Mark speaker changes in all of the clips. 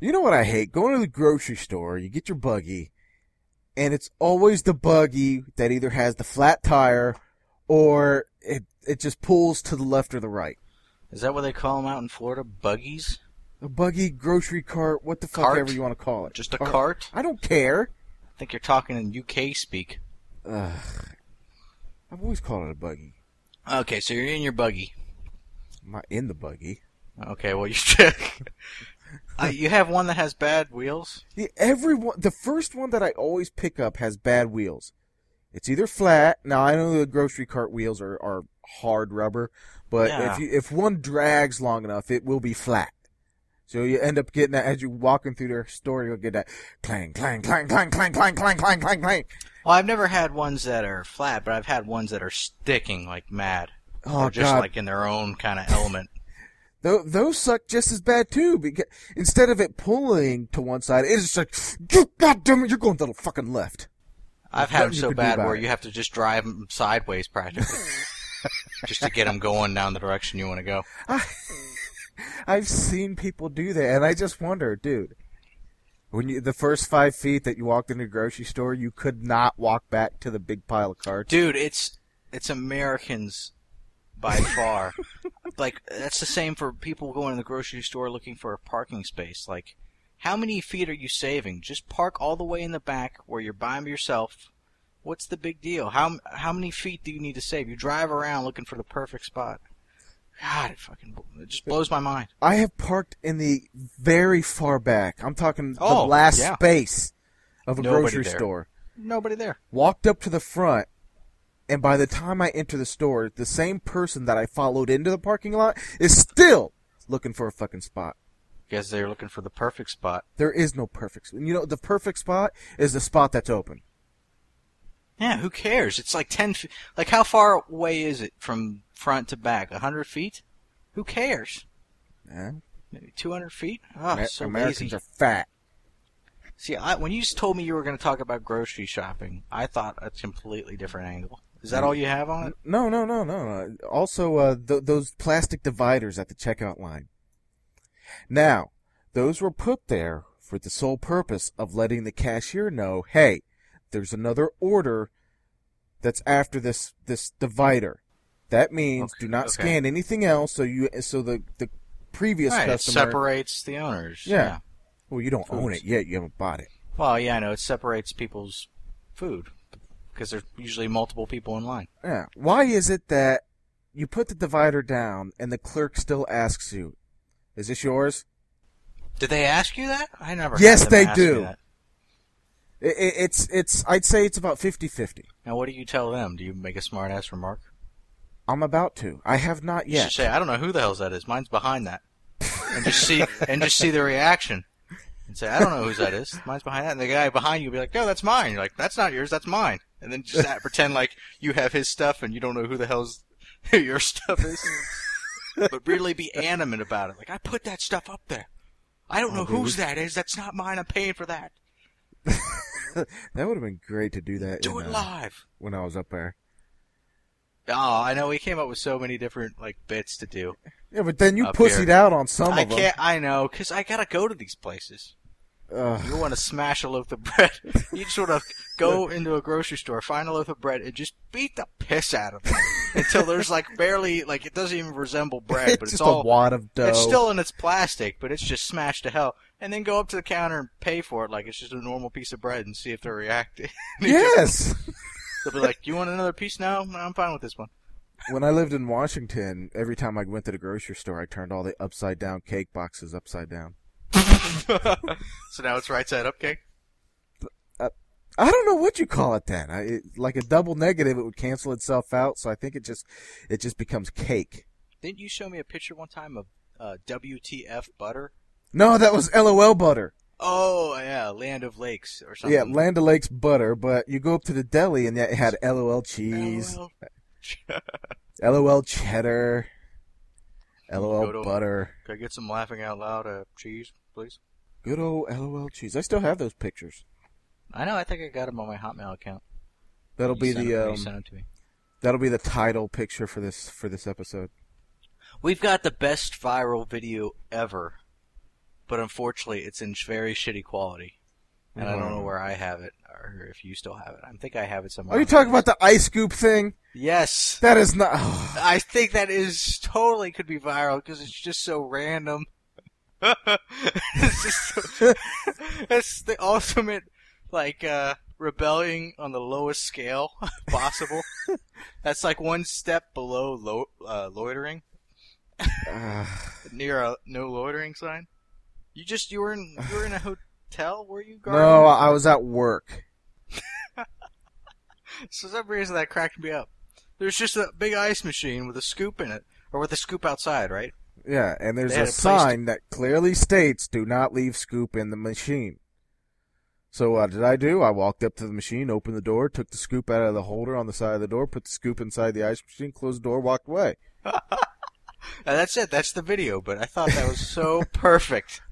Speaker 1: You know what I hate? Going to the grocery store, you get your buggy, and it's always the buggy that either has the flat tire or it it just pulls to the left or the right.
Speaker 2: Is that what they call them out in Florida? Buggies?
Speaker 1: A buggy, grocery cart, what the fuck
Speaker 2: Cart?
Speaker 1: ever you want to call it. Oh,
Speaker 2: Just a cart?
Speaker 1: I don't care.
Speaker 2: I think you're talking in UK speak.
Speaker 1: Ugh. I've always called it a buggy.
Speaker 2: Okay, so you're in your buggy.
Speaker 1: I'm not in the buggy.
Speaker 2: Okay, well you should. uh, you have one that has bad wheels.
Speaker 1: The, everyone, the first one that I always pick up has bad wheels. It's either flat. Now I know the grocery cart wheels are, are hard rubber, but
Speaker 2: Yeah.
Speaker 1: if you, if one drags long enough, it will be flat. So you end up getting that as you're walking through their store, you'll get that clang, clang, clang, clang, clang, clang, clang, clang, clang, clang.
Speaker 2: Well, I've never had ones that are flat, but I've had ones that are sticking like mad,
Speaker 1: Oh
Speaker 2: or just
Speaker 1: god,
Speaker 2: like in their own kind of element.
Speaker 1: Tho- those suck just as bad too. Because instead of it pulling to one side, it's just like, "You- god damn it, you're going to the fucking left.
Speaker 2: I've
Speaker 1: Nothing
Speaker 2: had them
Speaker 1: you
Speaker 2: so
Speaker 1: could do
Speaker 2: bad
Speaker 1: about
Speaker 2: where
Speaker 1: it.
Speaker 2: you have to just drive them sideways practically, just to get them going down the direction you want to go.
Speaker 1: I've seen people do that, and I just wonder, dude. When you the first five feet that you walked into a grocery store, you could not walk back to the big pile of carts.
Speaker 2: Dude, it's it's Americans by far. like that's the same for people going to the grocery store looking for a parking space. Like, how many feet are you saving? Just park all the way in the back where you're by yourself. What's the big deal? How how many feet do you need to save? You drive around looking for the perfect spot. God, it fucking bl- it just blows my mind.
Speaker 1: I have parked in the very far back. I'm talking
Speaker 2: Oh,
Speaker 1: the last
Speaker 2: yeah.
Speaker 1: space of a
Speaker 2: Nobody
Speaker 1: grocery
Speaker 2: there.
Speaker 1: store.
Speaker 2: Nobody there.
Speaker 1: Walked up to the front, and by the time I enter the store, the same person that I followed into the parking lot is still looking for a fucking spot.
Speaker 2: Because they're looking for the perfect spot.
Speaker 1: There is no perfect. You know, the perfect spot is the spot that's open.
Speaker 2: Yeah, who cares? It's like ten. Fe- like how far away is it from front to back? A hundred feet? Who cares?
Speaker 1: Yeah.
Speaker 2: Maybe two hundred feet? Oh,
Speaker 1: Amer-
Speaker 2: Ah, so
Speaker 1: Americans
Speaker 2: lazy.
Speaker 1: are fat.
Speaker 2: See, I, when you s- told me you were going to talk about grocery shopping, I thought a completely different angle. Is
Speaker 1: Mm.
Speaker 2: that all you have on it?
Speaker 1: No, no, no, no. no. Also, uh, th- those plastic dividers at the checkout line. Now, those were put there for the sole purpose of letting the cashier know, hey, there's another order that's after this this divider. That means
Speaker 2: Okay,
Speaker 1: do not
Speaker 2: okay.
Speaker 1: scan anything else. So you so the the previous
Speaker 2: Right, it
Speaker 1: customer.
Speaker 2: separates the owners.
Speaker 1: Yeah. well, you don't own
Speaker 2: Foods.
Speaker 1: it yet. You haven't bought it.
Speaker 2: Well, yeah, I know it separates people's food because there's usually multiple people in line.
Speaker 1: Yeah. Why is it that you put the divider down and the clerk still asks you, "Is this yours?"
Speaker 2: Did they ask you that? I never. had
Speaker 1: Yes,
Speaker 2: them
Speaker 1: they
Speaker 2: ask me
Speaker 1: do.
Speaker 2: that.
Speaker 1: I i it's it's I'd say it's about 50-50.
Speaker 2: Now, what do you tell them? Do you make a smart ass remark?
Speaker 1: I'm about to. I have not
Speaker 2: You
Speaker 1: yet.
Speaker 2: should say, I don't know who the hell's that is. Mine's behind that. and just see and just see the reaction. And say, I don't know whose that is. Mine's behind that. And the guy behind you will be like, No, that's mine. You're like, That's not yours, that's mine. And then just act- pretend like you have his stuff and you don't know who the hell's who your stuff is. but really be animate about it. Like, I put that stuff up there. I
Speaker 1: Oh,
Speaker 2: don't know whose that is. That's not mine. I'm paying for that.
Speaker 1: That would have been great to do that
Speaker 2: Do
Speaker 1: in,
Speaker 2: it
Speaker 1: uh,
Speaker 2: live.
Speaker 1: when I was up there.
Speaker 2: Oh, I know. We came up with so many different like bits to do.
Speaker 1: Yeah, but then you
Speaker 2: Up
Speaker 1: pussied
Speaker 2: here.
Speaker 1: out on some
Speaker 2: I
Speaker 1: of them.
Speaker 2: can't. I know, cause I gotta go to these places.
Speaker 1: Ugh.
Speaker 2: You want to smash a loaf of bread. You just want to go into a grocery store, find a loaf of bread, and just beat the piss out of it until there's like barely like it doesn't even resemble bread,
Speaker 1: it's
Speaker 2: but it's,
Speaker 1: just a
Speaker 2: all
Speaker 1: wad of dough.
Speaker 2: it's still in its plastic, but it's just smashed to hell. And then go up to the counter and pay for it like it's just a normal piece of bread and see if they're reacting.
Speaker 1: yes.
Speaker 2: They'll be like, "You want another piece? No, no, I'm fine with this one."
Speaker 1: when I lived in Washington, every time I went to the grocery store, I turned all the upside down cake boxes upside down.
Speaker 2: so now it's right side up cake.
Speaker 1: I don't know what you call it then. I, it, like a double negative, it would cancel itself out. So I think it just it just becomes cake.
Speaker 2: Didn't you show me a picture one time of uh, WTF butter?
Speaker 1: No, that was LOL butter.
Speaker 2: Oh yeah, Land of Lakes or something.
Speaker 1: Yeah, Land O'Lakes butter, but you go up to the deli and it had LOL cheese,
Speaker 2: LOL.
Speaker 1: LOL, cheddar,
Speaker 2: Good
Speaker 1: LOL
Speaker 2: old-
Speaker 1: butter.
Speaker 2: Could I get some laughing out loud uh, cheese, please?
Speaker 1: Good old LOL cheese. I still have those pictures.
Speaker 2: I know. I think I got them on my Hotmail account.
Speaker 1: That'll
Speaker 2: You
Speaker 1: be
Speaker 2: sent
Speaker 1: the
Speaker 2: them- you
Speaker 1: um,
Speaker 2: sent them to me.
Speaker 1: that'll be the title picture for this for this episode.
Speaker 2: We've got the best viral video ever but unfortunately, it's in very shitty quality. And I don't know
Speaker 1: Mm.
Speaker 2: where I have it or if you still have it. I think I have it somewhere.
Speaker 1: Are you talking about the ice scoop thing?
Speaker 2: Yes.
Speaker 1: That is not.
Speaker 2: I think that is totally could be viral because it's just so random. it's just it's the ultimate like uh rebelling on the lowest scale possible. That's like one step below lo- uh, loitering
Speaker 1: Ah.
Speaker 2: near a no loitering sign. You just you were in you were in a hotel, were you? Garden?
Speaker 1: no, I was at work.
Speaker 2: So for some reason that cracked me up. There's just a big ice machine with a scoop in it, or with a scoop outside, right?
Speaker 1: Yeah, and there's
Speaker 2: They
Speaker 1: a
Speaker 2: had a place to-
Speaker 1: sign that clearly states do not leave scoop in the machine. So what did I do? I walked up to the machine, opened the door, took the scoop out of the holder on the side of the door, put the scoop inside the ice machine, closed the door, walked away.
Speaker 2: Uh, that's it. That's the video. But I thought that was so perfect.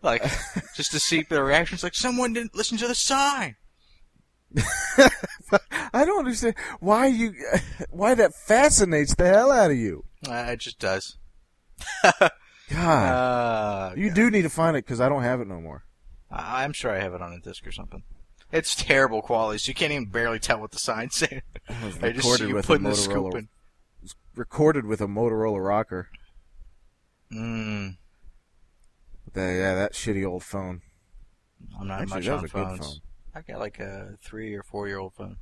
Speaker 2: like,
Speaker 1: Uh,
Speaker 2: just to see their reactions. Like, someone didn't listen to the sign.
Speaker 1: I don't understand why you, why that fascinates the hell out of you.
Speaker 2: Uh, it just does.
Speaker 1: God,
Speaker 2: Uh,
Speaker 1: you do need to find it because I don't have it no more.
Speaker 2: I- I'm sure I have it on a disc or something. It's terrible quality, so you can't even barely tell what the sign's saying.
Speaker 1: It was
Speaker 2: I just see you putting the scoop in.
Speaker 1: recorded with a Motorola rocker.
Speaker 2: Mm,
Speaker 1: That- yeah, that shitty old phone.
Speaker 2: I'm not
Speaker 1: Actually,
Speaker 2: much
Speaker 1: that
Speaker 2: on
Speaker 1: was a good
Speaker 2: phones.
Speaker 1: phone.
Speaker 2: I've got like a three or four year old phone.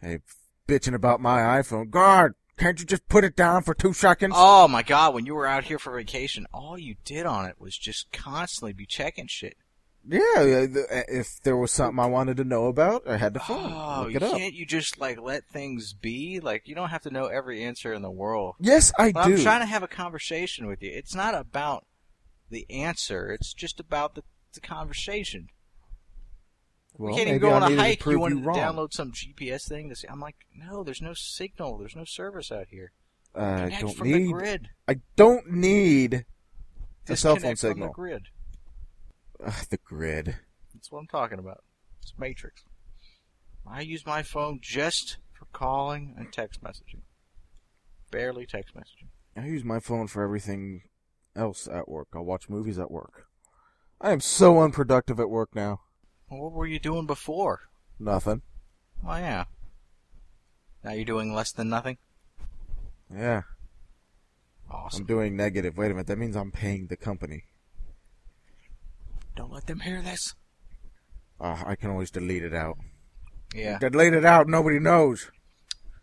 Speaker 1: Hey, bitching about my iPhone. God, can't you just put it down for two seconds?
Speaker 2: Oh my god, when you were out here for vacation, all you did on it was just constantly be checking shit.
Speaker 1: Yeah, uh, th- uh, if there was something I wanted to know about, I had the phone.
Speaker 2: Oh,
Speaker 1: Look it up.
Speaker 2: can't you just like let things be? Like you don't have to know every answer in the world.
Speaker 1: Yes, I
Speaker 2: Well,
Speaker 1: do.
Speaker 2: I'm trying to have a conversation with you. It's not about the answer. It's just about the, the conversation.
Speaker 1: well,
Speaker 2: you can't even
Speaker 1: maybe
Speaker 2: go
Speaker 1: I
Speaker 2: on a
Speaker 1: needed to
Speaker 2: hike.
Speaker 1: prove
Speaker 2: You want
Speaker 1: you
Speaker 2: to
Speaker 1: wrong.
Speaker 2: download some GPS thing? To see. I'm like, no, there's no signal. There's no service out here.
Speaker 1: Uh, I
Speaker 2: Connect
Speaker 1: don't
Speaker 2: from the
Speaker 1: need.
Speaker 2: grid.
Speaker 1: I don't need a cell phone
Speaker 2: Disconnect from
Speaker 1: signal.
Speaker 2: the grid.
Speaker 1: Ugh, the grid.
Speaker 2: That's what I'm talking about. It's Matrix. I use my phone just for calling and text messaging. Barely text messaging.
Speaker 1: I use my phone for everything else at work. I'll watch movies at work. I am so unproductive at work now.
Speaker 2: Well, what were you doing before?
Speaker 1: Nothing.
Speaker 2: Oh yeah. Now you're doing less than nothing.
Speaker 1: Yeah, I'm
Speaker 2: Awesome.
Speaker 1: doing negative. Wait a minute. That means I'm paying the company.
Speaker 2: Don't let them hear this.
Speaker 1: Uh, I can always delete it out.
Speaker 2: Yeah.
Speaker 1: Delete it out. Nobody knows.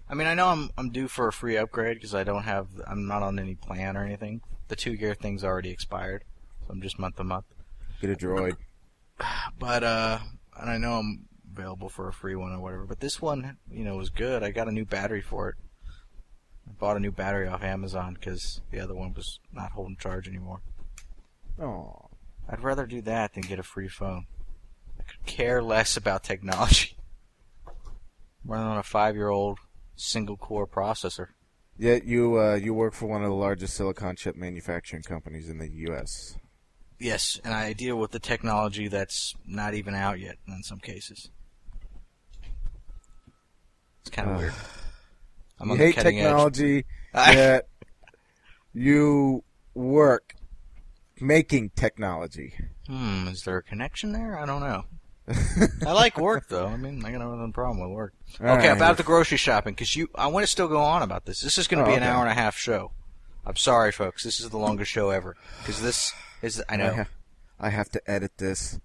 Speaker 2: I mean, I know I'm I'm due for a free upgrade because I don't have I'm not on any plan or anything. The two year thing's already expired, so I'm just month to month.
Speaker 1: Get a droid.
Speaker 2: But uh, and I know I'm available for a free one or whatever. But this one, you know, was good. I got a new battery for it. I bought a new battery off Amazon because the other one was not holding charge anymore.
Speaker 1: Oh,
Speaker 2: I'd rather do that than get a free phone. I could care less about technology. I'm running on a five-year-old single-core processor.
Speaker 1: Yet you uh, you work for one of the largest silicon chip manufacturing companies in the U.S.
Speaker 2: Yes, and I deal with the technology that's not even out yet in some cases. It's kind of
Speaker 1: Ugh.
Speaker 2: weird. I'm
Speaker 1: you
Speaker 2: on the
Speaker 1: hate
Speaker 2: cutting edge.
Speaker 1: technology.
Speaker 2: I-
Speaker 1: Yet you work making technology.
Speaker 2: Hmm, is there a connection there? I don't know. I like work though. I mean, I got no problem with work. okay,
Speaker 1: Alright.
Speaker 2: about the grocery shopping because you, I want to still go on about this. This is going to
Speaker 1: Oh,
Speaker 2: be an
Speaker 1: okay.
Speaker 2: hour and a half show. I'm sorry, folks. This is the longest show ever because this is. I know.
Speaker 1: I, ha- I have to edit this.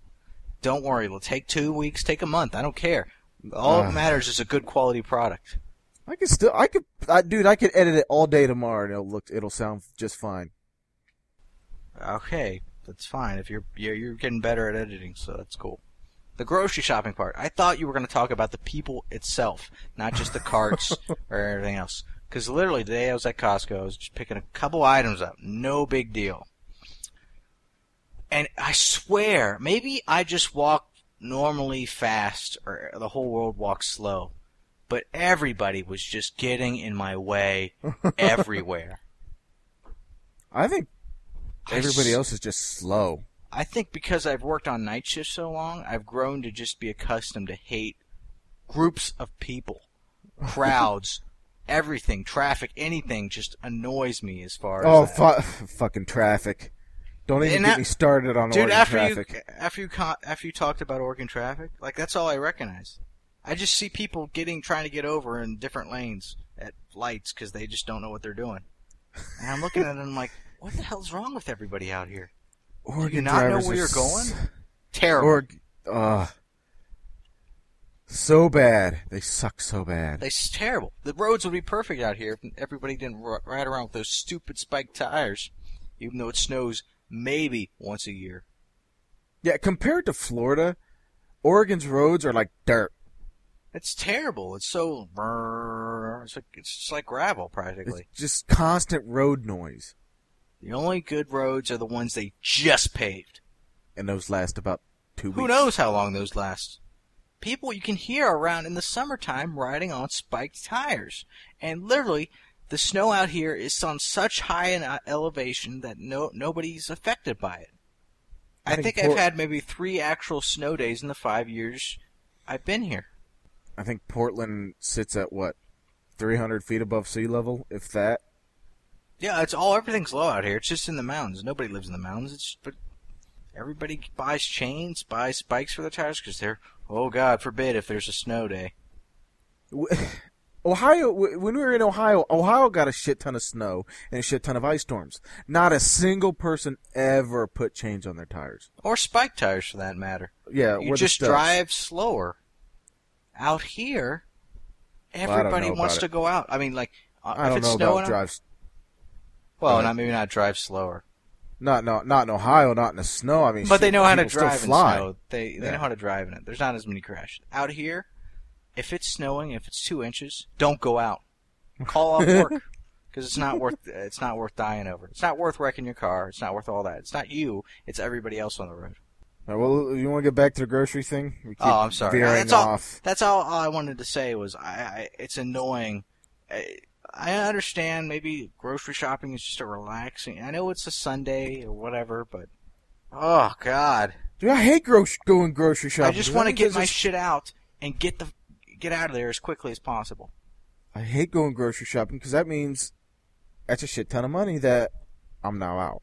Speaker 2: Don't worry. It'll take two weeks. Take a month. I don't care. All that
Speaker 1: Ugh.
Speaker 2: matters is a good quality product.
Speaker 1: I could still. I could. I, dude, I could edit it all day tomorrow, and it'll look. It'll sound just fine.
Speaker 2: Okay, that's fine. If you're you're, you're getting better at editing, so that's cool. The grocery shopping part. I thought you were going to talk about the people itself, not just the carts or everything else. Because literally today I was at Costco. I was just picking a couple items up. No big deal. And I swear, maybe I just walk normally fast, or the whole world walks slow. But everybody was just getting in my way everywhere.
Speaker 1: I think
Speaker 2: I
Speaker 1: everybody
Speaker 2: s-
Speaker 1: else is just slow.
Speaker 2: I think because I've worked on night shifts so long, I've grown to just be accustomed to hate groups of people, crowds, everything, traffic, anything just annoys me as far as
Speaker 1: Oh,
Speaker 2: that.
Speaker 1: fu- fucking traffic! Don't even
Speaker 2: And
Speaker 1: get
Speaker 2: that-
Speaker 1: me started on
Speaker 2: Dude,
Speaker 1: Oregon
Speaker 2: after
Speaker 1: traffic.
Speaker 2: you after you con- after you talked about Oregon traffic, like that's all I recognize. I just see people getting trying to get over in different lanes at lights because they just don't know what they're doing. And I'm looking at it, and I'm like, what the hell's wrong with everybody out here?
Speaker 1: Oregon
Speaker 2: you not know
Speaker 1: drivers
Speaker 2: where
Speaker 1: are
Speaker 2: you're
Speaker 1: s-
Speaker 2: going? Terrible.
Speaker 1: Or, uh, so bad. They suck so bad.
Speaker 2: They s- terrible. The roads would be perfect out here if everybody didn't r- ride around with those stupid spiked tires, even though it snows maybe once a year.
Speaker 1: Yeah, compared to Florida, Oregon's roads are like dirt.
Speaker 2: It's terrible. It's so it's like it's just like gravel
Speaker 1: It's
Speaker 2: practically.
Speaker 1: just constant road noise,
Speaker 2: The only good roads are the ones they just paved.
Speaker 1: and those last about two weeks.
Speaker 2: Who knows how long those last? People you can hear around in the summertime riding on spiked tires. And literally, the snow out here is on such high an uh, elevation that no nobody's affected by it.
Speaker 1: I
Speaker 2: I
Speaker 1: think
Speaker 2: think
Speaker 1: Port-
Speaker 2: I've had maybe three actual snow days in the five years I've been here.
Speaker 1: I think Portland sits at what, 300 feet above sea level, if that.
Speaker 2: Yeah, it's all everything's low out here. It's just in the mountains. Nobody lives in the mountains. It's but everybody buys chains, buys spikes for their tires because they're oh God forbid if there's a snow day.
Speaker 1: W- Ohio, w- when we were in Ohio, Ohio got a shit ton of snow and a shit ton of ice storms. Not a single person ever put change on their tires.
Speaker 2: or spike tires for that matter.
Speaker 1: Yeah,
Speaker 2: You
Speaker 1: where the
Speaker 2: just
Speaker 1: studs.
Speaker 2: drive slower. Out here,
Speaker 1: I don't
Speaker 2: everybody
Speaker 1: know
Speaker 2: wants
Speaker 1: about
Speaker 2: to go out. I mean, like uh,
Speaker 1: I
Speaker 2: if
Speaker 1: don't
Speaker 2: it's
Speaker 1: know
Speaker 2: snowing,
Speaker 1: about drives.
Speaker 2: well,
Speaker 1: ahead.
Speaker 2: not maybe not drive slower,
Speaker 1: Not, not, not in Ohio, not in the snow. I mean,
Speaker 2: but they
Speaker 1: shit,
Speaker 2: know how to
Speaker 1: people still
Speaker 2: drive in
Speaker 1: fly.
Speaker 2: snow. They they
Speaker 1: Yeah.
Speaker 2: know how to drive in it. There's not as many crashes out here. If it's snowing, if it's two inches, don't go out. Call off work because it's not worth it's not worth dying over. It's not worth wrecking your car. It's not worth all that. It's not you. It's everybody else on the road.
Speaker 1: All right, well, you want to get back to the grocery thing? We keep
Speaker 2: Oh, I'm sorry.
Speaker 1: Veering
Speaker 2: That's all-
Speaker 1: off.
Speaker 2: That's all, all I wanted to say was I, I it's annoying. I, I understand maybe grocery shopping is just a relaxing. I know it's a Sunday or whatever, but oh god,
Speaker 1: Dude, I hate gro- going grocery
Speaker 2: I
Speaker 1: shopping.
Speaker 2: just
Speaker 1: That
Speaker 2: want to
Speaker 1: thing
Speaker 2: get
Speaker 1: gives
Speaker 2: my
Speaker 1: us-
Speaker 2: shit out and get the get out of there as quickly as possible.
Speaker 1: I hate going grocery shopping because that means that's a shit ton of money that I'm now out.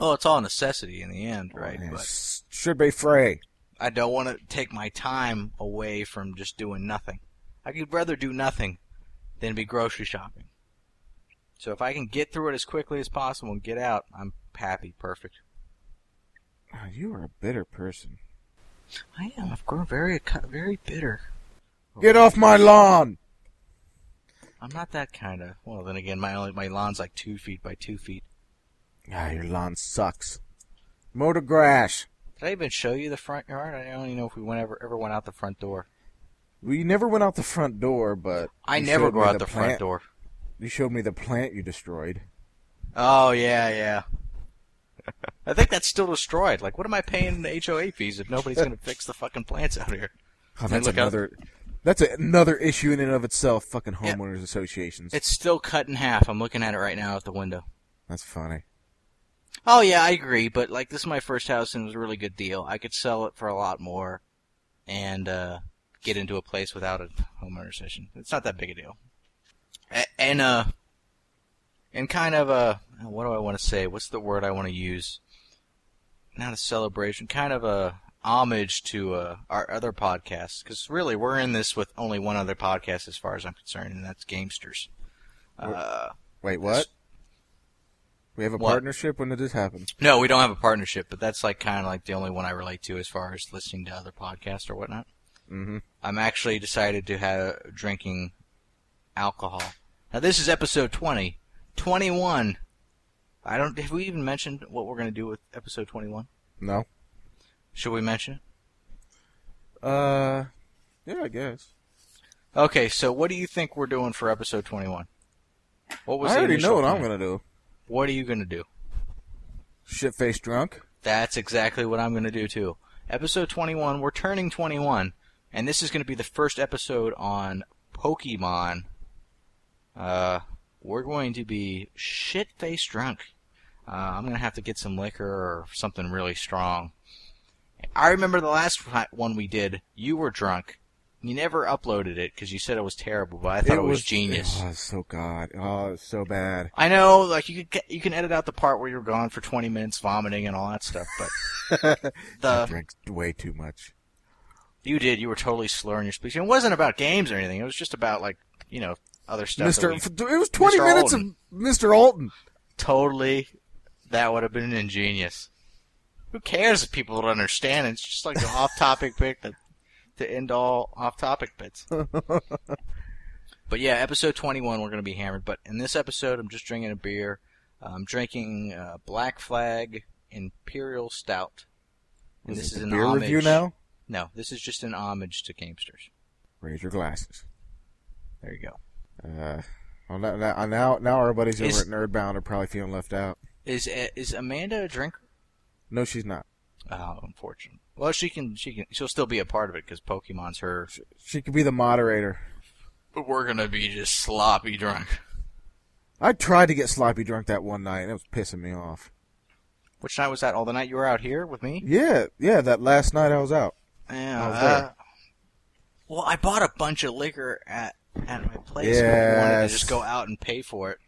Speaker 2: Oh, it's all necessity in the end, right?
Speaker 1: And
Speaker 2: But
Speaker 1: s- Should be free.
Speaker 2: I don't want to take my time away from just doing nothing. I could rather do nothing than be grocery shopping. So if I can get through it as quickly as possible and get out, I'm happy, perfect.
Speaker 1: Oh, you are a bitter person.
Speaker 2: I am. I've grown very, accu- very bitter.
Speaker 1: Get off my lawn!
Speaker 2: I'm not that kind of. Well, then again, my only my lawn's like two feet by two feet.
Speaker 1: Ah, your lawn sucks. Mow the grass.
Speaker 2: Did I even show you the front yard? I don't even know if we went ever ever went out the front door.
Speaker 1: We never went out the front door, but
Speaker 2: I
Speaker 1: you
Speaker 2: never
Speaker 1: showed
Speaker 2: go
Speaker 1: me
Speaker 2: out the, front
Speaker 1: plant-
Speaker 2: door.
Speaker 1: You showed me the plant you destroyed.
Speaker 2: Oh yeah, yeah. I think that's still destroyed. Like, what am I paying the HOA fees if nobody's gonna fix the fucking plants out here?
Speaker 1: Oh, that's
Speaker 2: look out-
Speaker 1: another. That's a, another issue in and of itself. Fucking homeowners associations.
Speaker 2: It's still cut in half. I'm looking at it right now out the window.
Speaker 1: That's funny.
Speaker 2: Oh yeah, I agree. But like, this is my first house, and it was a really good deal. I could sell it for a lot more, and uh, get into a place without a homeowner session. It's not that big a deal. A- And uh, and kind of a what do I want to say? What's the word I want to use? Not a celebration, kind of a homage to uh, our other podcasts, because really we're in this with only one other podcast as far as I'm concerned, and that's Gamesters. Uh,
Speaker 1: Wait, what? We have a
Speaker 2: What?
Speaker 1: partnership. When did this happen?
Speaker 2: No, we don't have a partnership, but that's like kind of like the only one I relate to as far as listening to other podcasts or whatnot.
Speaker 1: Mhm.
Speaker 2: I'm actually decided to have drinking alcohol. Now this is episode 20, 21. I don't have we even mentioned what we're going to do with episode 21?
Speaker 1: No.
Speaker 2: Should we mention it?
Speaker 1: Uh, yeah, I guess.
Speaker 2: Okay, so what do you think we're doing for episode 21? What was
Speaker 1: I
Speaker 2: the
Speaker 1: already
Speaker 2: initial
Speaker 1: know what I'm
Speaker 2: plan?
Speaker 1: gonna do.
Speaker 2: What are you going to do?
Speaker 1: Shit face drunk.
Speaker 2: That's exactly what I'm going to do too. Episode 21, we're turning 21, and this is going to be the first episode on Pokemon. Uh, we're going to be shit faced drunk. Uh, I'm going to have to get some liquor or something really strong. I remember the last fi- one we did, you were drunk, You never uploaded it because you said it was terrible, but I thought it, was, genius.
Speaker 1: Oh, so god. Oh, it's so bad.
Speaker 2: I know, like you could get, you can edit out the part where you're gone for 20 minutes vomiting and all that stuff, but
Speaker 1: I
Speaker 2: the
Speaker 1: drank way too much.
Speaker 2: you did you were totally slurring your speech. It wasn't about games or anything. It was just about like you know other stuff.
Speaker 1: Mister,
Speaker 2: that we-
Speaker 1: f- it was 20
Speaker 2: Mr.
Speaker 1: minutes
Speaker 2: Alden.
Speaker 1: of Mr. Alton.
Speaker 2: totally, that would have been ingenious. Who cares if people don't understand? It's just like the off-topic bit that to end all off-topic bits. But yeah, episode 21, we're going to be hammered. But in this episode, I'm just drinking a beer. I'm drinking uh, Black Flag Imperial Stout. And this is
Speaker 1: a
Speaker 2: an
Speaker 1: beer
Speaker 2: homage.
Speaker 1: review now.
Speaker 2: No, this is just an homage to Gamesters.
Speaker 1: Raise your glasses.
Speaker 2: There you go.
Speaker 1: Uh, well, now, now, now- now our buddies
Speaker 2: Is-
Speaker 1: over at Nerdbound are probably feeling left out.
Speaker 2: Is uh, is Amanda a drinker?
Speaker 1: No, she's not.
Speaker 2: Oh, unfortunate. Well, she can she can she'll still be a part of it because Pokemon's her.
Speaker 1: She could be the moderator.
Speaker 2: But we're gonna be just sloppy drunk.
Speaker 1: I tried to get sloppy drunk that one night, and it was pissing me off.
Speaker 2: Which night was that? All the night you were out here with me?
Speaker 1: Yeah, yeah, that last night I was out.
Speaker 2: Yeah.
Speaker 1: I was there.
Speaker 2: uh, well, I bought a bunch of liquor at at my place. I wanted to
Speaker 1: Yes.
Speaker 2: just go out and pay for it.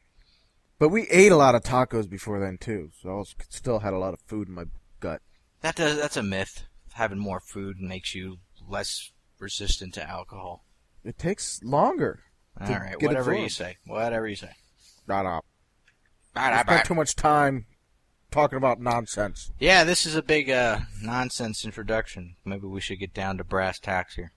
Speaker 1: But we ate a lot of tacos before then too, so I was, still had a lot of food in my gut.
Speaker 2: That does that's a myth. Having more food makes you less resistant to alcohol.
Speaker 1: It takes longer.
Speaker 2: All
Speaker 1: To
Speaker 2: right,
Speaker 1: get
Speaker 2: whatever you
Speaker 1: absorbed.
Speaker 2: say. Whatever you say.
Speaker 1: Not up.
Speaker 2: All
Speaker 1: I
Speaker 2: right, all
Speaker 1: spent
Speaker 2: right.
Speaker 1: too much time talking about nonsense.
Speaker 2: Yeah, this is a big uh, nonsense introduction. Maybe we should get down to brass tacks here.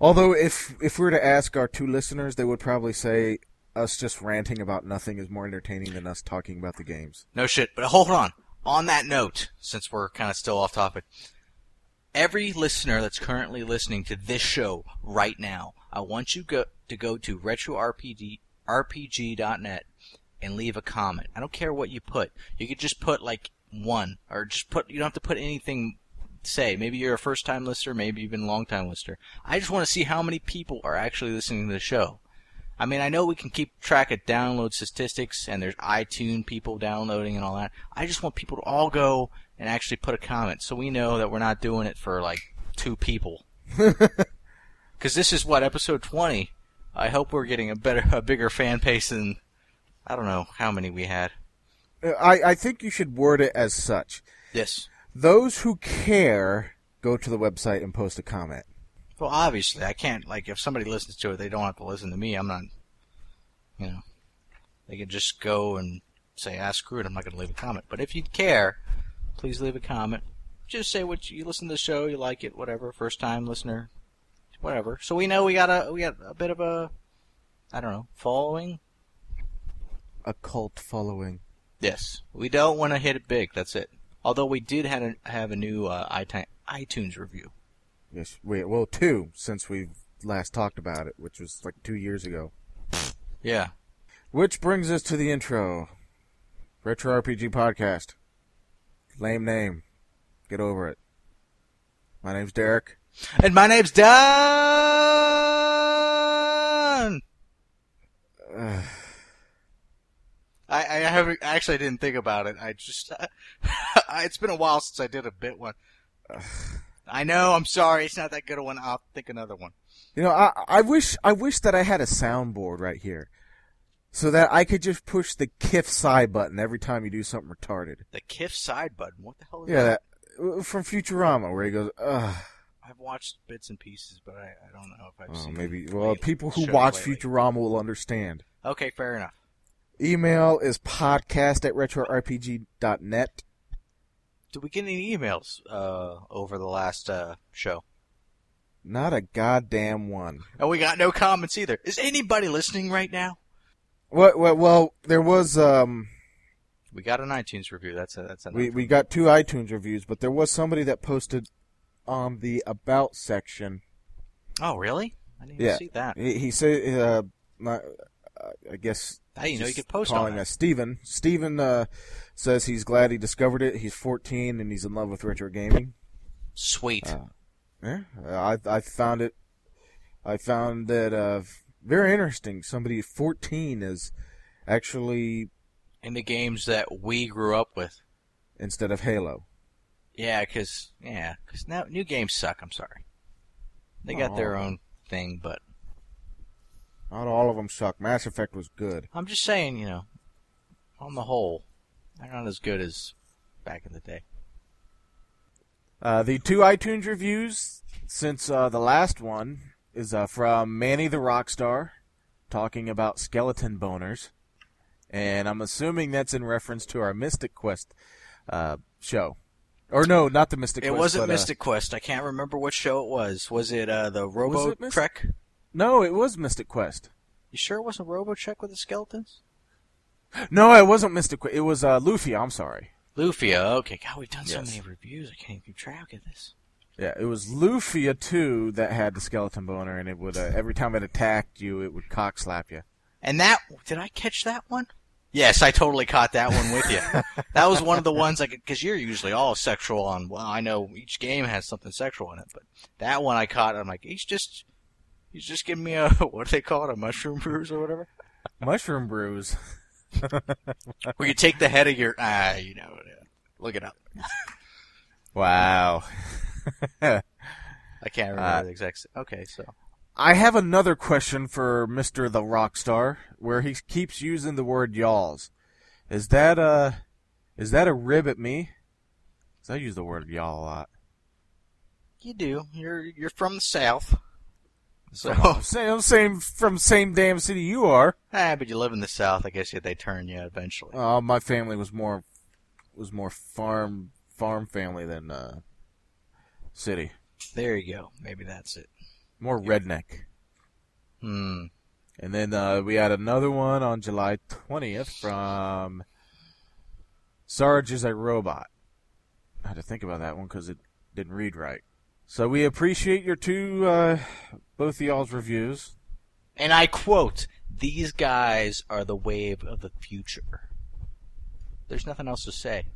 Speaker 1: Although if if we were to ask our two listeners, they would probably say us just ranting about nothing is more entertaining than us talking about the games.
Speaker 2: No shit. But hold on. On that note, since we're kind of still off topic, every listener that's currently listening to this show right now, I want you go, to go to retrorpg rpg.net and leave a comment. I don't care what you put. You could just put like one, or just put. You don't have to put anything. Say maybe you're a first time listener, maybe you've been a long time listener. I just want to see how many people are actually listening to the show. I mean, I know we can keep track of download statistics and there's iTunes people downloading and all that. I just want people to all go and actually put a comment so we know that we're not doing it for like two people. Because this is what episode 20. I hope we're getting a better, a bigger fan base than I don't know how many we had.
Speaker 1: Uh, I I think you should word it as such.
Speaker 2: Yes.
Speaker 1: Those who care go to the website and post a comment.
Speaker 2: Well, obviously, I can't like if somebody listens to it, they don't have to listen to me. I'm not, you know, they can just go and say, "Ah, screw it, I'm not going to leave a comment." But if you care, please leave a comment. Just say what you, you listen to the show, you like it, whatever. First time listener, whatever. So we know we got a we got a bit of a, I don't know, following.
Speaker 1: A cult following.
Speaker 2: Yes, we don't want to hit it big. That's it. Although we did have a, have a new uh, iTunes iTunes review.
Speaker 1: Yes, we, well, two since we last talked about it, which was like two years ago.
Speaker 2: Yeah.
Speaker 1: Which brings us to the intro. Retro RPG Podcast. Lame name. Get over it. My name's Derek.
Speaker 2: And my name's Don.
Speaker 1: Ugh.
Speaker 2: I, I haven't I actually didn't think about it. I just it's been a while since I did a bit one. I know. I'm sorry. It's not that good a one. I'll think another one.
Speaker 1: You know, I, I wish I wish that I had a soundboard right here, so that I could just push the KIF side button every time you do something retarded.
Speaker 2: The Kiff side button. What the hell is
Speaker 1: Yeah,
Speaker 2: that?
Speaker 1: that, uh, from Futurama where he goes, Ugh.
Speaker 2: I've watched bits and pieces, but I, I don't know if I've
Speaker 1: Oh,
Speaker 2: seen.
Speaker 1: maybe.
Speaker 2: it
Speaker 1: Well,
Speaker 2: lately-
Speaker 1: people who
Speaker 2: show
Speaker 1: watch
Speaker 2: lately.
Speaker 1: Futurama will understand.
Speaker 2: Okay, fair enough.
Speaker 1: Email is podcast at retrorpg.net.
Speaker 2: Did we get any emails uh, over the last uh, show?
Speaker 1: Not a goddamn one.
Speaker 2: And we got no comments either. Is anybody listening right now?
Speaker 1: Well, well, well there was um,
Speaker 2: We got an iTunes review. That's a, that's enough.
Speaker 1: we we got two iTunes reviews, but there was somebody that posted on the about section.
Speaker 2: Oh, really? I didn't
Speaker 1: Yeah.
Speaker 2: even see that.
Speaker 1: He, he said, uh, not, uh, I guess
Speaker 2: I didn't know you
Speaker 1: just
Speaker 2: could post
Speaker 1: calling
Speaker 2: on that.
Speaker 1: us Steven. Steven uh, says he's glad he discovered it. He's 14 and he's in love with retro gaming.
Speaker 2: Sweet.
Speaker 1: Uh, Yeah, I I found it. I found that uh, very interesting. Somebody 14 is actually
Speaker 2: In the games that we grew up with.
Speaker 1: instead of Halo.
Speaker 2: Yeah, 'cause yeah, 'cause now new games suck. I'm sorry. They got
Speaker 1: Oh.
Speaker 2: their own thing, but
Speaker 1: Not all of them suck. Mass Effect was good.
Speaker 2: I'm just saying, you know, on the whole, they're not as good as back in the day.
Speaker 1: Uh, the two iTunes reviews since uh, the last one is uh, from Manny the Rockstar talking about skeleton boners. And I'm assuming that's in reference to our Mystic Quest uh, show. Or no, not the Mystic
Speaker 2: It
Speaker 1: Quest.
Speaker 2: wasn't
Speaker 1: but, uh,
Speaker 2: Mystic Quest. I can't remember what show it was. Was it uh, the
Speaker 1: Was
Speaker 2: Robo
Speaker 1: it Mystic-
Speaker 2: Trek?
Speaker 1: no, it was Mystic Quest.
Speaker 2: You sure it wasn't Robo Trek with the skeletons?
Speaker 1: No, it wasn't Mystic Quest. It was uh, Luffy. I'm sorry.
Speaker 2: Lufia. Okay, God, we've done so
Speaker 1: Yes.
Speaker 2: many reviews. I can't even keep track of this.
Speaker 1: Yeah, it was Lufia 2 that had the skeleton boner, and it would uh, every time it attacked you, it would cock slap you.
Speaker 2: And that did I catch that one? Yes, I totally caught that one with you. that was one of the ones I could because you're usually all sexual on. Well, I know each game has something sexual in it, but that one I caught. I'm like, he's just he's just giving me a what do they call it, a mushroom bruise or whatever,
Speaker 1: Mushroom brews.
Speaker 2: where you take the head of your ah, you know, look it up.
Speaker 1: Wow.
Speaker 2: I can't remember the exact. s- Okay, so
Speaker 1: I have another question for Mr. the Rockstar, where he keeps using the word y'alls. Is that a, is that a rib at me? 'Cause I use the word y'all a lot.
Speaker 2: you do. You're you're from the south, so
Speaker 1: Same, same, from same damn city you are.
Speaker 2: ah, but you live in the south. I guess yeah, they turn you eventually.
Speaker 1: Uh, my family was more, was more farm, farm family than, uh, city.
Speaker 2: There you go. Maybe that's it.
Speaker 1: More redneck.
Speaker 2: Hmm.
Speaker 1: And then uh, we had another one on July 20th from Sarge is a Robot. I had to think about that one because it didn't read right. So we appreciate your two, uh, both of y'all's reviews.
Speaker 2: And I quote, these guys are the wave of the future. There's nothing else to say.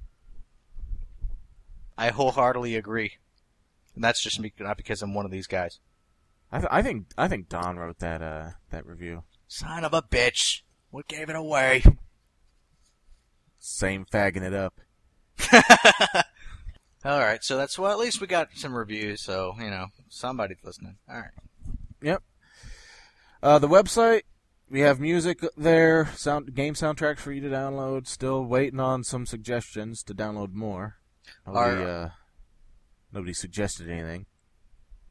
Speaker 2: I wholeheartedly agree. And that's just me, not because I'm one of these guys.
Speaker 1: I, th- I think I think Don wrote that uh, that review.
Speaker 2: Son of a bitch. What gave it away?
Speaker 1: Same fagging it up.
Speaker 2: Alright, so that's well, at least we got some reviews, so, you know, somebody's listening. Alright.
Speaker 1: Yep. Uh, the website we have music there, sound game soundtracks for you to download. Still waiting on some suggestions to download more. Nobody,
Speaker 2: Our-
Speaker 1: uh, nobody suggested anything.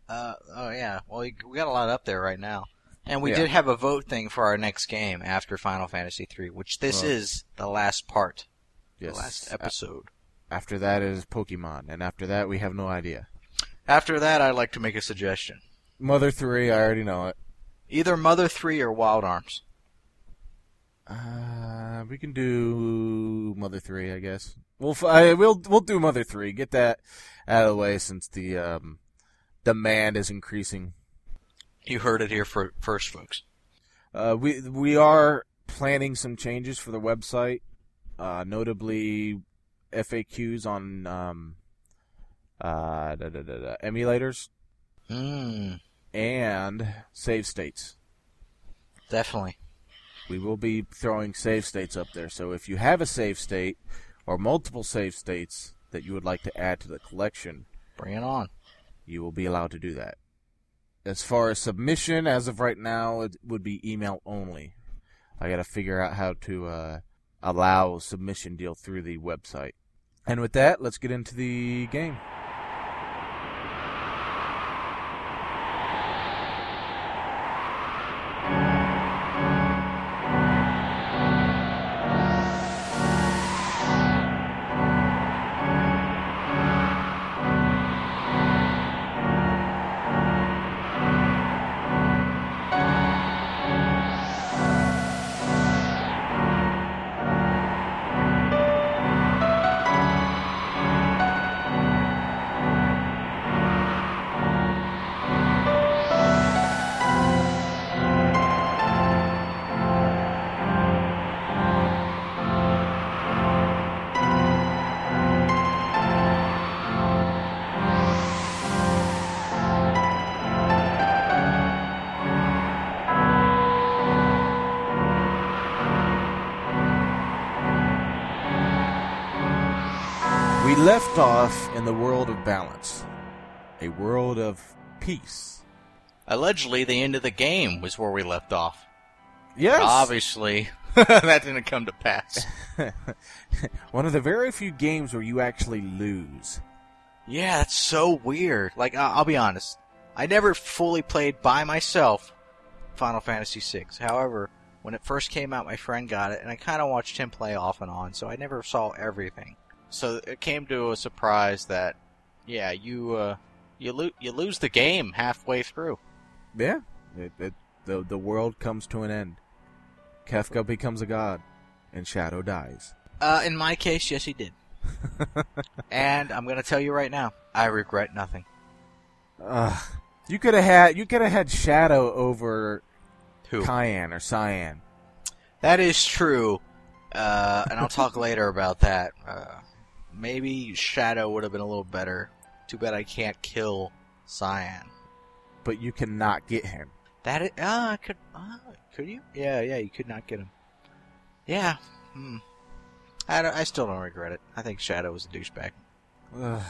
Speaker 2: Uh, oh yeah. Well, we we got a lot up there right now, and we
Speaker 1: Yeah.
Speaker 2: did have a vote thing for our next game after Final Fantasy III, which this
Speaker 1: Oh.
Speaker 2: is the last part,
Speaker 1: Yes.
Speaker 2: the last
Speaker 1: A-
Speaker 2: episode.
Speaker 1: after that is Pokemon, and after that we have no idea.
Speaker 2: After that, I'd like to make a suggestion.
Speaker 1: Mother three, I already know it.
Speaker 2: Either Mother 3 or Wild Arms.
Speaker 1: Uh, we can do Mother three, I guess. We'll f- I, we'll we'll do Mother three. Get that out of the way since the um, demand is increasing.
Speaker 2: You heard it here for, first, folks.
Speaker 1: Uh, we we are planning some changes for the website, uh, notably FAQs on um, uh, da, da, da, da, emulators
Speaker 2: Mm,
Speaker 1: and save states.
Speaker 2: definitely.
Speaker 1: We will be throwing save states up there. So if you have a save state or multiple save states that you would like to add to the collection,
Speaker 2: Bring it on.
Speaker 1: you will be allowed to do that. As far as submission, as of right now, it would be email only. I got to figure out how to uh, allow submission deal through the website. And with that, let's get into the game. We left off in the world of balance, a world of peace.
Speaker 2: Allegedly, the end of the game was where we left off.
Speaker 1: Yes.
Speaker 2: Obviously, that didn't come to pass.
Speaker 1: One of the very few games where you actually lose.
Speaker 2: Yeah, that's so weird. Like, I- I'll be honest, I never fully played by myself Final Fantasy VI. However, when it first came out, my friend got it, and I kind of watched him play off and on, so I never saw everything. So it came to a surprise that, yeah, you uh, you lo- you lose the game halfway through.
Speaker 1: Yeah. It, it, the, the world comes to an end. Kefka becomes a god, and Shadow dies.
Speaker 2: Uh, in my case, yes, he did. and I'm gonna tell you right now, I regret nothing.
Speaker 1: Ugh. You could have had you could have had Shadow over
Speaker 2: Who?
Speaker 1: Cayenne or Cyan.
Speaker 2: That is true, uh, and I'll talk later about that. Uh, maybe Shadow would have been a little better. Too bad I can't kill Cyan.
Speaker 1: but you cannot get him.
Speaker 2: That is, uh, I could uh, could you? Yeah, yeah, you could not get him. Yeah, hmm. I, don't- I still don't regret it. I think Shadow was a douchebag.
Speaker 1: Ugh.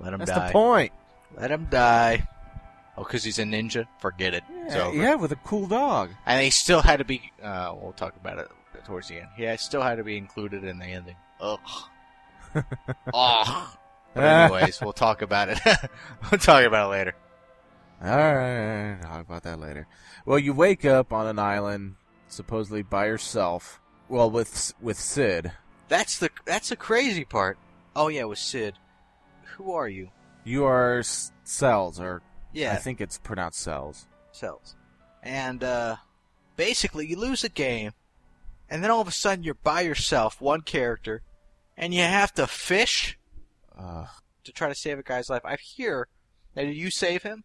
Speaker 2: Let him
Speaker 1: That's
Speaker 2: die.
Speaker 1: the point.
Speaker 2: Let him die. Oh, because he's a ninja. Forget it. It's
Speaker 1: Yeah,
Speaker 2: over.
Speaker 1: yeah, with a cool dog.
Speaker 2: And they still had to be. Uh, we'll talk about it towards the end. Yeah, it still had to be included in the ending. Ugh. Ugh. But anyways, we'll talk about it. we'll talk about it later.
Speaker 1: All right, talk about that later. Well, you wake up on an island, supposedly by yourself. Well, with with Sid,
Speaker 2: That's the that's the crazy part. Oh yeah, with Sid. Who are you?
Speaker 1: you are s- cells, or I
Speaker 2: Yeah,
Speaker 1: think it's pronounced cells.
Speaker 2: cells. And uh, basically, you lose the game, and then all of a sudden you're by yourself, one character, and you have to fish
Speaker 1: Ugh.
Speaker 2: to try to save a guy's life. I hear. Now, did you save him?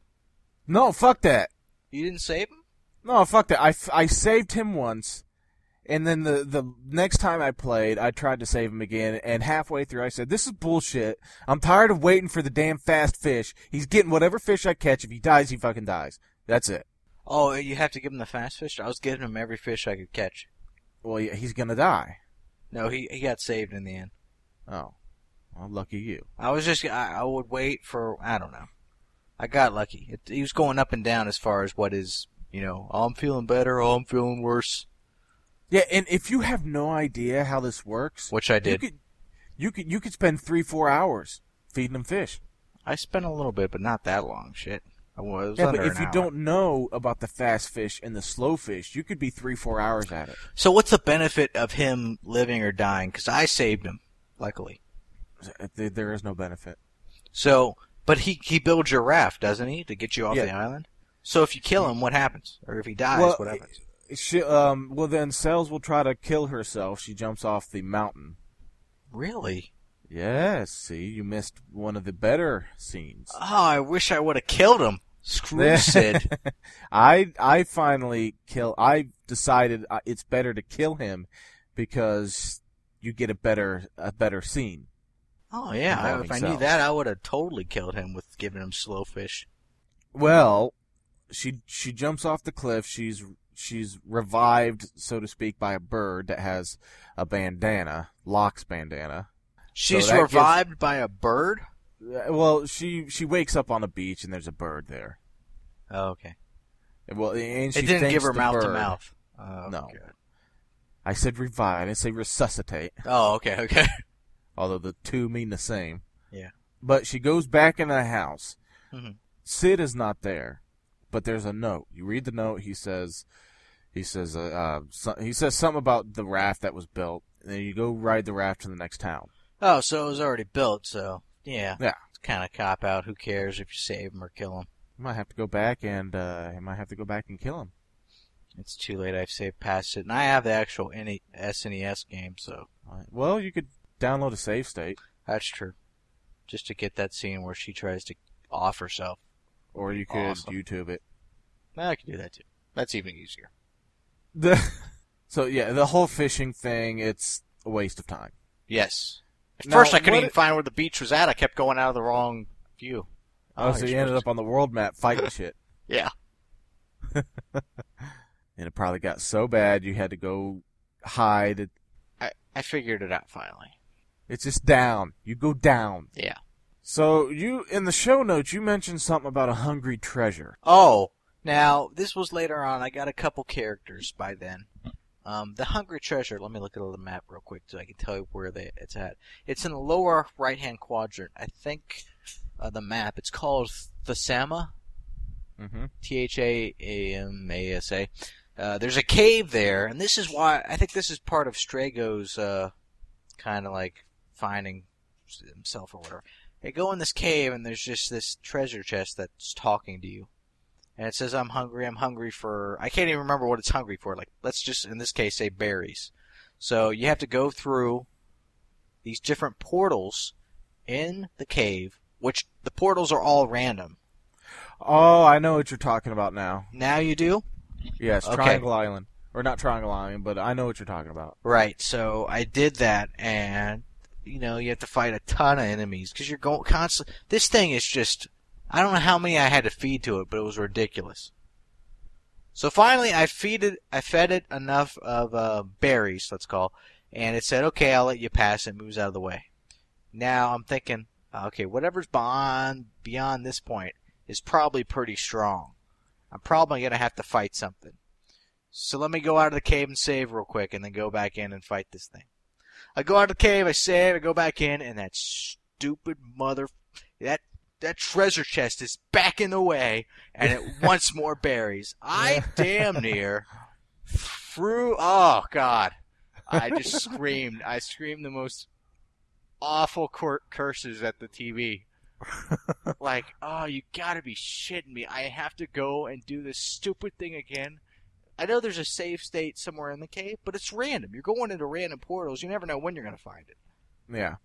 Speaker 1: No, fuck that.
Speaker 2: You didn't save him.
Speaker 1: No, fuck that. I, f- I saved him once, and then the, the next time I played, I tried to save him again, and halfway through I said, This is bullshit. I'm tired of waiting for the damn fast fish. He's getting whatever fish I catch. If he dies, he fucking dies. That's it.
Speaker 2: Oh, you have to give him the fast fish. I was giving him every fish I could catch.
Speaker 1: Well, yeah, he's gonna die.
Speaker 2: No, he he got saved in the end.
Speaker 1: Oh. Well, lucky you.
Speaker 2: I was just I, I would wait for I don't know. I got lucky. It, he was going up and down as far as what is you know. Oh, I'm feeling better. Oh, I'm feeling worse.
Speaker 1: Yeah, and if you have no idea how this works,
Speaker 2: Which I
Speaker 1: you
Speaker 2: did.
Speaker 1: could, you could, you could spend three, four hours feeding him fish.
Speaker 2: I spent a little bit, but not that long. Shit. I was. it was
Speaker 1: Yeah,
Speaker 2: under
Speaker 1: but if
Speaker 2: an
Speaker 1: you
Speaker 2: hour.
Speaker 1: don't know about the fast fish and the slow fish, you could be three, four hours at it.
Speaker 2: So what's the benefit of him living or dying? Because I saved him, luckily.
Speaker 1: There, there is no benefit.
Speaker 2: So, but he he builds your raft, doesn't he, to get you off
Speaker 1: Yeah.
Speaker 2: the island? So if you kill him, what happens? Or if he dies,
Speaker 1: Well,
Speaker 2: what happens?
Speaker 1: She, um, well, then Cells will try to kill herself. She jumps off the mountain.
Speaker 2: Really?
Speaker 1: Yes, see, you missed one of the better scenes.
Speaker 2: Oh, I wish I would have killed him. Screw Sid.
Speaker 1: I I finally kill. I decided uh, it's better to kill him because you get a better a better scene.
Speaker 2: Oh yeah, I- if
Speaker 1: Involving
Speaker 2: I knew
Speaker 1: cells.
Speaker 2: that, I would have totally killed him with giving him slow fish.
Speaker 1: Well, she she jumps off the cliff. She's she's revived, so to speak, by a bird that has a bandana, Locke's bandana.
Speaker 2: She's
Speaker 1: that gives-
Speaker 2: revived by a bird.
Speaker 1: Uh, Well, she she wakes up on a beach and there's a bird there.
Speaker 2: Oh, okay.
Speaker 1: Well, and she
Speaker 2: It didn't
Speaker 1: thanks
Speaker 2: give her
Speaker 1: the
Speaker 2: mouth to
Speaker 1: bird.
Speaker 2: mouth. Oh,
Speaker 1: No.
Speaker 2: good.
Speaker 1: I said revive. I didn't say resuscitate,
Speaker 2: Oh, okay, okay.
Speaker 1: although the two mean the same.
Speaker 2: Yeah.
Speaker 1: But she goes back in the house.
Speaker 2: Mhm.
Speaker 1: Sid is not there, but there's a note. You read the note. He says, he says, uh, uh, so, he says something about the raft that was built. And then you go ride the raft to the next town.
Speaker 2: Oh, so it was already built. So yeah,
Speaker 1: Yeah.
Speaker 2: It's kind of cop out. Who cares if you save him or kill him?
Speaker 1: You might have to go back and uh, you might have to go back and kill him.
Speaker 2: It's too late. I've saved past it, and I have the actual E, NE SNES game, so
Speaker 1: All right. Well, you could download a save state,
Speaker 2: that's true. Just to get that scene where she tries to off herself.
Speaker 1: or you could
Speaker 2: Awesome.
Speaker 1: YouTube it.
Speaker 2: Nah, I can do that too. That's even easier.
Speaker 1: The so yeah, the whole fishing thing it's a waste of time.
Speaker 2: Yes. At
Speaker 1: Now,
Speaker 2: first, I couldn't
Speaker 1: what
Speaker 2: even
Speaker 1: i-
Speaker 2: find where the beach was at. I kept going out of the wrong view.
Speaker 1: Oh, so
Speaker 2: you're
Speaker 1: you ended
Speaker 2: supposed
Speaker 1: up on the world map fighting shit,
Speaker 2: to- Yeah.
Speaker 1: and it probably got so bad you had to go hide.
Speaker 2: I, I figured it out finally.
Speaker 1: It's just down. You go down.
Speaker 2: Yeah.
Speaker 1: So you in the show notes you mentioned something about a hungry treasure.
Speaker 2: Oh, Now, this was later on. I got a couple characters by then. Um, the Hungry Treasure. Let me look at the map real quick so I can tell you where they, it's at. It's in the lower right-hand quadrant. I think uh, the map. It's called Thasama.
Speaker 1: Mm-hmm.
Speaker 2: T H A A M A S A. Uh, There's a cave there, and this is why I think this is part of Strago's uh, kind of like finding himself or whatever. They go in this cave, and there's just this treasure chest that's talking to you. And it says, I'm hungry, I'm hungry for. I can't even remember what it's hungry for. Like, let's just, in this case, say berries. So you have to go through these different portals in the cave, which the portals are all random.
Speaker 1: Oh, I know what you're talking about now.
Speaker 2: Now you do?
Speaker 1: Yes,
Speaker 2: Okay.
Speaker 1: Triangle Island. Or not Triangle Island, but I know what you're talking about.
Speaker 2: Right. So I did that, and you know you have to fight a ton of enemies because you're going constantly. This thing is just I don't know how many I had to feed to it, but it was ridiculous. So finally, I feeded I fed it enough of uh, berries, let's call, and it said, "Okay, I'll let you pass." It moves out of the way. Now I'm thinking, okay, whatever's beyond beyond this point is probably pretty strong. I'm probably gonna have to fight something. So let me go out of the cave and save real quick and then go back in and fight this thing. I go out of the cave, I save, I go back in, and that stupid mother that that treasure chest is back in the way and it wants more berries. I damn near threw oh god. I just screamed. I screamed the most awful cur- curses at the TV like, oh, you gotta be shitting me. I have to go and do this stupid thing again. I know there's a safe state somewhere in the cave, but it's random. You're going into random portals. You never know when you're gonna find it.
Speaker 1: Yeah.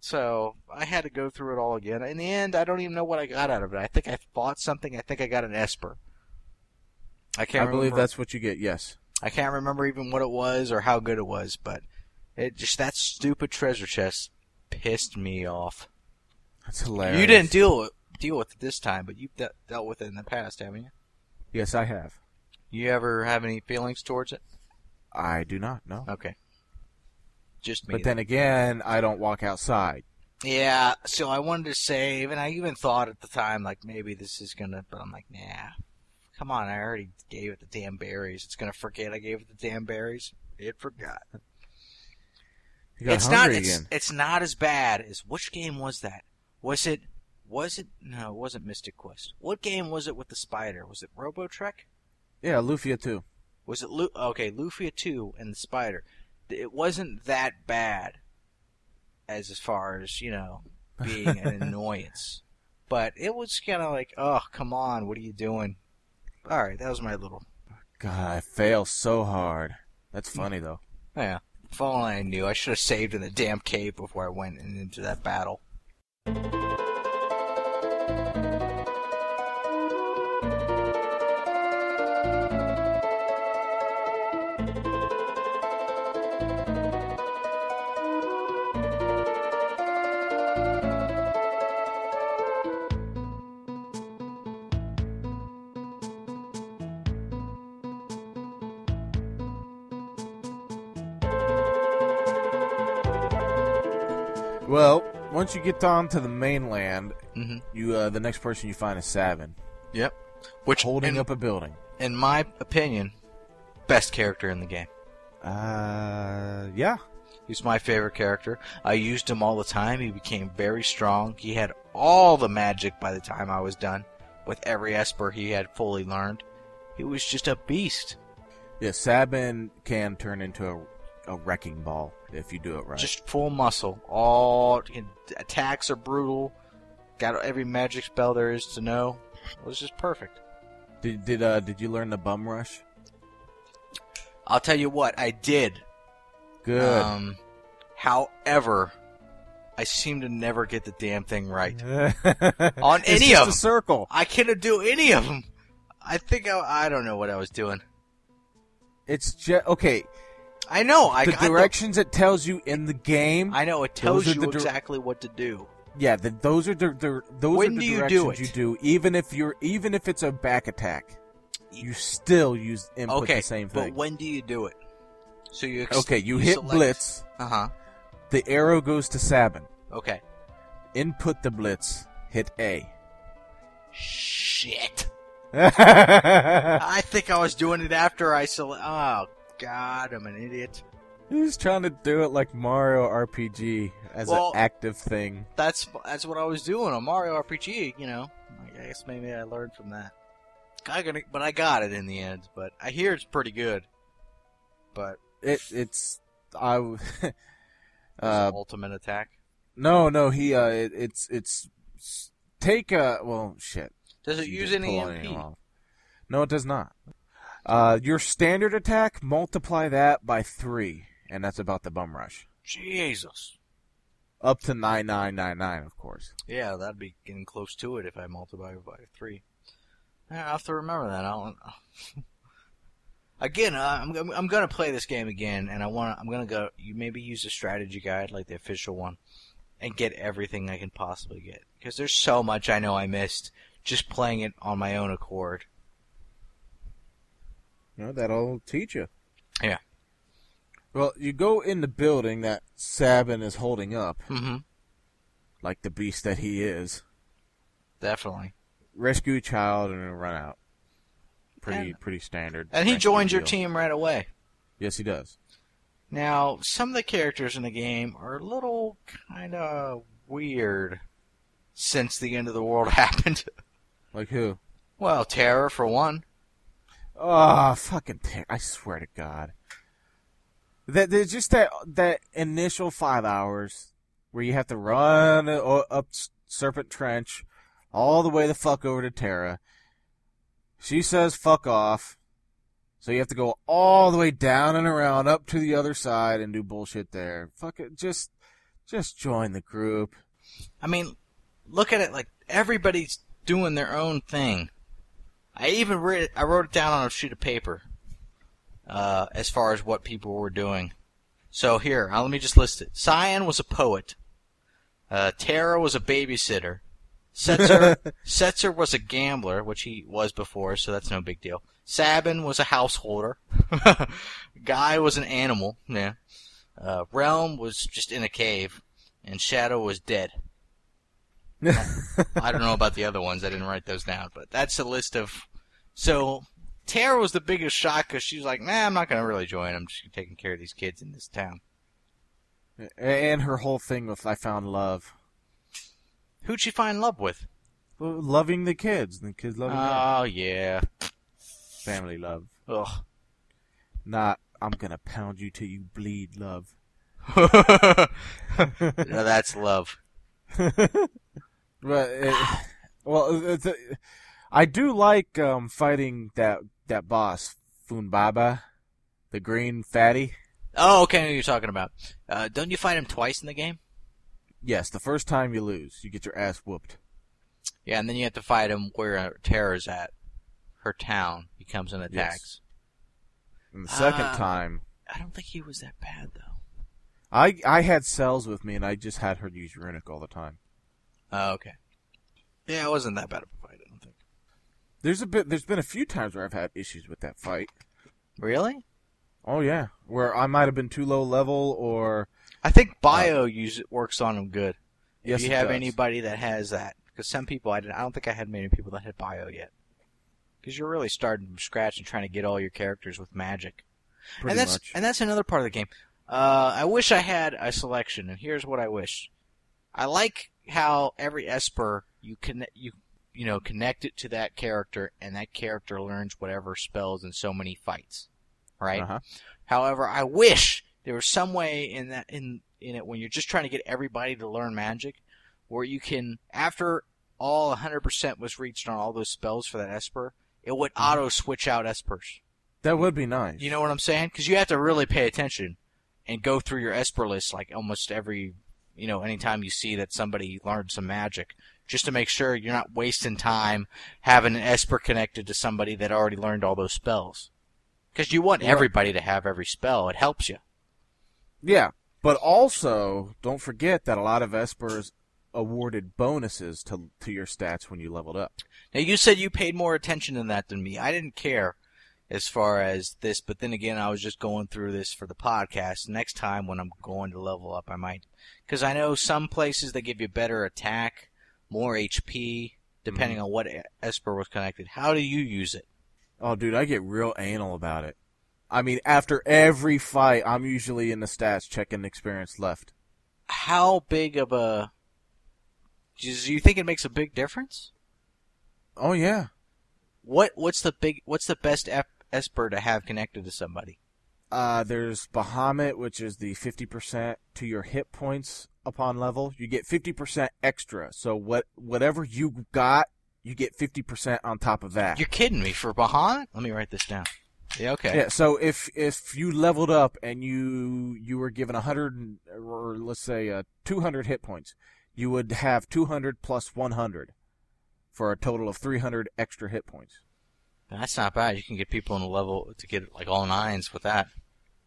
Speaker 2: So I had to go through it all again. In the end, I don't even know what I got out of it. I think I fought something. I think I got an Esper. I can't.
Speaker 1: I believe
Speaker 2: remember.
Speaker 1: that's what you get, yes.
Speaker 2: I can't remember even what it was or how good it was, but it just that stupid treasure chest pissed me off.
Speaker 1: That's hilarious.
Speaker 2: You didn't deal with, deal with it this time, but you've de- dealt with it in the past, haven't you?
Speaker 1: Yes, I have.
Speaker 2: You ever have any feelings towards it?
Speaker 1: I do not, no.
Speaker 2: Okay. Just me.
Speaker 1: But then again, I don't walk outside.
Speaker 2: yeah, so I wanted to save, and I even thought at the time, like, maybe this is gonna, but I'm like, nah. Come on, I already gave it the damn berries. It's gonna forget I gave it the damn berries. It forgot.
Speaker 1: You got
Speaker 2: it's not
Speaker 1: hungry
Speaker 2: it's,
Speaker 1: again.
Speaker 2: it's not as bad as which game was that? Was it was it no, it wasn't Mystic Quest. What game was it with the spider? Was it Robo Trek?
Speaker 1: Yeah, Lufia too.
Speaker 2: Was it Lu- okay? Lufia two and the spider. It wasn't that bad, as as far as you know, being an annoyance. But it was kind of like, oh come on, what are you doing? All right, that was my little
Speaker 1: God, I fail so hard. That's
Speaker 2: Mm.
Speaker 1: funny though.
Speaker 2: yeah. If only I knew, I should have saved in the damn cave before I went in- into that battle.
Speaker 1: Well, once you get on to the mainland,
Speaker 2: hmm
Speaker 1: you uh, the next person you find is Savin,
Speaker 2: Yep. Which
Speaker 1: holding
Speaker 2: in,
Speaker 1: up a building.
Speaker 2: in my opinion, best character in the game.
Speaker 1: Uh, yeah.
Speaker 2: He's my favorite character. I used him all the time. He became very strong. He had all the magic by the time I was done. With every Esper he had fully learned. He was just a beast.
Speaker 1: Yeah, Sabin can turn into a, a wrecking ball if you do it right.
Speaker 2: Just full muscle. All attacks are brutal. Got every magic spell there is to know. It was just perfect.
Speaker 1: did did uh did you learn the bum rush?
Speaker 2: I'll tell you what, I did.
Speaker 1: Good.
Speaker 2: Um, however, I seem to never get the damn thing right.
Speaker 1: On
Speaker 2: any
Speaker 1: just
Speaker 2: of
Speaker 1: a
Speaker 2: them.
Speaker 1: circle.
Speaker 2: I couldn't do any of them. I think I, I don't know what I was doing.
Speaker 1: It's just okay.
Speaker 2: I know. I
Speaker 1: the
Speaker 2: got the-
Speaker 1: directions it tells you in the game.
Speaker 2: I know it tells
Speaker 1: Those are
Speaker 2: you
Speaker 1: the dir-
Speaker 2: exactly what to do.
Speaker 1: yeah, the, those are the, the those
Speaker 2: When
Speaker 1: are the
Speaker 2: do you do
Speaker 1: directions
Speaker 2: it?
Speaker 1: you do. Even if you're even if it's a back attack, you still use input
Speaker 2: okay,
Speaker 1: the same thing.
Speaker 2: but when do you do it? So you ex-
Speaker 1: okay, you hit blitz.
Speaker 2: Uh huh.
Speaker 1: The arrow goes to Sabin.
Speaker 2: Okay.
Speaker 1: Input the blitz. Hit A.
Speaker 2: Shit. I think I was doing it after I sele- Oh God, I'm an idiot.
Speaker 1: He's trying to do it like Mario RPG as
Speaker 2: Well-
Speaker 1: an active thing.
Speaker 2: That's that's what I was doing on Mario RPG. You know, Like, I guess maybe I learned from that. I got it, but I got it in the end. But I hear it's pretty good. But
Speaker 1: It it's I. w-
Speaker 2: it's
Speaker 1: uh,
Speaker 2: an Ultimate Attack
Speaker 1: no, no, he. Uh, it, it's it's s- take a well shit.
Speaker 2: does it
Speaker 1: You
Speaker 2: use
Speaker 1: didn't
Speaker 2: any
Speaker 1: pull anything
Speaker 2: MP?
Speaker 1: off. No, it does not. Uh, your standard attack multiply that by three, and that's about the bum rush.
Speaker 2: Jesus.
Speaker 1: Up to nine nine nine nine, of course.
Speaker 2: Yeah, that'd be getting close to it if I multiply it by three. Yeah, I have to remember that. I don't. again, uh, I'm I'm- I'm gonna play this game again, and I want to I'm gonna go. You maybe use a strategy guide like the official one, and get everything I can possibly get because there's so much I know I missed just playing it on my own accord.
Speaker 1: You know, that'll teach you.
Speaker 2: Yeah.
Speaker 1: Well, you go in the building that Sabin is holding up,
Speaker 2: Mm-hmm.
Speaker 1: like the beast that he is.
Speaker 2: Definitely.
Speaker 1: Rescue a child and then run out. Pretty,
Speaker 2: Yeah.
Speaker 1: pretty standard.
Speaker 2: And he
Speaker 1: rescue
Speaker 2: joins your
Speaker 1: deal.
Speaker 2: team right away.
Speaker 1: Yes, he does.
Speaker 2: Now, some of the characters in the game are a little kind of weird since the end of the world happened.
Speaker 1: Like who?
Speaker 2: Well, Terror for one.
Speaker 1: Oh, fucking ter- I swear to God. That there's just that that initial five hours where you have to run o- up S- Serpent Trench, all the way the fuck over to Terra. She says fuck off, so you have to go all the way down and around up to the other side and do bullshit there. Fuck it, just just join the group.
Speaker 2: I mean, look at it like everybody's doing their own thing. I even read I wrote it down on a sheet of paper uh, as far as what people were doing. So here, uh, let me just list it. Cyan was a poet. Uh, Tara was a babysitter. Setzer, Setzer was a gambler, which he was before, so that's no big deal. Sabin was a householder. Guy was an animal. Yeah. Uh, Realm was just in a cave, and Shadow was dead. I don't know about the other ones. I didn't write those down, but that's a list of. So Tara was the biggest shock because she was like, "Nah, I'm not gonna really join. I'm just taking care of these kids in this town."
Speaker 1: and her whole thing with I found love,
Speaker 2: Who'd she find love with?
Speaker 1: Lo- loving the kids, and the kids loving her.
Speaker 2: Oh yeah.
Speaker 1: family love.
Speaker 2: Oh, Ugh.
Speaker 1: Not, I'm gonna pound you till you bleed, love.
Speaker 2: now that's love.
Speaker 1: But it, well, it's a, I do like um, fighting that that boss, Funbaba, the green fatty.
Speaker 2: Oh, okay. I know what you're talking about. Uh, don't you fight him twice in the game?
Speaker 1: Yes, the first time you lose, you get your ass whooped.
Speaker 2: Yeah, and then you have to fight him where uh, Tara's at. Her town. He comes and attacks.
Speaker 1: And the second
Speaker 2: Ah.
Speaker 1: time,
Speaker 2: I don't think he was that bad though.
Speaker 1: I I had cells with me, and I just had her use Runic all the time.
Speaker 2: Oh, okay. Yeah, it wasn't that bad of a fight. I don't think.
Speaker 1: There's a bit. There's been a few times where I've had issues with that fight.
Speaker 2: Really?
Speaker 1: Oh yeah, where I might have been too low level, or
Speaker 2: I think bio use works on them good.
Speaker 1: Uh, Yes,
Speaker 2: if you
Speaker 1: it
Speaker 2: have
Speaker 1: does.
Speaker 2: anybody that has that, because some people I, didn't, I don't think I had many people that had bio yet. Because you're really starting from scratch and trying to get all your characters with magic.
Speaker 1: pretty
Speaker 2: and that's
Speaker 1: much.
Speaker 2: and that's another part of the game. Uh, I wish I had a selection, and here's what I wish. I like how every Esper you connect you you know connect it to that character, and that character learns whatever spells in so many fights, right?
Speaker 1: Uh-huh.
Speaker 2: However, I wish there was some way in that in in it when you're just trying to get everybody to learn magic, where you can after all 100% was reached on all those spells for that Esper, it would auto switch out Espers.
Speaker 1: That would be nice.
Speaker 2: You know what I'm saying? Because you have to really pay attention and go through your Esper list like almost every, you know, anytime you see that somebody learned some magic, just to make sure you're not wasting time having an Esper connected to somebody that already learned all those spells. Because you want
Speaker 1: Right.
Speaker 2: everybody to have every spell. It helps you.
Speaker 1: Yeah, but also don't forget that a lot of espers awarded bonuses to to your stats when you leveled up.
Speaker 2: Now you said you paid more attention to that than me. I didn't care as far as this, but then again, I was just going through this for the podcast. Next time when I'm going to level up, I might, because I know some places they give you better attack, more HP, depending on what Esper was connected. How do you use it?
Speaker 1: Oh, dude, I get real anal about it. I mean, after every fight, I'm usually in the stats checking experience left.
Speaker 2: How big of a do you think it makes a big difference?
Speaker 1: Oh yeah,
Speaker 2: What what's the big what's the best ep- Esper to have connected to somebody?
Speaker 1: Uh, there's Bahamut, which is the 50% to your hit points upon level. You get 50% extra. So what, whatever you got, you get 50% on top of that.
Speaker 2: You're kidding me for Bahan? Let me write this down. Yeah, okay.
Speaker 1: Yeah. So if if you leveled up and you you were given 100 and- or let's say uh, 200 hit points, you would have 200 plus 100 for a total of 300 extra hit points.
Speaker 2: That's not bad. You can get people on a level to get like all nines with that.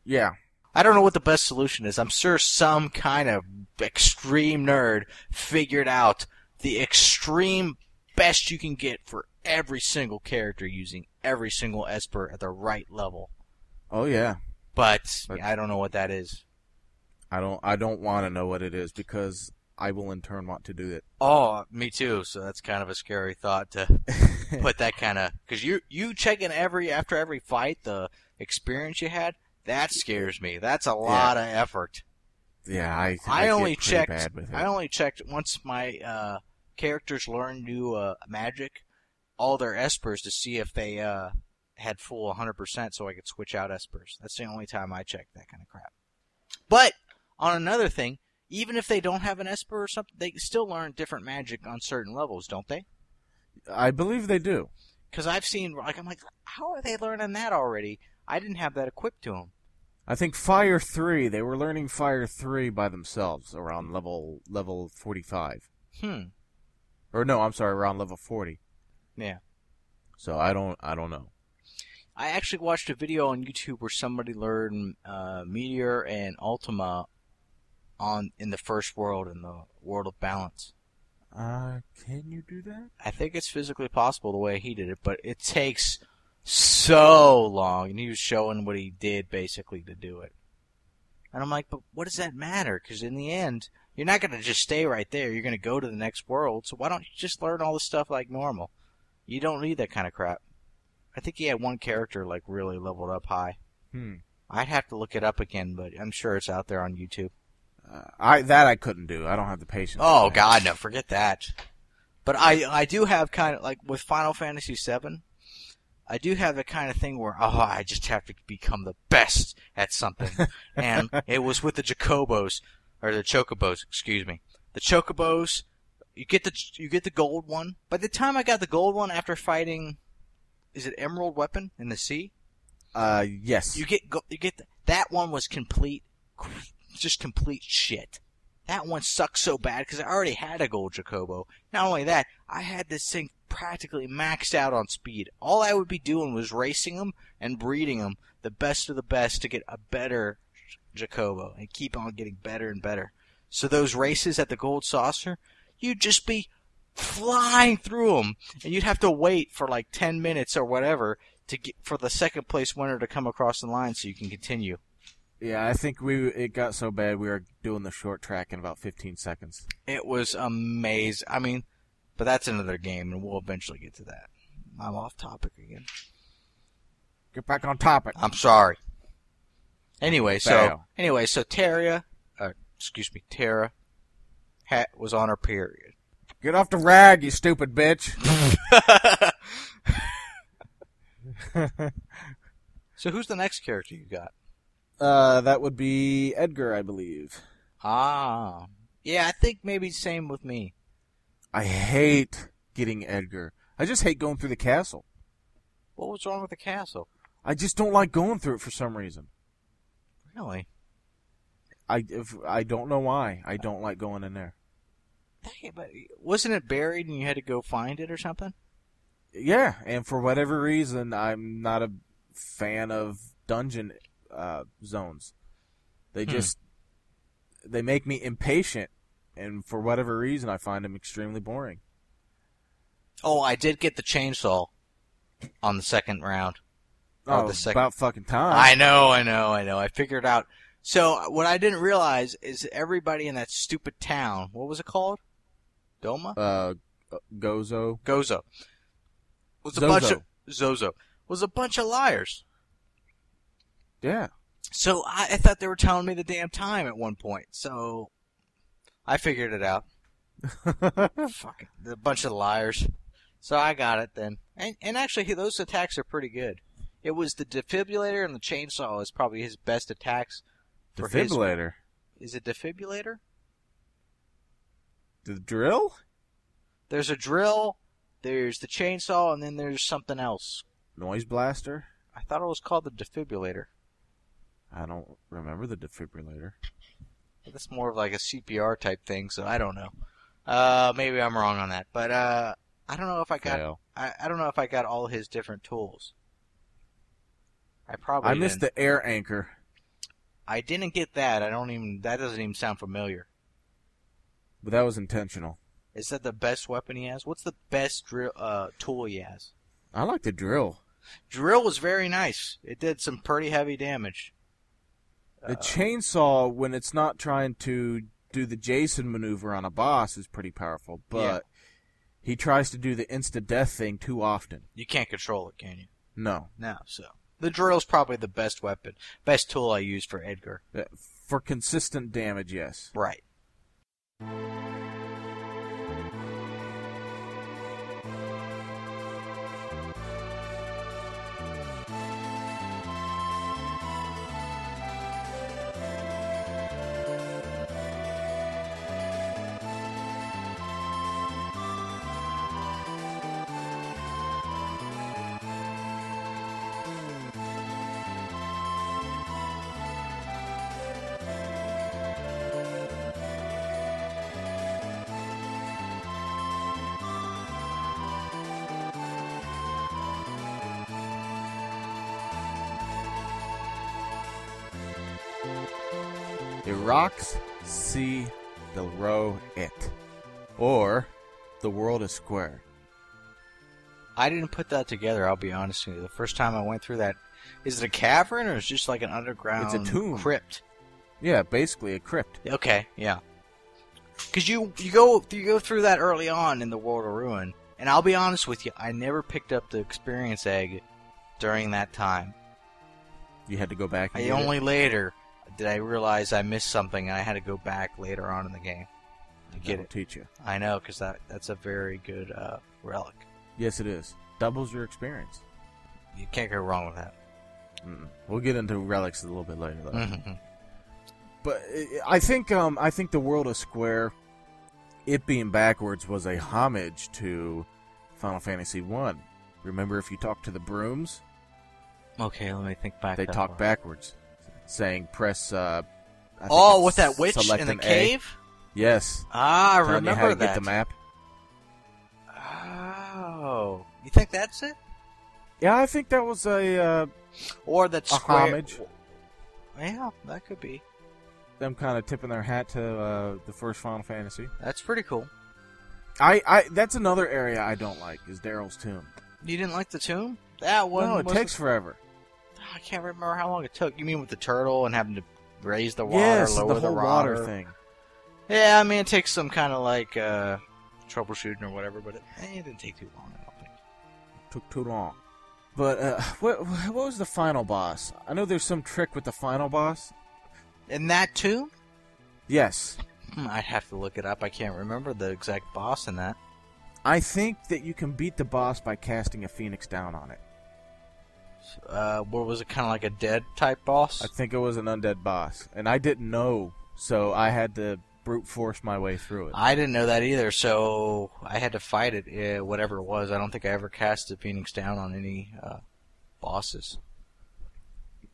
Speaker 1: Yeah.
Speaker 2: I don't know what the best solution is. I'm sure some kind of extreme nerd figured out the extreme best you can get for every single character using every single Esper at the right level.
Speaker 1: Oh yeah.
Speaker 2: But
Speaker 1: But-
Speaker 2: I don't know what that is.
Speaker 1: I don't I don't want to know what it is because I will in turn want to do it.
Speaker 2: Oh, me too. So that's kind of a scary thought to put that kind of because you you check in every after every fight the experience you had. That scares me. That's a lot of effort.
Speaker 1: Yeah, I.
Speaker 2: I,
Speaker 1: get
Speaker 2: only
Speaker 1: pretty
Speaker 2: checked.
Speaker 1: Bad with it.
Speaker 2: I only checked once my uh, characters learned new uh, magic, all their espers to see if they uh, had full 100%, so I could switch out espers. That's the only time I checked that kind of crap. But on another thing, even if they don't have an esper or something, they still learn different magic on certain levels, don't they?
Speaker 1: I believe they do.
Speaker 2: Because I've seen like I'm like, how are they learning that already? I didn't have that equipped to them.
Speaker 1: I think Fire Three. They were learning Fire Three by themselves around level level forty five,
Speaker 2: Hmm.
Speaker 1: or no, I'm sorry, around level forty.
Speaker 2: Yeah.
Speaker 1: So I don't. I don't know.
Speaker 2: I actually watched a video on YouTube where somebody learned uh, Meteor and Ultima on in the first world in the world of balance.
Speaker 1: Uh, can you do that?
Speaker 2: I think it's physically possible the way he did it, but it takes so long, and he was showing what he did basically to do it. And I'm like, but what does that matter? Because in the end, you're not going to just stay right there. You're going to go to the next world. So why don't you just learn all the stuff like normal? You don't need that kind of crap. I think he had one character like really leveled up high.
Speaker 1: Hmm.
Speaker 2: I'd have to look it up again, but I'm sure it's out there on YouTube.
Speaker 1: Uh, I that I couldn't do. I don't have the patience. for
Speaker 2: Oh
Speaker 1: that.
Speaker 2: God, no, forget that. But I I do have kind of like with Final Fantasy VII, I do have the kind of thing where oh I just have to become the best at something, and it was with the Jacobos or the Chocobos, excuse me, the Chocobos. You get the you get the gold one. By the time I got the gold one after fighting, is it Emerald Weapon in the sea?
Speaker 1: Uh, yes.
Speaker 2: You get go, you get th- that one was complete, just complete shit. That one sucked so bad because I already had a gold Jacobo. Not only that, I had this thing practically maxed out on speed. All I would be doing was racing them and breeding them, the best of the best, to get a better Jacobo and keep on getting better and better. So those races at the Gold Saucer, you'd just be flying through them, and you'd have to wait for like ten minutes or whatever to get for the second place winner to come across the line so you can continue.
Speaker 1: yeah, I think we it got so bad we were doing the short track in about fifteen seconds.
Speaker 2: It was amazing. I mean, but that's another game, and we'll eventually get to that. I'm off topic again.
Speaker 1: Get back on topic.
Speaker 2: I'm sorry. Anyway, so
Speaker 1: Bow.
Speaker 2: anyway, so Terra, uh, excuse me, Tara, hat was on her period.
Speaker 1: Get off the rag, you stupid bitch.
Speaker 2: so who's the next character you got?
Speaker 1: Uh, that would be Edgar, I believe.
Speaker 2: Ah, yeah, I think maybe same with me.
Speaker 1: I hate getting Edgar. I just hate going through the castle.
Speaker 2: What was wrong with the castle?
Speaker 1: I just don't like going through it for some reason.
Speaker 2: Really?
Speaker 1: I if, I don't know why. I don't like going in there.
Speaker 2: Dang, but wasn't it buried and you had to go find it or something?
Speaker 1: Yeah, and for whatever reason, I'm not a fan of dungeon uh, zones. They
Speaker 2: Hmm.
Speaker 1: just they make me impatient, and for whatever reason, I find them extremely boring.
Speaker 2: Oh, I did get the chainsaw on the second round. Oh,
Speaker 1: Oh,
Speaker 2: the second-
Speaker 1: about fucking time.
Speaker 2: I know, I know, I know. I figured out. So what I didn't realize is everybody in that stupid town. What was it called? Doma?
Speaker 1: uh, Gozo.
Speaker 2: Gozo was a
Speaker 1: Zozo.
Speaker 2: bunch of Zozo was a bunch of liars.
Speaker 1: Yeah.
Speaker 2: So I, I thought they were telling me the damn time at one point. So I figured it out. Fucking a bunch of liars. So I got it then. And and actually he- those attacks are pretty good. It was the defibrillator and the chainsaw is probably his best attacks. For his-
Speaker 1: Defibrillator.
Speaker 2: Is it defibrillator?
Speaker 1: The drill?
Speaker 2: There's a drill, there's the chainsaw, and then there's something else.
Speaker 1: Noise blaster?
Speaker 2: I thought it was called the defibrillator.
Speaker 1: I don't remember the defibrillator.
Speaker 2: That's more of like a CPR type thing, so I don't know. Uh, maybe I'm wrong on that, but uh, I don't know if I got
Speaker 1: Fail.
Speaker 2: I, I don't know if I got all his different tools. I probably
Speaker 1: I missed
Speaker 2: didn't.
Speaker 1: the air anchor.
Speaker 2: I didn't get that. I don't even. That doesn't even sound familiar.
Speaker 1: But that was intentional.
Speaker 2: Is that the best weapon he has? What's the best drill uh, tool he has?
Speaker 1: I like the drill.
Speaker 2: Drill was very nice. It did some pretty heavy damage.
Speaker 1: The
Speaker 2: Uh,
Speaker 1: chainsaw, when it's not trying to do the Jason maneuver on a boss, is pretty powerful, but
Speaker 2: Yeah.
Speaker 1: he tries to do the insta death thing too often.
Speaker 2: you can't control it, can you?
Speaker 1: No.
Speaker 2: No. So the drill's probably the best weapon, best tool I used for Edgar.
Speaker 1: Uh, For consistent damage, yes.
Speaker 2: Right.
Speaker 1: It rocks, see, the row it. Or, the world is square.
Speaker 2: I didn't put that together. I'll be honest with you. The first time I went through that, is it a cavern or is it just like an underground?
Speaker 1: tomb.
Speaker 2: crypt.
Speaker 1: Yeah, basically a crypt.
Speaker 2: Okay, yeah. Cause you you go you go through that early on in the world of ruin, and I'll be honest with you, I never picked up the experience egg during that time.
Speaker 1: You had to go back. And
Speaker 2: I
Speaker 1: get it.
Speaker 2: only later did I realize I missed something, and I had to go back later on in the game to get
Speaker 1: That'll
Speaker 2: it.
Speaker 1: Teach you.
Speaker 2: I know, cause that that's a very good uh, relic.
Speaker 1: Yes, it is. Doubles your experience.
Speaker 2: You can't go wrong with that.
Speaker 1: Mm. We'll get into relics a little bit later, though.
Speaker 2: Mhm.
Speaker 1: Mm-hmm. But uh, I think um, I think the world is square. It being backwards was a homage to Final Fantasy One. Remember, if you talk to the brooms,
Speaker 2: Okay, let me think back.
Speaker 1: they
Speaker 2: that
Speaker 1: talk
Speaker 2: far.
Speaker 1: backwards, saying press. Uh, I think
Speaker 2: Oh,
Speaker 1: it's
Speaker 2: with that witch
Speaker 1: select
Speaker 2: in the
Speaker 1: an A.
Speaker 2: cave.
Speaker 1: Yes,
Speaker 2: Ah, I
Speaker 1: Telling you how
Speaker 2: remember
Speaker 1: to
Speaker 2: that.
Speaker 1: get the map.
Speaker 2: Oh, you think that's it?
Speaker 1: Yeah, I think that was a uh,
Speaker 2: Or that
Speaker 1: A
Speaker 2: square?
Speaker 1: homage.
Speaker 2: Yeah, that could be.
Speaker 1: them kind of tipping their hat to uh, the first Final Fantasy.
Speaker 2: That's pretty cool.
Speaker 1: I, I that's another area I don't like is Daryl's tomb.
Speaker 2: You didn't like the tomb? That one.
Speaker 1: no, it
Speaker 2: was-
Speaker 1: takes forever.
Speaker 2: I can't remember how long it took. You mean with the turtle and having to raise the water,
Speaker 1: yes,
Speaker 2: lower
Speaker 1: the whole
Speaker 2: water?
Speaker 1: water thing.
Speaker 2: Yeah, I mean it takes some kind of like uh, troubleshooting or whatever, but it, eh, it didn't take too long. I don't think.
Speaker 1: took too long. But uh, what what was the final boss? I know there's some trick with the final boss.
Speaker 2: And that tomb?
Speaker 1: Yes,
Speaker 2: Hmm, I'd have to look it up. I can't remember the exact boss in that.
Speaker 1: I think that you can beat the boss by casting a phoenix down on it.
Speaker 2: Uh, what was it? Kind of like a dead type boss.
Speaker 1: I think it was an undead boss, and I didn't know, so I had to brute force my way through it.
Speaker 2: I didn't know that either, so I had to fight it, uh, whatever it was. I don't think I ever cast the Phoenix down on any uh, bosses.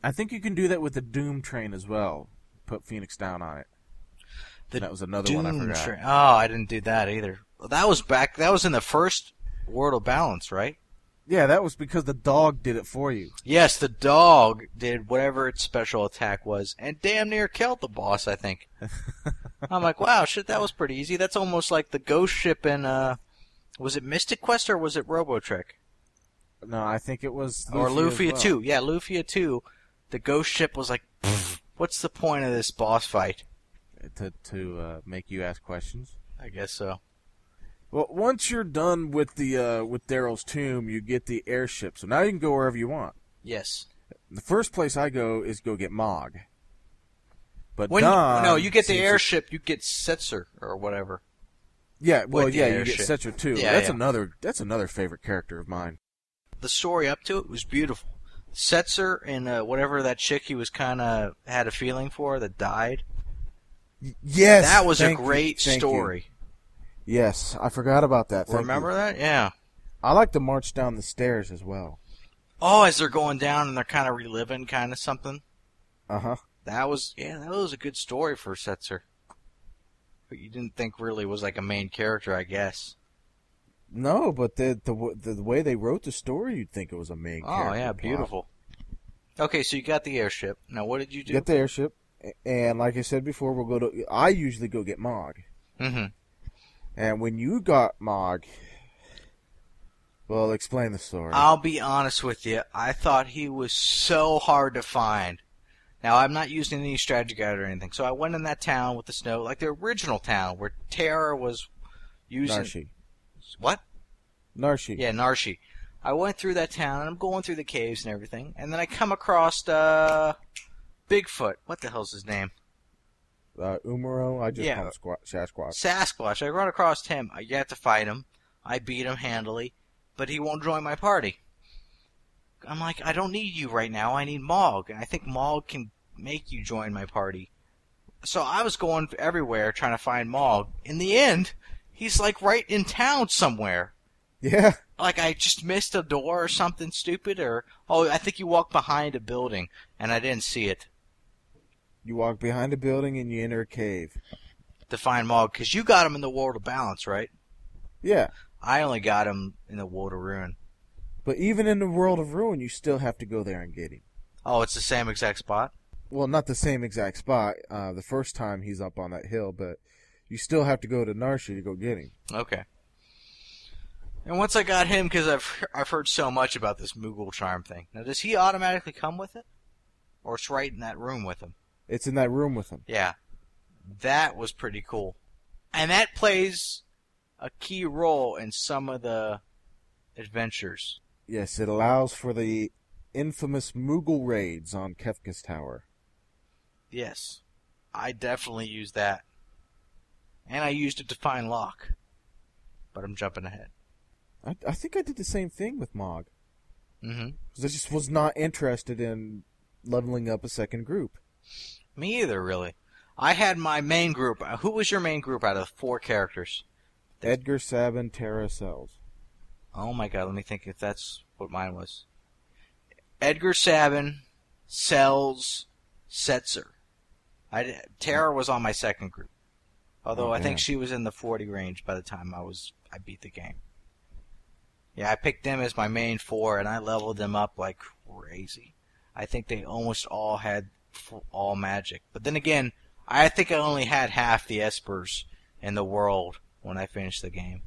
Speaker 1: I think you can do that with the Doom Train as well. Put phoenix down on it.
Speaker 2: The
Speaker 1: that was another one I
Speaker 2: Doom
Speaker 1: forgot.
Speaker 2: Tra- oh, I didn't do that either. Well, that was back. That was in the first World of Balance, right?
Speaker 1: Yeah, that was because the dog did it for you.
Speaker 2: Yes, the dog did whatever its special attack was, and damn near killed the boss. I think. I'm like, wow, shit, that was pretty easy. That's almost like the ghost ship in uh, was it Mystic Quest or was it Robotrick?
Speaker 1: No, I think it was Luffy
Speaker 2: or
Speaker 1: as
Speaker 2: Lufia
Speaker 1: well.
Speaker 2: 2. Yeah, Lufia 2. The ghost ship was like, "Pfft, what's the point of this boss fight?
Speaker 1: to to uh, make you ask questions.
Speaker 2: I guess so.
Speaker 1: Well, once you're done with the uh, with Daryl's tomb, you get the airship. So now you can go wherever you want.
Speaker 2: Yes.
Speaker 1: The first place I go is go get Mog. But
Speaker 2: When
Speaker 1: Don
Speaker 2: no, you get the
Speaker 1: seems to-
Speaker 2: airship, you get Setzer or whatever.
Speaker 1: Yeah, well,
Speaker 2: with the
Speaker 1: yeah, you get
Speaker 2: airship.
Speaker 1: Setcher too.
Speaker 2: Yeah,
Speaker 1: that's
Speaker 2: yeah.
Speaker 1: another that's another favorite character of mine.
Speaker 2: The story up to it was beautiful. Setzer and uh, whatever that chick he was kind of had a feeling for that died.
Speaker 1: Yes,
Speaker 2: that was a
Speaker 1: thank you,
Speaker 2: great
Speaker 1: thank you.
Speaker 2: story.
Speaker 1: Yes, I forgot about that. Thank you.
Speaker 2: Remember that? Yeah.
Speaker 1: I like to march down the stairs as well.
Speaker 2: Oh, as they're going down and they're kind of reliving kind of something.
Speaker 1: Uh huh.
Speaker 2: That was yeah, that was a good story for Setzer. But you didn't think really was like a main character, I guess.
Speaker 1: No, but the, the w- the the way they wrote the story, you'd think it was a main.
Speaker 2: Oh
Speaker 1: character
Speaker 2: yeah,
Speaker 1: plot.
Speaker 2: beautiful. Okay, so you got the airship. Now what did you do?
Speaker 1: Get the airship, a- and like I said before, we'll go to. I usually go get Mog,
Speaker 2: mm-hmm.
Speaker 1: and when you got Mog, well, explain the story.
Speaker 2: I'll be honest with you. I thought he was so hard to find. Now I'm not using any strategy guide or anything. So I went in that town with the snow, like the original town where Terra was using
Speaker 1: Narshi,
Speaker 2: what?
Speaker 1: Narshi.
Speaker 2: Yeah, Narshi. I went through that town and I'm going through the caves and everything, and then I come across uh Bigfoot. What the hell's his name?
Speaker 1: Uh, Umuro. I just
Speaker 2: Yeah.
Speaker 1: call him Squa- Sasquatch.
Speaker 2: Sasquatch. I run across him. I get to fight him. I beat him handily, but he won't join my party. I'm like, I don't need you right now. I need Mog, and I think Mog can make you join my party. So I was going everywhere trying to find Mog. In the end, he's like right in town somewhere.
Speaker 1: Yeah.
Speaker 2: like I just missed a door or something stupid, or oh, I think you walked behind a building and I didn't see it
Speaker 1: You walk behind a building and you enter a cave.
Speaker 2: to find Mog because you got him in the world of balance, right?
Speaker 1: Yeah.
Speaker 2: I only got him in the world of ruin.
Speaker 1: But even in the world of ruin, you still have to go there and get him.
Speaker 2: Oh, it's the same exact spot.
Speaker 1: Well, not the same exact spot. Uh, the first time he's up on that hill, but you still have to go to Narshi to go get him.
Speaker 2: Okay. And once I got him, because I've I've heard so much about this Moogle charm thing. Now, does he automatically come with it, or it's right in that room with him?
Speaker 1: It's in that room with him.
Speaker 2: Yeah. That was pretty cool. And that plays a key role in some of the adventures.
Speaker 1: Yes, it allows for the infamous Moogle raids on Kefka's Tower.
Speaker 2: Yes. I definitely used that. And I used it to find Locke. But I'm jumping ahead.
Speaker 1: I, I think I did the same thing with Mog,
Speaker 2: Mm-hmm.
Speaker 1: 'cause I just was not interested in leveling up a second group.
Speaker 2: Me either, really. I had my main group. Uh, Who was your main group out of the four characters?
Speaker 1: Edgar Sabin, Terra Cells.
Speaker 2: Oh my god, let me think if that's what mine was. Edgar Sabin, Sells, Setzer. I, di- Tara was on my second group. Although
Speaker 1: Oh,
Speaker 2: I think
Speaker 1: man.
Speaker 2: she was in the 40 range by the time I was I beat the game. Yeah, I picked them as my main four and I leveled them up like crazy. I think they almost all had f- all magic. But then again, I think I only had half the espers in the world when I finished the game.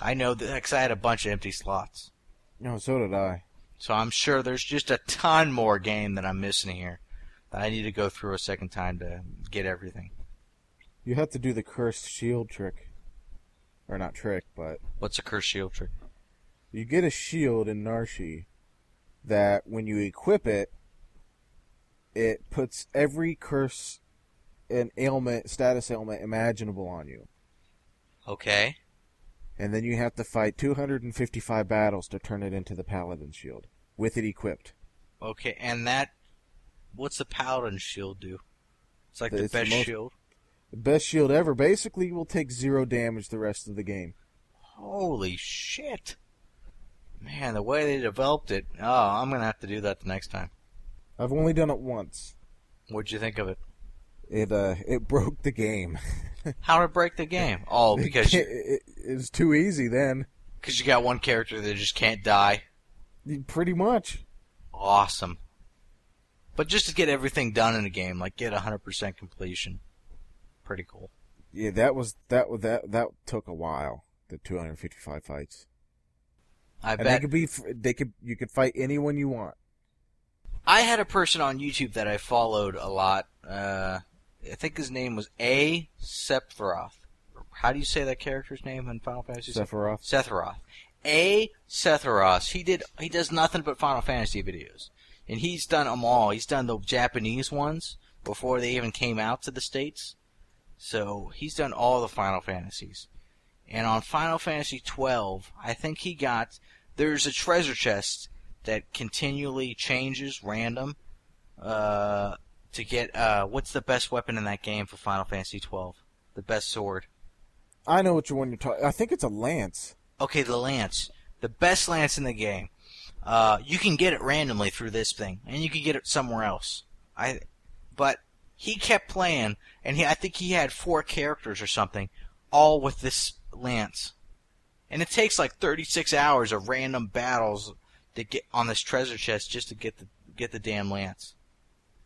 Speaker 2: I know that because I had a bunch of empty slots.
Speaker 1: No, so did I.
Speaker 2: So I'm sure there's just a ton more game that I'm missing here that I need to go through a second time to get everything.
Speaker 1: You have to do the cursed shield trick. Or not trick, but
Speaker 2: What's a curse shield trick?
Speaker 1: you get a shield in Narshi that when you equip it, it puts every curse and ailment, status ailment imaginable on you.
Speaker 2: Okay.
Speaker 1: And then you have to fight 255 battles to turn it into the Paladin shield with it equipped.
Speaker 2: Okay, and that. What's the paladin shield do? It's like the
Speaker 1: It's the
Speaker 2: best
Speaker 1: most-
Speaker 2: shield.
Speaker 1: The best shield ever. Basically, you will take zero damage the rest of the game.
Speaker 2: Holy shit! Man, the way they developed it. Oh, I'm gonna have to do that the next time.
Speaker 1: I've only done it once.
Speaker 2: What'd you think of it?
Speaker 1: It uh, it broke the game.
Speaker 2: How to break the game? Oh, because
Speaker 1: it,
Speaker 2: you,
Speaker 1: it, it was too easy then.
Speaker 2: cause you got one character that just can't die.
Speaker 1: You- Pretty much.
Speaker 2: awesome. But just to get everything done in a game, like get 100% completion, pretty cool.
Speaker 1: Yeah, that was that was that that took a while. The 255 fights.
Speaker 2: I
Speaker 1: and they
Speaker 2: bet.
Speaker 1: could be f- they could you could fight anyone you want.
Speaker 2: I had a person on YouTube that I followed a lot. Uh, I think his name was A. Septhroth. How do you say that character's name in Final Fantasy?
Speaker 1: Sephiroth.
Speaker 2: Sethroth. A Sethroth. He did. He does nothing but Final Fantasy videos, and he's done them all. He's done the Japanese ones before they even came out to the states. So he's done all the Final Fantasies, and on Final Fantasy twelve, I think he got. There's a treasure chest that continually changes random. Uh, to get uh, what's the best weapon in that game for Final Fantasy twelve? The best sword.
Speaker 1: I know which one you're talking. I think it's a lance.
Speaker 2: okay, the lance, the best lance in the game. Uh, you can get it randomly through this thing, and you can get it somewhere else. I, but he kept playing, and he, I think he had four characters or something, all with this lance, and it takes like 36 hours of random battles to get on this treasure chest just to get the get the damn lance.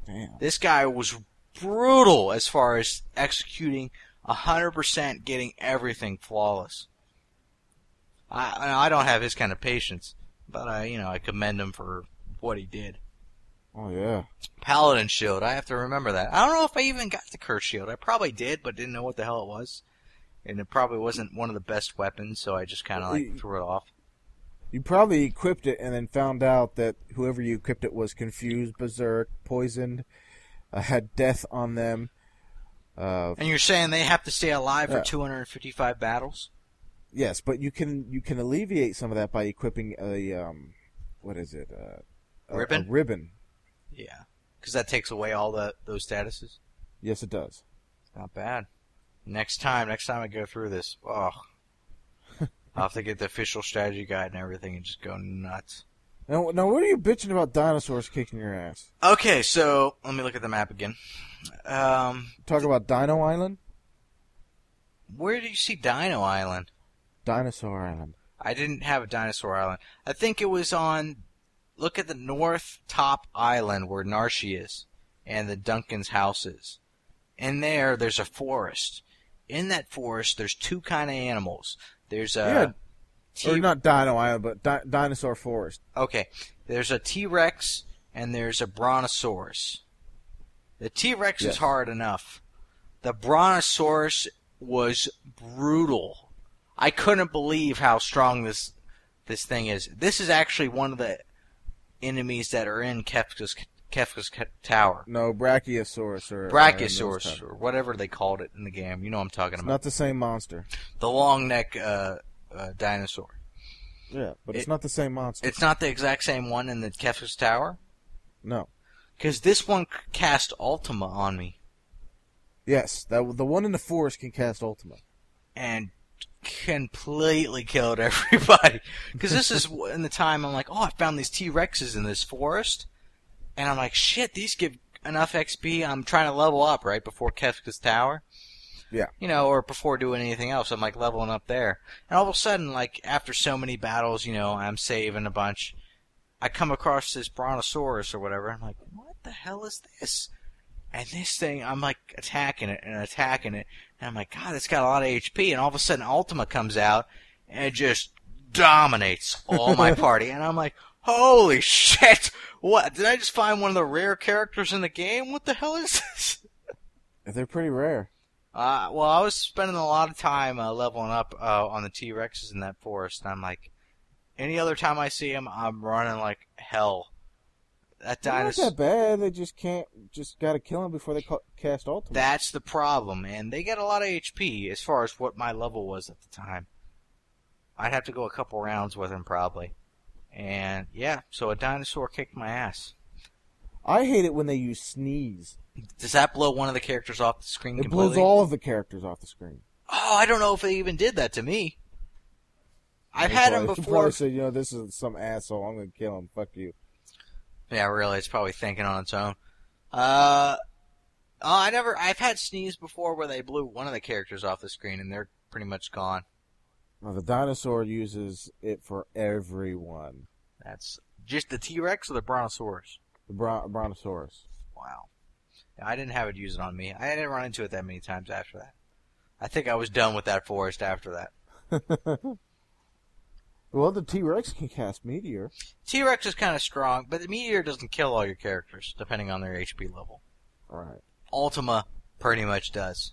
Speaker 1: Damn.
Speaker 2: This guy was brutal as far as executing 100% getting everything flawless. I I don't have his kind of patience, but I you know, I commend him for what he did.
Speaker 1: Oh yeah.
Speaker 2: Paladin shield, I have to remember that. I don't know if I even got the curse shield. I probably did, but didn't know what the hell it was. And it probably wasn't one of the best weapons, so I just kind of like threw it off.
Speaker 1: You probably equipped it and then found out that whoever you equipped it was confused, berserk, poisoned, uh, had death on them. Uh,
Speaker 2: And you're saying they have to stay alive for
Speaker 1: Yeah.
Speaker 2: 255 battles?
Speaker 1: yes, but you can you can alleviate some of that by equipping a um, what is it? Uh, a-
Speaker 2: Ribbon?
Speaker 1: A ribbon.
Speaker 2: Yeah, because that takes away all the those statuses.
Speaker 1: Yes, it does.
Speaker 2: Not bad. Next time, next time I go through this, oh, I'll have to get the official strategy guide and everything and just go nuts.
Speaker 1: Now, now, what are you bitching about dinosaurs kicking your ass?
Speaker 2: Okay, so let me look at the map again. Um,
Speaker 1: Talk about Dino Island,
Speaker 2: where do you see Dino Island?
Speaker 1: Dinosaur Island.
Speaker 2: I didn't have a dinosaur island. I think it was on. Look at the north top island where Narshi is, and the Duncan's house is. In there, there's a forest. In that forest, there's two kind of animals. There's a T-
Speaker 1: or not Dino Island, but di- Dinosaur Forest.
Speaker 2: Okay. There's a T Rex and there's a Brontosaurus. The T Rex
Speaker 1: Yes.
Speaker 2: is hard enough. The Brontosaurus was brutal. I couldn't believe how strong this this thing is. This is actually one of the enemies that are in Kefka's Kefka's Ke- tower.
Speaker 1: No, Brachiosaurus or or those
Speaker 2: Brachiosaurus
Speaker 1: type.
Speaker 2: or whatever they called it in the game. You know what I'm talking
Speaker 1: It's
Speaker 2: about.
Speaker 1: not the same monster.
Speaker 2: the long neck uh, uh, dinosaur.
Speaker 1: Yeah, but it's
Speaker 2: It-
Speaker 1: not the same monster.
Speaker 2: It's not the exact same one in the Kefka's tower.
Speaker 1: No.
Speaker 2: Because this one c- cast Ultima on me,
Speaker 1: Yes, that the one in the forest can cast Ultima.
Speaker 2: and completely killed everybody. Because this is w- in the time I'm like, oh, I found these T Rexes in this forest, and I'm like, shit, these give enough XP. I'm trying to level up right before Kefka's tower.
Speaker 1: Yeah.
Speaker 2: You know, or before doing anything else, I'm like leveling up there, and all of a sudden, like after so many battles, you know, I'm saving a bunch. I come across this Brontosaurus or whatever. I'm like, what the hell is this? And this thing, I'm like attacking it and attacking it, and I'm like, God, it's got a lot of HP. And all of a sudden, Ultima comes out and it just dominates all my party. And I'm like, holy shit! What did I just find? One of the rare characters in the game? What the hell is this?
Speaker 1: They're pretty rare.
Speaker 2: Uh, well, I was spending a lot of time uh, leveling up uh, on the T Rexes in that forest, and I'm like, any other time I see him, I'm running like hell. That
Speaker 1: They're not
Speaker 2: dinosaur.
Speaker 1: that bad. They just can't. Just gotta kill them before they ca- cast Ultima.
Speaker 2: That's the problem, and they got a lot of HP as far as what my level was at the time. I'd have to go a couple rounds with him probably, and yeah, so a dinosaur kicked my ass.
Speaker 1: I hate it when they use sneeze.
Speaker 2: Does that blow one of the characters off the screen
Speaker 1: It
Speaker 2: completely?
Speaker 1: blows all of the characters off the screen.
Speaker 2: oh, I don't know if they even did that to me. I've had
Speaker 1: They
Speaker 2: him
Speaker 1: probably-
Speaker 2: before.
Speaker 1: Probably said, you know, this is some asshole. I'm gonna kill him. Fuck you.
Speaker 2: Yeah, really, it's probably thinking on its own. Uh, oh, I never. I've had sneeze before where they blew one of the characters off the screen and they're pretty much gone.
Speaker 1: Now, the dinosaur uses it for everyone.
Speaker 2: That's just the T Rex or the Brontosaurus.
Speaker 1: The bron- brontosaurus.
Speaker 2: Wow. I didn't have it use it on me. I didn't run into it that many times after that. I think I was done with that forest after that.
Speaker 1: Well, the T Rex can cast meteor.
Speaker 2: T Rex is kind of strong, but the meteor doesn't kill all your characters depending on their HP level.
Speaker 1: All right.
Speaker 2: Ultima pretty much does.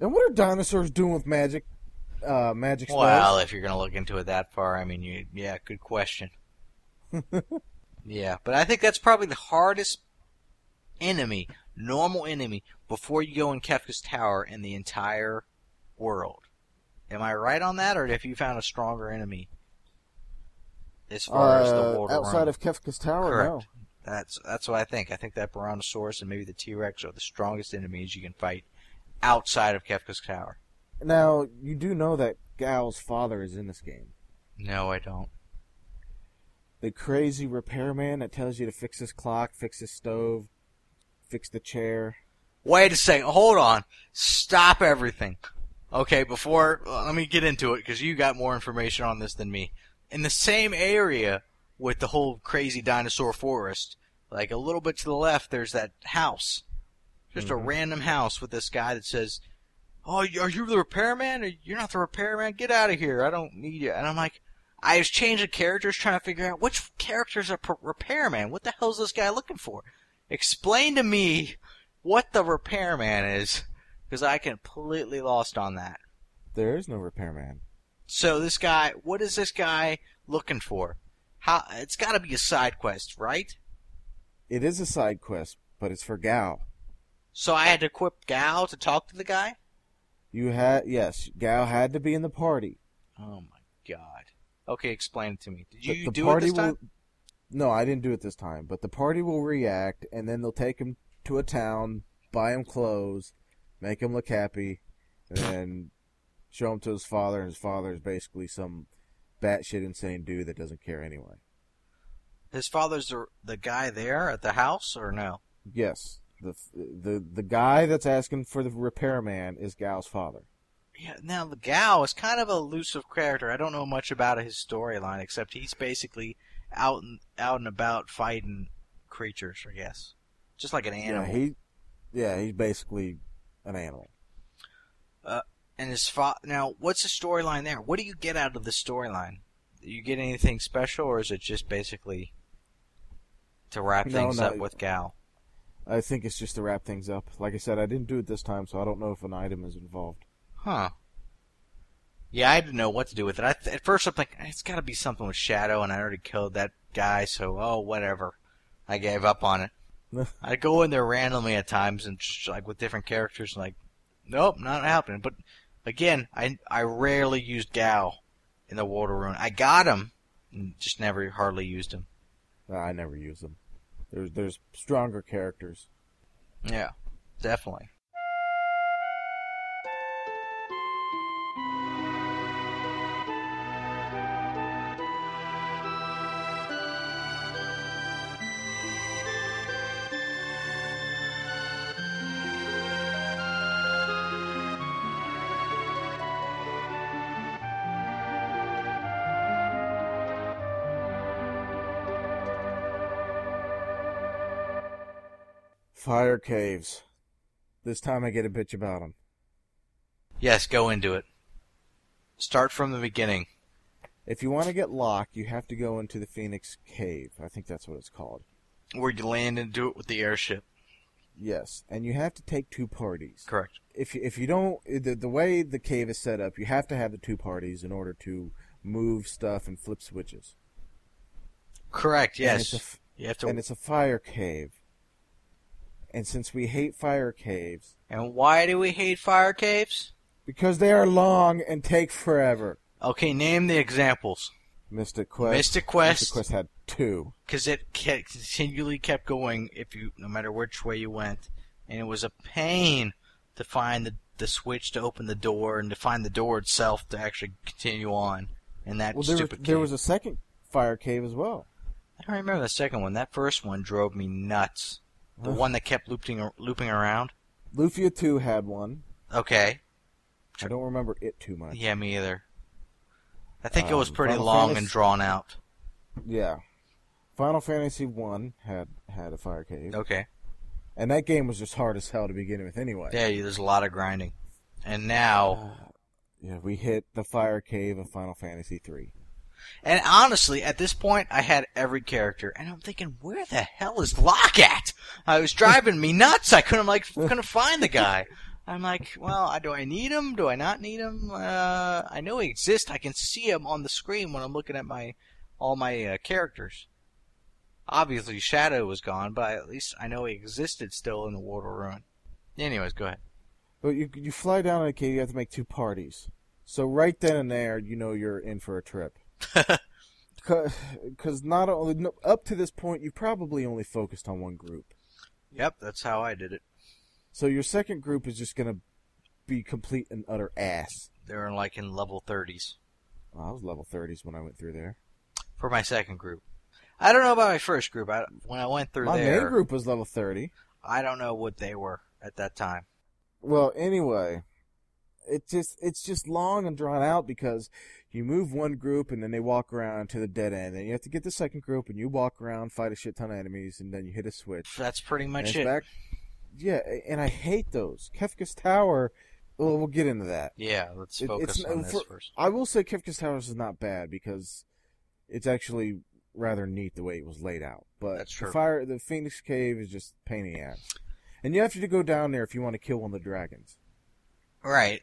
Speaker 1: And what are dinosaurs doing with magic? uh, magic spells?
Speaker 2: Well, if you're going to look into it that far, I mean, you, yeah, good question. yeah, but I think that's probably the hardest enemy, normal enemy, before you go in Kefka's Tower in the entire world. Am I right on that, or have you found a stronger enemy as far as the
Speaker 1: Uh,
Speaker 2: world
Speaker 1: outside
Speaker 2: around?
Speaker 1: of Kefka's tower,
Speaker 2: Correct. That's that's what I think. I think that Brontosaurus and maybe the T Rex are the strongest enemies you can fight outside of Kefka's Tower.
Speaker 1: no. Now you do know that Gal's father is in this game.
Speaker 2: No, I don't.
Speaker 1: The crazy repairman that tells you to fix his clock, fix his stove, fix the chair.
Speaker 2: Wait a second. Hold on. Stop everything. Okay, before uh, let me get into it because you got more information on this than me. In the same area with the whole crazy dinosaur forest, like a little bit to the left, there's that house. Just a
Speaker 1: Mhm.
Speaker 2: random house with this guy that says, "Oh, y- are you the repairman? Are- You're not the repairman. Get out of here. I don't need you." And I'm like, I was changing characters, trying to figure out which character's a p- repairman. What the hell's this guy looking for? Explain to me what the repairman is because I completely lost on that.
Speaker 1: There is no repairman.
Speaker 2: So this guy, what is this guy looking for? How it's got to be a side quest, right?
Speaker 1: It is a side quest, but it's for Gal.
Speaker 2: So I had to equip Gal to talk to the guy.
Speaker 1: You had yes, Gal had to be in the party.
Speaker 2: Oh my god. Okay, explain it to me. Did
Speaker 1: The-
Speaker 2: you
Speaker 1: the
Speaker 2: do it
Speaker 1: party
Speaker 2: this time?
Speaker 1: will. No, I didn't do it this time. But the party will react, and then they'll take him to a town, buy him clothes, make him look happy, and then show him to his father. And his father is basically some batshit insane dude that doesn't care anyway.
Speaker 2: His father's the, the guy there at the house, or no?
Speaker 1: Yes, the the the guy that's asking for the repairman is Gal's father.
Speaker 2: Yeah. Now the Gal is kind of a elusive character. I don't know much about his storyline except he's basically out and out and about fighting creatures, I guess, just like an animal.
Speaker 1: Yeah, he, yeah, he's basically an animal.
Speaker 2: and his fa- now what's the storyline there what do you get out of the storyline do you get anything special or is it just basically to wrap
Speaker 1: No,
Speaker 2: things
Speaker 1: no.
Speaker 2: up with gal
Speaker 1: I think it's just to wrap things up. Like I said, I didn't do it this time, so I don't know if an item is involved.
Speaker 2: huh yeah i didn't know what to do with it I th- at first i'm like it's got to be something with shadow and i already killed that guy so oh whatever i gave up on it i go in there randomly at times and just like with different characters and like nope not happening but again i i rarely used gal in the world of ruin i got him and just never hardly used him
Speaker 1: Uh, I never use them. There's there's stronger characters.
Speaker 2: Yeah, definitely.
Speaker 1: Fire caves. This time I get a bitch about them.
Speaker 2: Yes, go into it. Start from the beginning.
Speaker 1: If you want to get Locke, you have to go into the Phoenix Cave. I think that's what it's called.
Speaker 2: Where you land and do it with the airship.
Speaker 1: Yes, and you have to take two parties.
Speaker 2: Correct.
Speaker 1: If you, if you don't, the, the way the cave is set up, you have to have the two parties in order to move stuff and flip switches.
Speaker 2: Correct,
Speaker 1: And it's
Speaker 2: yes.
Speaker 1: a f-
Speaker 2: you have to.
Speaker 1: and
Speaker 2: And,
Speaker 1: it's a fire cave. And since we hate fire caves,
Speaker 2: why do we hate fire caves?
Speaker 1: because they are long and take forever.
Speaker 2: Okay, name the examples.
Speaker 1: Mystic Quest.
Speaker 2: Mystic Quest.
Speaker 1: Mystic Quest had two.
Speaker 2: Because it kept, continually kept going if you, no matter which way you went. And it was a pain to find the, the switch to open the door and to find the door itself to actually continue on. And that
Speaker 1: Well, there,
Speaker 2: stupid
Speaker 1: was-
Speaker 2: cave.
Speaker 1: there was a second fire cave as well.
Speaker 2: I don't remember the second one. That first one drove me nuts. The
Speaker 1: Ugh.
Speaker 2: one that kept looping looping around.
Speaker 1: Lufia 2 had one.
Speaker 2: Okay.
Speaker 1: I don't remember it too much.
Speaker 2: Yeah, me either. I think it was
Speaker 1: Um,
Speaker 2: pretty
Speaker 1: Final
Speaker 2: long
Speaker 1: Fantasy-
Speaker 2: and drawn out.
Speaker 1: Yeah. Final Fantasy 1 had had a fire cave.
Speaker 2: Okay.
Speaker 1: And that game was just hard as hell to begin with anyway.
Speaker 2: Yeah, you- there's a lot of grinding. And now,
Speaker 1: Yeah, we hit the fire cave of Final Fantasy 3.
Speaker 2: and honestly, at this point, I had every character, and I'm thinking, where the hell is Locke at? I was driving me nuts. I couldn't like couldn't find the guy. I'm like, well, I, do I need them? Do I not need them? Uh, I know he exists. I can see him on the screen when I'm looking at my all my uh, characters. Obviously, Shadow was gone, but I, at least I know he existed still in the World of Ruin. Anyways, go ahead.
Speaker 1: Well, you you fly down. Okay, you have to make two parties. So right then and there, you know you're in for a trip. Because not only no, up to this point, you probably only focused on one group.
Speaker 2: Yep, that's how I did it.
Speaker 1: So your second group is just gonna be complete and utter ass.
Speaker 2: They're in like in level 30s
Speaker 1: Well, I was level thirties when I went through there.
Speaker 2: for my second group. I don't know about my first group. I, when I went through
Speaker 1: My
Speaker 2: there,
Speaker 1: main group was level thirty.
Speaker 2: I don't know what they were at that time.
Speaker 1: Well, anyway, it just it's just long and drawn out because you move one group and then they walk around to the dead end, and you have to get the second group and you walk around, fight a shit ton of enemies, and then you hit a switch.
Speaker 2: That's pretty
Speaker 1: and
Speaker 2: much
Speaker 1: it's
Speaker 2: it.
Speaker 1: back- Yeah, and I hate those. Kefka's Tower. Well, we'll get into that.
Speaker 2: Yeah, let's
Speaker 1: It-
Speaker 2: focus
Speaker 1: it's-
Speaker 2: on this
Speaker 1: for-
Speaker 2: first.
Speaker 1: I will say Kefka's Towers is not bad because it's actually rather neat the way it was laid out. But
Speaker 2: That's
Speaker 1: the
Speaker 2: true.
Speaker 1: fire, the Phoenix Cave is just a pain in the ass, and you have to go down there if you want to kill one of the dragons.
Speaker 2: Right.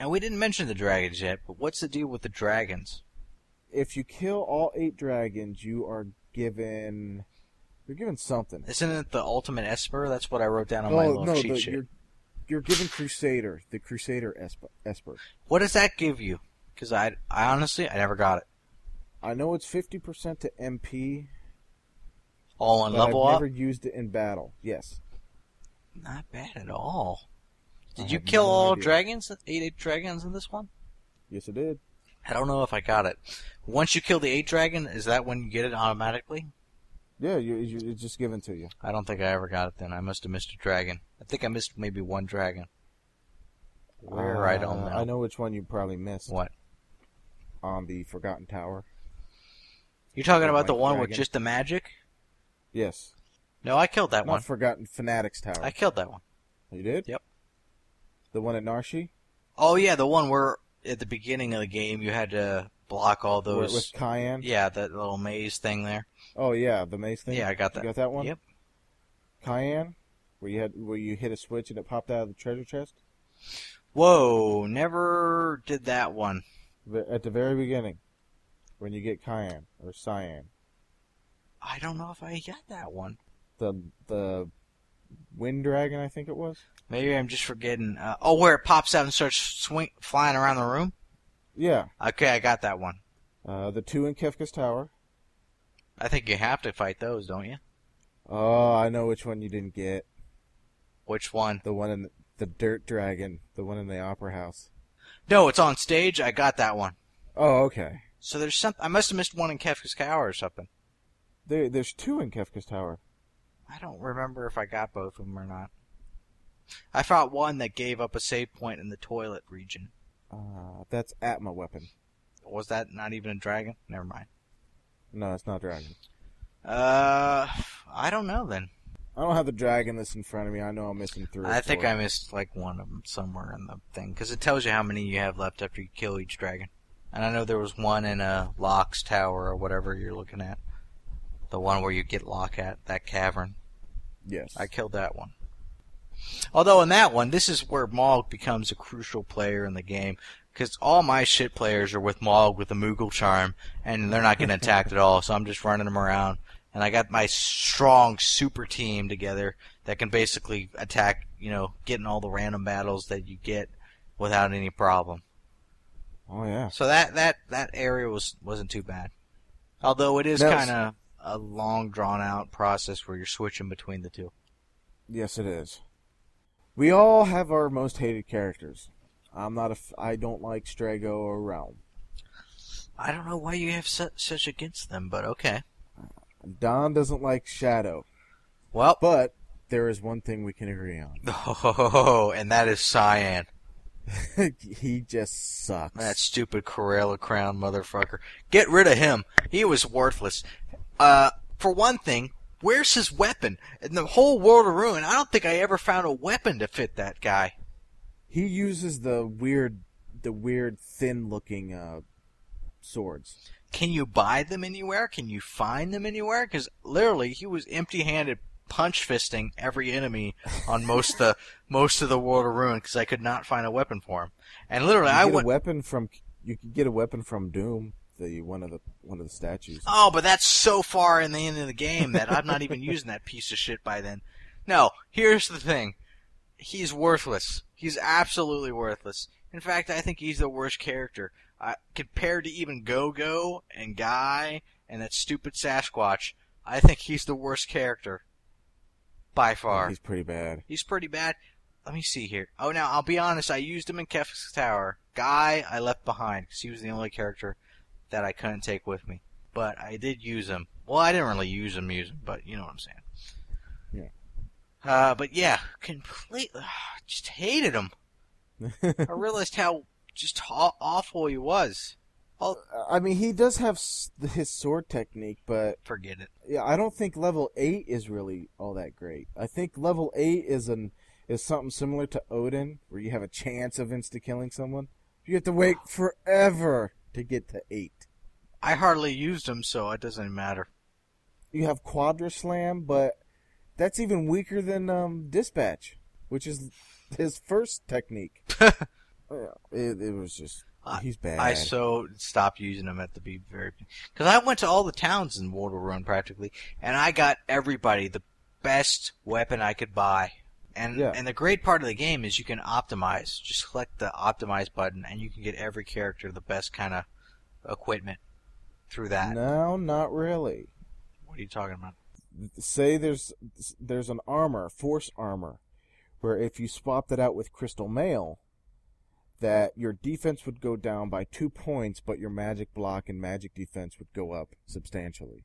Speaker 2: And we didn't mention the dragons yet, but what's the deal with the dragons?
Speaker 1: If you kill all eight dragons, you are given you're given something.
Speaker 2: Isn't it the ultimate esper? That's what I wrote down on my
Speaker 1: oh
Speaker 2: little
Speaker 1: no,
Speaker 2: cheat
Speaker 1: the,
Speaker 2: sheet.
Speaker 1: you're you're given Crusader, the Crusader Esper. Esper.
Speaker 2: What does that give you? Because I, I honestly, I never got it.
Speaker 1: I know it's fifty percent to MP,
Speaker 2: All on
Speaker 1: but
Speaker 2: level
Speaker 1: I've
Speaker 2: up.
Speaker 1: never used it in battle. Yes.
Speaker 2: Not bad at all.
Speaker 1: I
Speaker 2: Did you
Speaker 1: have
Speaker 2: kill
Speaker 1: no
Speaker 2: all
Speaker 1: idea.
Speaker 2: dragons? Eight eight dragons in this one?
Speaker 1: Yes, it did.
Speaker 2: I don't know if I got it. Once you kill the eight dragon, is that when you get it automatically?
Speaker 1: Yeah, you, you, it's just given to you.
Speaker 2: I don't think I ever got it then. I must have missed a dragon. I think I missed maybe one dragon. Where I don't
Speaker 1: Uh,
Speaker 2: know.
Speaker 1: I know which one you probably missed
Speaker 2: What?
Speaker 1: on the Forgotten Tower.
Speaker 2: You're talking
Speaker 1: Oh,
Speaker 2: about the
Speaker 1: my
Speaker 2: one with
Speaker 1: dragon.
Speaker 2: just the magic?
Speaker 1: Yes,
Speaker 2: No, I killed that
Speaker 1: not
Speaker 2: one.
Speaker 1: Forgotten Fanatics Tower.
Speaker 2: I killed that one.
Speaker 1: You did?
Speaker 2: Yep.
Speaker 1: The one at Narshi,
Speaker 2: Oh yeah, the one where at the beginning of the game you had to block all
Speaker 1: Where-
Speaker 2: those.
Speaker 1: with Cayenne.
Speaker 2: yeah, that little maze thing there.
Speaker 1: Oh yeah, the maze thing.
Speaker 2: Yeah, I got
Speaker 1: You
Speaker 2: that.
Speaker 1: got that one.
Speaker 2: Yep.
Speaker 1: Cayenne, where you had where you hit a switch and it popped out of the treasure chest
Speaker 2: Whoa, never did that one.
Speaker 1: Ve- at the very beginning when you get Cayenne or Cyan.
Speaker 2: I don't know if I got that one.
Speaker 1: The the wind dragon, I think it was.
Speaker 2: Maybe I'm just forgetting. Uh, oh, where it pops out and starts swing flying around the room.
Speaker 1: Yeah,
Speaker 2: Okay, I got that one.
Speaker 1: uh, the two in Kefka's Tower.
Speaker 2: I think you have to fight those, don't you?
Speaker 1: Oh, I know which one you didn't get.
Speaker 2: Which one?
Speaker 1: The one in the, the dirt dragon, the one in the opera house.
Speaker 2: No, it's on stage. I got that one.
Speaker 1: Oh, okay.
Speaker 2: So there's some. I must have missed one in Kefka's Tower or something.
Speaker 1: There, there's two in Kefka's Tower.
Speaker 2: I don't remember if I got both of them or not. I fought one that gave up a save point in the toilet region.
Speaker 1: Uh, that's Atma weapon.
Speaker 2: Was that not even a dragon? Never mind.
Speaker 1: No, it's not dragon.
Speaker 2: Uh, I don't know then.
Speaker 1: I don't have the dragon list in front of me. I know I'm missing three. or
Speaker 2: I think
Speaker 1: four.
Speaker 2: I missed like one of them somewhere in the thing because it tells you how many you have left after you kill each dragon. And I know there was one in a Locke's tower or whatever you're looking at, the one where you get Locke at that cavern.
Speaker 1: Yes.
Speaker 2: I killed that one. Although in that one, this is where Mog becomes a crucial player in the game because all my shit players are with Mog with the Moogle charm, and they're not getting attacked at all. So I'm just running them around, and I got my strong super team together that can basically attack. You know, getting all the random battles that you get without any problem.
Speaker 1: Oh yeah.
Speaker 2: So that that that area was wasn't too bad. Although it is
Speaker 1: That was-
Speaker 2: kind of a long drawn out process where you're switching between the two.
Speaker 1: Yes, it is. We all have our most hated characters. I'm not a. F- I don't like Strago or Realm.
Speaker 2: I don't know why you have su- such against them, but okay.
Speaker 1: Don doesn't like Shadow,
Speaker 2: Well,
Speaker 1: but there is one thing we can agree on.
Speaker 2: oh, and that is Cyan.
Speaker 1: he just sucks.
Speaker 2: That stupid Corella Crown motherfucker. Get rid of him. He was worthless. Uh, for one thing, where's his weapon? In the whole world of ruin, I don't think I ever found a weapon to fit that guy.
Speaker 1: He uses the weird, the weird thin-looking uh, swords.
Speaker 2: Can you buy them anywhere? Can you find them anywhere? Because literally, he was empty-handed punch fisting every enemy on most the most of the world of ruin because I could not find a weapon for him. And literally,
Speaker 1: You
Speaker 2: I
Speaker 1: get
Speaker 2: went.
Speaker 1: a weapon from you could get a weapon from Doom, the one of the one of the statues.
Speaker 2: Oh, but that's so far in the end of the game that I'm not even using that piece of shit by then. No, here's the thing. He's worthless. He's absolutely worthless. In fact, I think he's the worst character. I, compared to even Go-Go and Guy and that stupid Sasquatch, I think he's the worst character. By far.
Speaker 1: He's pretty bad.
Speaker 2: He's pretty bad. Let me see here. Oh, now I'll be honest. I used him in Kef's Tower. Guy, I left behind because he was the only character that I couldn't take with me. But I did use him. Well, I didn't really use him, use him, but you know what I'm saying. Uh, but yeah, completely just hated him. I realized how just aw- awful he was.
Speaker 1: I mean, he does have s- his sword technique, but
Speaker 2: Forget it.
Speaker 1: yeah, I don't think level eight is really all that great. I think level eight is an is something similar to Odin, where you have a chance of insta killing someone. You have to wait forever to get to eight.
Speaker 2: I hardly used him, so it doesn't matter.
Speaker 1: You have Quadra Slam, but that's even weaker than um, Dispatch, which is his first technique. Yeah, it, it was just
Speaker 2: I-
Speaker 1: he's bad.
Speaker 2: I so stopped using them at the be very because I went to all the towns in World War Run practically, and I got everybody the best weapon I could buy. And
Speaker 1: Yeah.
Speaker 2: and the great part of the game is you can optimize. Just click the optimize button, and you can get every character the best kind of equipment through that.
Speaker 1: no, not really.
Speaker 2: What are you talking about?
Speaker 1: say there's there's an armor, force armor, where if you swapped it out with crystal mail, that your defense would go down by two points, but your magic block and magic defense would go up substantially.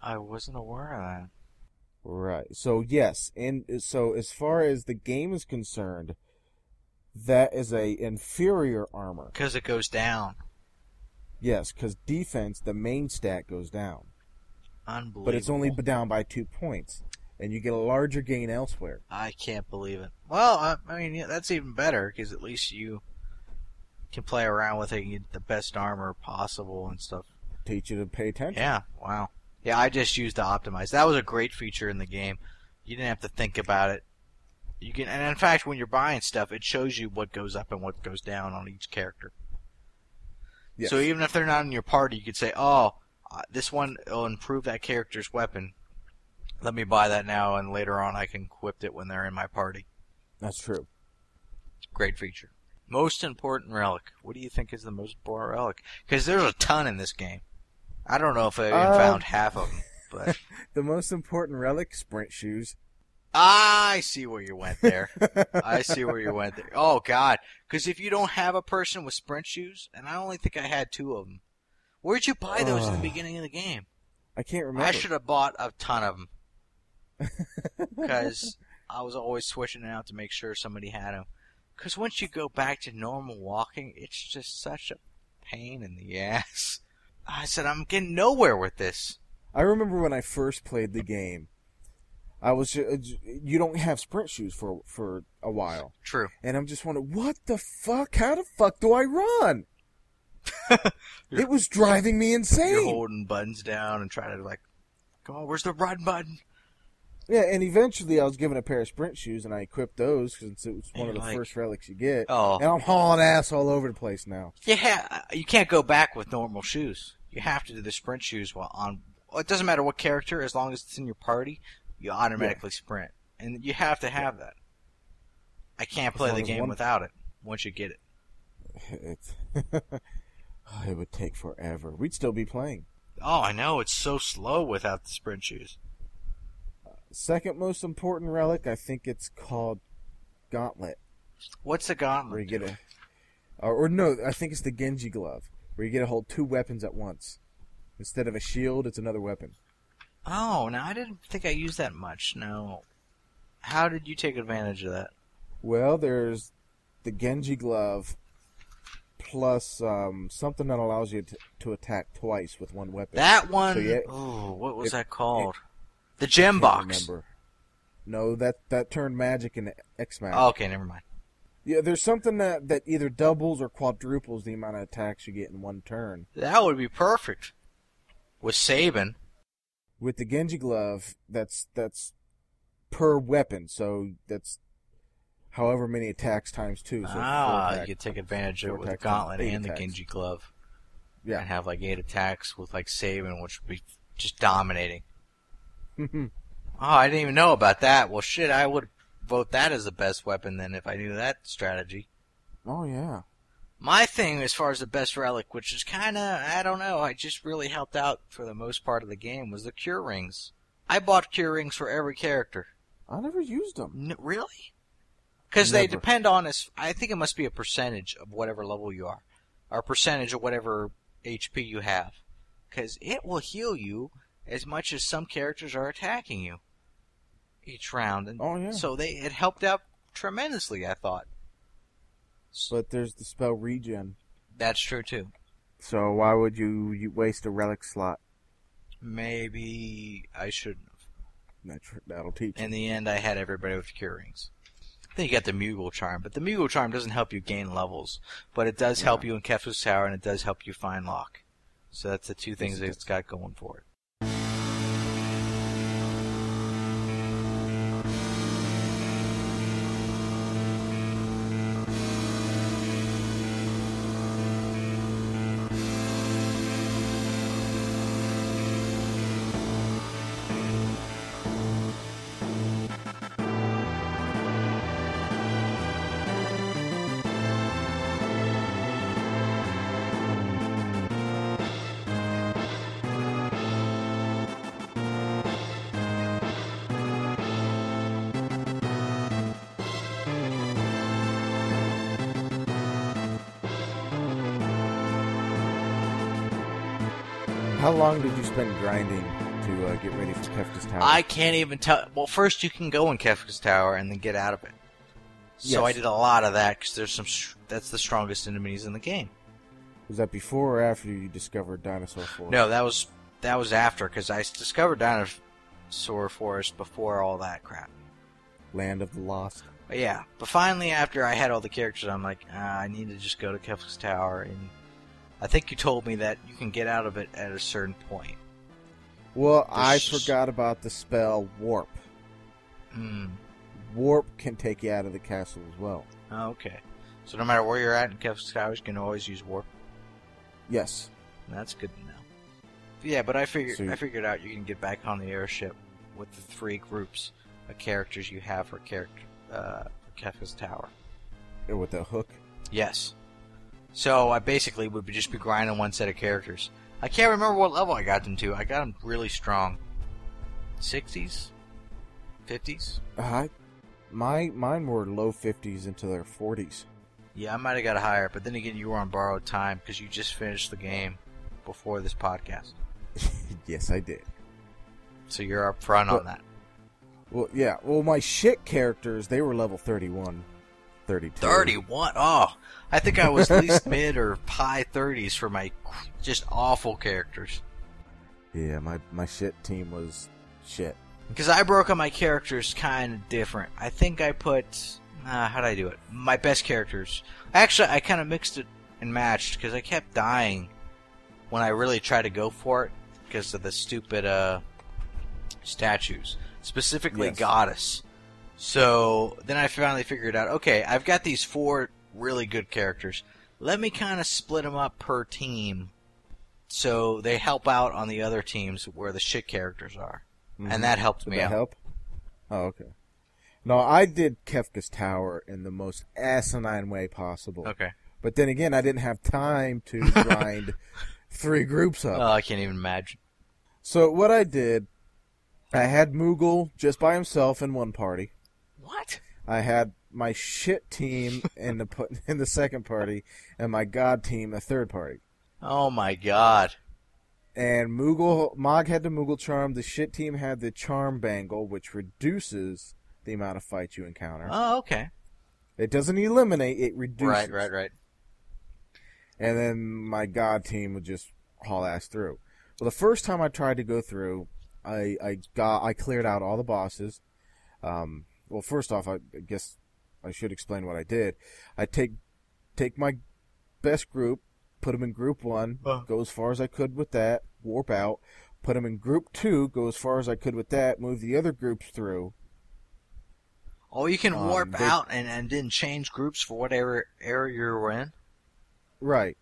Speaker 2: I wasn't aware of that.
Speaker 1: Right. So yes, and uh, so as far as the game is concerned, that is a inferior armor.
Speaker 2: Because it goes down.
Speaker 1: Yes, because defense, the main stat goes down,
Speaker 2: Unbelievable.
Speaker 1: but it's only down by two points, and you get a larger gain elsewhere.
Speaker 2: I can't believe it. Well, I, I mean, yeah, that's even better because at least you can play around with it and get the best armor possible and stuff.
Speaker 1: Teach you to pay attention.
Speaker 2: Yeah, wow. Yeah, I just used the optimize. That was a great feature in the game. You didn't have to think about it. You can, and in fact, when you're buying stuff, it shows you what goes up and what goes down on each character.
Speaker 1: Yes.
Speaker 2: So even if they're not in your party, you could say, "Oh, uh, this one will improve that character's weapon. Let me buy that now, and later on I can equip it when they're in my party."
Speaker 1: That's true.
Speaker 2: Great feature. Most important relic. What do you think is the most important relic? Because there's a ton in this game. I don't know if I even
Speaker 1: Um,
Speaker 2: found half of them, but
Speaker 1: The most important relic, sprint shoes.
Speaker 2: I see where you went there. I see where you went there. Oh God! Because if you don't have a person with sprint shoes, and I only think I had two of them, where'd you buy those in
Speaker 1: Ugh.
Speaker 2: the beginning of the game?
Speaker 1: I can't remember.
Speaker 2: I should have bought a ton of them because I was always switching it out to make sure somebody had them. Because once you go back to normal walking, it's just such a pain in the ass. I said, I'm getting nowhere with this.
Speaker 1: I remember when I first played the game. I was ju- uh, ju- you don't have sprint shoes for for a while,
Speaker 2: True.
Speaker 1: and I'm just wondering what the fuck? How the fuck do I run? it was driving me
Speaker 2: You're
Speaker 1: insane.
Speaker 2: holding buttons down and trying to, like, come on, where's the run button?
Speaker 1: yeah, and eventually I was given a pair of sprint shoes, and I equipped those because it was one
Speaker 2: And
Speaker 1: of the
Speaker 2: like-
Speaker 1: first relics you get.
Speaker 2: Oh.
Speaker 1: And I'm hauling ass all over the place now.
Speaker 2: Yeah, you can't go back with normal shoes. You have to do the sprint shoes while on. well, It doesn't matter what character, as long as it's in your party, you automatically sprint, and you have to have that. I can't play
Speaker 1: long
Speaker 2: the
Speaker 1: as
Speaker 2: game
Speaker 1: one-
Speaker 2: without it. Once you get it,
Speaker 1: It's Oh, it would take forever. We'd still be playing.
Speaker 2: oh, I know it's so slow without the sprint shoes.
Speaker 1: Second most important relic, I think it's called Gauntlet,
Speaker 2: What's the
Speaker 1: where you
Speaker 2: gauntlet?
Speaker 1: get a, or, or no, I think it's the Genji glove, where you get to hold two weapons at once. Instead of a shield, it's another weapon.
Speaker 2: Oh, now I didn't think I used that much. No, how did you take advantage of that?
Speaker 1: Well, there's the Genji glove, plus um, something that allows you to, to attack twice with one weapon.
Speaker 2: That one.
Speaker 1: So, yeah,
Speaker 2: ooh, what was
Speaker 1: if-
Speaker 2: that called? the
Speaker 1: Can't
Speaker 2: gem box.
Speaker 1: remember. No, that that turned magic into X magic.
Speaker 2: Oh, okay, never mind.
Speaker 1: Yeah, there's something that, that either doubles or quadruples the amount of attacks you get in one turn.
Speaker 2: That would be perfect. With Saban,
Speaker 1: with the Genji glove, that's that's per weapon, so that's however many attacks times two. So
Speaker 2: ah,
Speaker 1: four
Speaker 2: you
Speaker 1: attack-
Speaker 2: could take advantage of
Speaker 1: four
Speaker 2: it with the
Speaker 1: attacks times
Speaker 2: gauntlet
Speaker 1: eight
Speaker 2: and the
Speaker 1: attacks.
Speaker 2: Genji glove, and
Speaker 1: Yeah.
Speaker 2: have like eight attacks with like Saban, which would be just dominating. Oh, I didn't even know about that. Well, shit, I would vote that as the best weapon then if I knew that strategy.
Speaker 1: oh yeah.
Speaker 2: My thing as far as the best relic, which is kind of, I don't know, I just really helped out for the most part of the game, was the cure rings. I bought cure rings for every character.
Speaker 1: I never used them.
Speaker 2: N- really? Because they
Speaker 1: Never.
Speaker 2: depend on, as, I think it must be a percentage of whatever level you are, or percentage of whatever HP you have. Because it will heal you as much as some characters are attacking you each round. And
Speaker 1: Oh yeah.
Speaker 2: So they it helped out tremendously, I thought.
Speaker 1: but there's the spell regen.
Speaker 2: That's true too.
Speaker 1: So why would you, you waste a relic slot?
Speaker 2: Maybe I shouldn't have.
Speaker 1: That tr- That'll teach. you.
Speaker 2: In the end, I had everybody with cure rings. Then you got the Mughal Charm, but the Mughal Charm doesn't help you gain levels, but it does help you in Kefus Tower and it does help you find Locke. So that's the two things
Speaker 1: it
Speaker 2: it's got going for it.
Speaker 1: How long did you spend grinding to uh, get ready for Kefka's tower?
Speaker 2: I can't even tell. Well, first you can go in Kefka's Tower and then get out of it.
Speaker 1: Yes.
Speaker 2: So I did a lot of that because there's some. str- That's the strongest enemies in the game.
Speaker 1: was that before or after you discovered dinosaur forest?
Speaker 2: No, that was that was after because I s- discovered Dinosaur Forest before all that crap.
Speaker 1: Land of the Lost.
Speaker 2: But yeah, but finally after I had all the characters, I'm like, ah, I need to just go to Kefka's Tower, and I think you told me that you can get out of it at a certain point.
Speaker 1: Well, I
Speaker 2: sh-
Speaker 1: forgot about the spell warp.
Speaker 2: Hmm.
Speaker 1: Warp can take you out of the castle as well.
Speaker 2: Okay. So no matter where you're at in Kefka's Tower, you can always use warp.
Speaker 1: Yes.
Speaker 2: And that's good to know. Yeah, but I figured
Speaker 1: So you-
Speaker 2: I figured out you can get back on the airship with the three groups of characters you have for character uh, Kefka's Tower.
Speaker 1: Or with a hook.
Speaker 2: Yes. So I basically would be- just be grinding one set of characters. I can't remember what level I got them to. I got them really strong. 60s? 50s?
Speaker 1: Uh, I, my mine were low fifties into their forties.
Speaker 2: Yeah, I might have got higher, but then again, you were on borrowed time because you just finished the game before this podcast.
Speaker 1: yes, I did.
Speaker 2: So you're up front on
Speaker 1: Well-
Speaker 2: that.
Speaker 1: Well, yeah. Well, my shit characters they were level 31, 32.
Speaker 2: 31? Oh, I think I was at least mid or high 30s for my just awful characters.
Speaker 1: Yeah, my my shit team was shit.
Speaker 2: Because I broke up my characters kind of different. I think I put. Uh, how'd I do it? My best characters. Actually, I kind of mixed it and matched because I kept dying when I really tried to go for it because of the stupid uh, statues, specifically
Speaker 1: Yes.
Speaker 2: Goddess. So then I finally figured out okay, I've got these four really good characters. Let me kind of split them up per team so they help out on the other teams where the shit characters are and that helped
Speaker 1: Did
Speaker 2: me
Speaker 1: Mm-hmm. that
Speaker 2: out.
Speaker 1: help? Oh, okay. No, I did Kefka's Tower in the most asinine way possible.
Speaker 2: Okay.
Speaker 1: But then again, I didn't have time to grind three groups up.
Speaker 2: Oh, I can't even imagine.
Speaker 1: So what I did, I had Moogle just by himself in one party.
Speaker 2: What?
Speaker 1: I had my shit team in the pu- in the second party, and my god team the third party.
Speaker 2: Oh my god.
Speaker 1: And Moogle Mog had the Moogle charm. The shit team had the charm bangle, which reduces the amount of fights you encounter.
Speaker 2: Oh, okay.
Speaker 1: It doesn't eliminate; it reduces.
Speaker 2: Right, right, right.
Speaker 1: and then my god team would just haul ass through. Well, the first time I tried to go through, I I got I cleared out all the bosses. Um, well, first off, I guess I should explain what I did. I take take my best group, put them in group one,
Speaker 2: Uh-huh.
Speaker 1: go as far as I could with that, warp out, put them in group two, go as far as I could with that, move the other groups through.
Speaker 2: Oh, you can
Speaker 1: Um,
Speaker 2: warp
Speaker 1: they-
Speaker 2: out and, and then change groups for whatever area you're in.
Speaker 1: Right.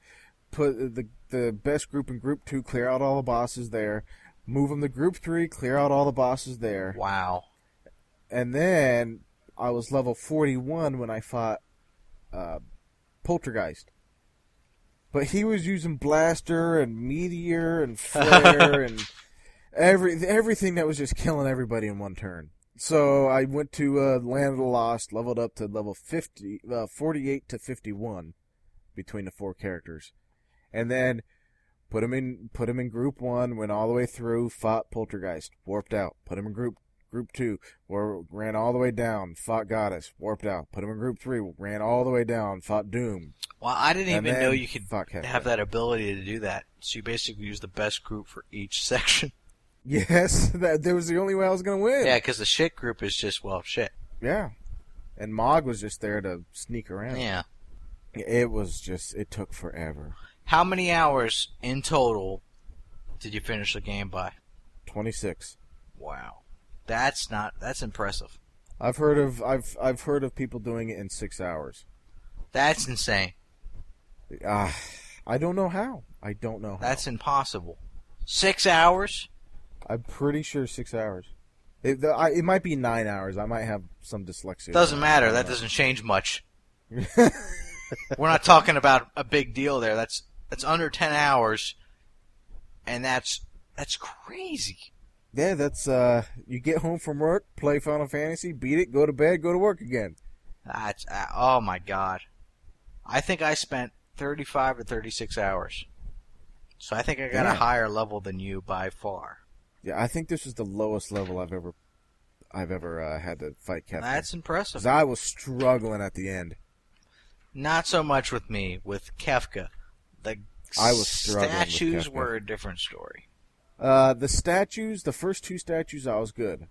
Speaker 1: Put the the best group in group two, clear out all the bosses there. Move them to group three, clear out all the bosses there.
Speaker 2: Wow.
Speaker 1: And then I was level 41 when I fought uh, Poltergeist. But he was using blaster and meteor and flare and every everything that was just killing everybody in one turn. So I went to uh, Land of the Lost, leveled up to level 50, uh, 48 to 51 between the four characters, and then put him in put him in group one. Went all the way through, fought Poltergeist, warped out. Put him in group group two, or ran all the way down, fought Goddess, warped out, put him in group three, ran all the way down, fought Doom.
Speaker 2: Well, I didn't
Speaker 1: and
Speaker 2: even
Speaker 1: then
Speaker 2: know you could
Speaker 1: fought Hector.
Speaker 2: have that ability to do that. So you basically use the best group for each section.
Speaker 1: Yes, that, that was the only way I was gonna win.
Speaker 2: Yeah, because the shit group is just well shit.
Speaker 1: Yeah. And Mog was just there to sneak around.
Speaker 2: Yeah.
Speaker 1: It was just it took forever.
Speaker 2: How many hours in total did you finish the game by?
Speaker 1: Twenty six.
Speaker 2: Wow. That's not that's impressive.
Speaker 1: I've heard of I've I've heard of people doing it in six hours.
Speaker 2: That's insane.
Speaker 1: Ah, I don't know how. I don't know how.
Speaker 2: That's impossible. Six hours?
Speaker 1: I'm pretty sure six hours. It, the, I, it might be nine hours. I might have some dyslexia.
Speaker 2: Doesn't matter. That doesn't change much. We're not talking about a big deal there. That's that's under ten hours, and that's that's crazy.
Speaker 1: Yeah, that's uh. You get home from work, play Final Fantasy, beat it, go to bed, go to work again.
Speaker 2: That's uh, oh my god. I think I spent thirty-five to thirty-six hours. So I think I got
Speaker 1: Yeah.
Speaker 2: a higher level than you by far.
Speaker 1: Yeah, I think this is the lowest level I've ever, I've ever uh, had to fight Captain.
Speaker 2: That's impressive.
Speaker 1: Because I was struggling at the end.
Speaker 2: Not so much with me, with Kefka. The
Speaker 1: I was struggling with
Speaker 2: statues
Speaker 1: Kefka.
Speaker 2: were a different story.
Speaker 1: Uh, the statues, the first two statues, I was good.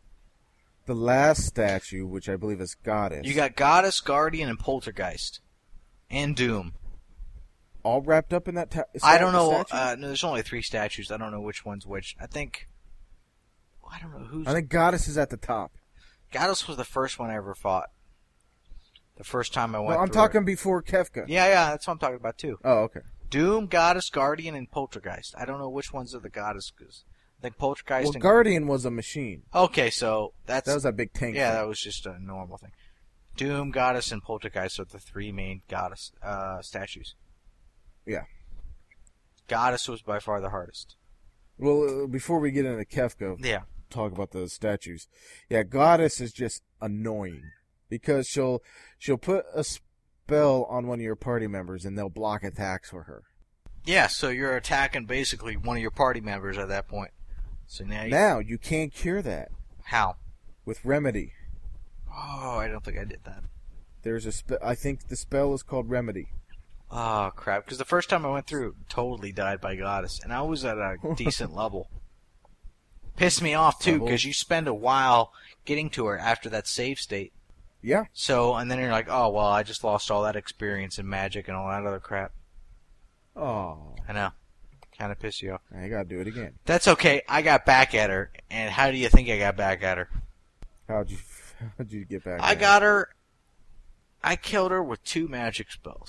Speaker 1: The last statue, which I believe is Goddess,
Speaker 2: You got Goddess, Guardian, and Poltergeist. And Doom.
Speaker 1: all wrapped up in that. Ta-
Speaker 2: I
Speaker 1: sta-
Speaker 2: don't know.
Speaker 1: statue?
Speaker 2: Uh, no, there's only three statues. I don't know which one's which. I think. I don't know who's.
Speaker 1: I think Goddess is at the top.
Speaker 2: Goddess was the first one I ever fought. The first time Oh, I
Speaker 1: No,
Speaker 2: went.
Speaker 1: I'm
Speaker 2: through it.
Speaker 1: talking before Kefka.
Speaker 2: Yeah, yeah, that's what I'm talking about too.
Speaker 1: Oh, okay.
Speaker 2: Doom, Goddess, Guardian, and Poltergeist. I don't know which ones are the Goddess. 'cause I think Poltergeist.
Speaker 1: Well,
Speaker 2: and...
Speaker 1: Guardian was a machine.
Speaker 2: okay, so that's
Speaker 1: That was that big tank.
Speaker 2: yeah,
Speaker 1: thing.
Speaker 2: that was just a normal thing. Doom, Goddess, and Poltergeist are the three main goddess uh, statues.
Speaker 1: Yeah. uh,
Speaker 2: Oh, Oh, "Oh,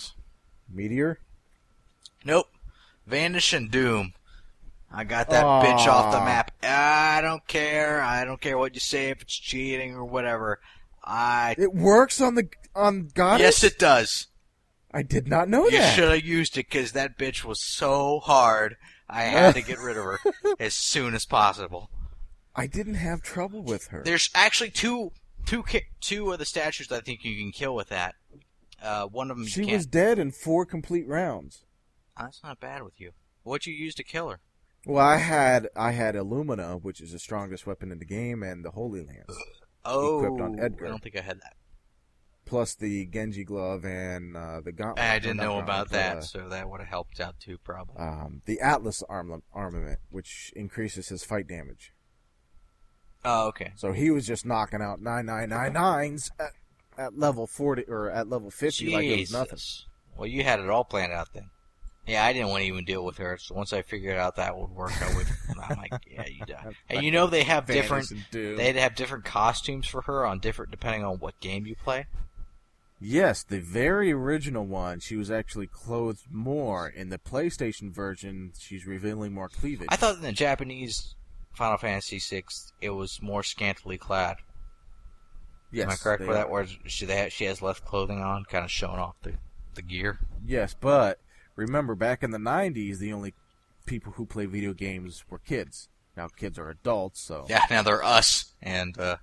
Speaker 1: uh, Oh, uh, um,
Speaker 2: Uh, Ah, Oh, Yeah, I didn't want to even deal with her. So once I figured out that would work, I would. I'm like, yeah, you die. And you know they have different.
Speaker 1: Vanish and Doom.
Speaker 2: They'd have different costumes for her on different depending on what game you play.
Speaker 1: Yes, the very original one, she was actually clothed more. In the PlayStation version, she's revealing more cleavage.
Speaker 2: I thought in the Japanese Final Fantasy VI, it was more scantily clad.
Speaker 1: yes,
Speaker 2: Am I correct
Speaker 1: they
Speaker 2: with that?
Speaker 1: are.
Speaker 2: Where she they ha she has less clothing on, kind of showing off the the gear.
Speaker 1: Yes, but remember, back in the 90s, the only people who played video games were kids. Now kids are adults, so
Speaker 2: Yeah, now they're us, and uh,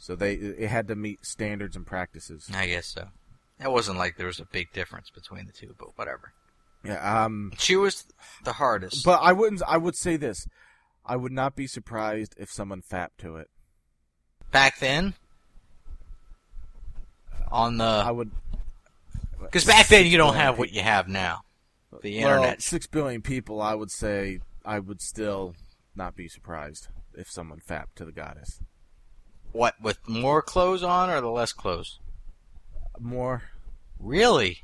Speaker 1: so they it had to meet standards and practices.
Speaker 2: I guess so. It wasn't like there was a big difference between the two, but whatever.
Speaker 1: Yeah, um,
Speaker 2: She was the hardest.
Speaker 1: but I wouldn't. I would say this: I would not be surprised if someone fapped to it.
Speaker 2: back then on
Speaker 1: I
Speaker 2: the
Speaker 1: would
Speaker 2: because back then you don't
Speaker 1: Well,
Speaker 2: have what you have now the
Speaker 1: well,
Speaker 2: internet
Speaker 1: six billion people. I would say I would still not be surprised if someone fapped to the goddess.
Speaker 2: what with more clothes on or the less clothes
Speaker 1: More,
Speaker 2: really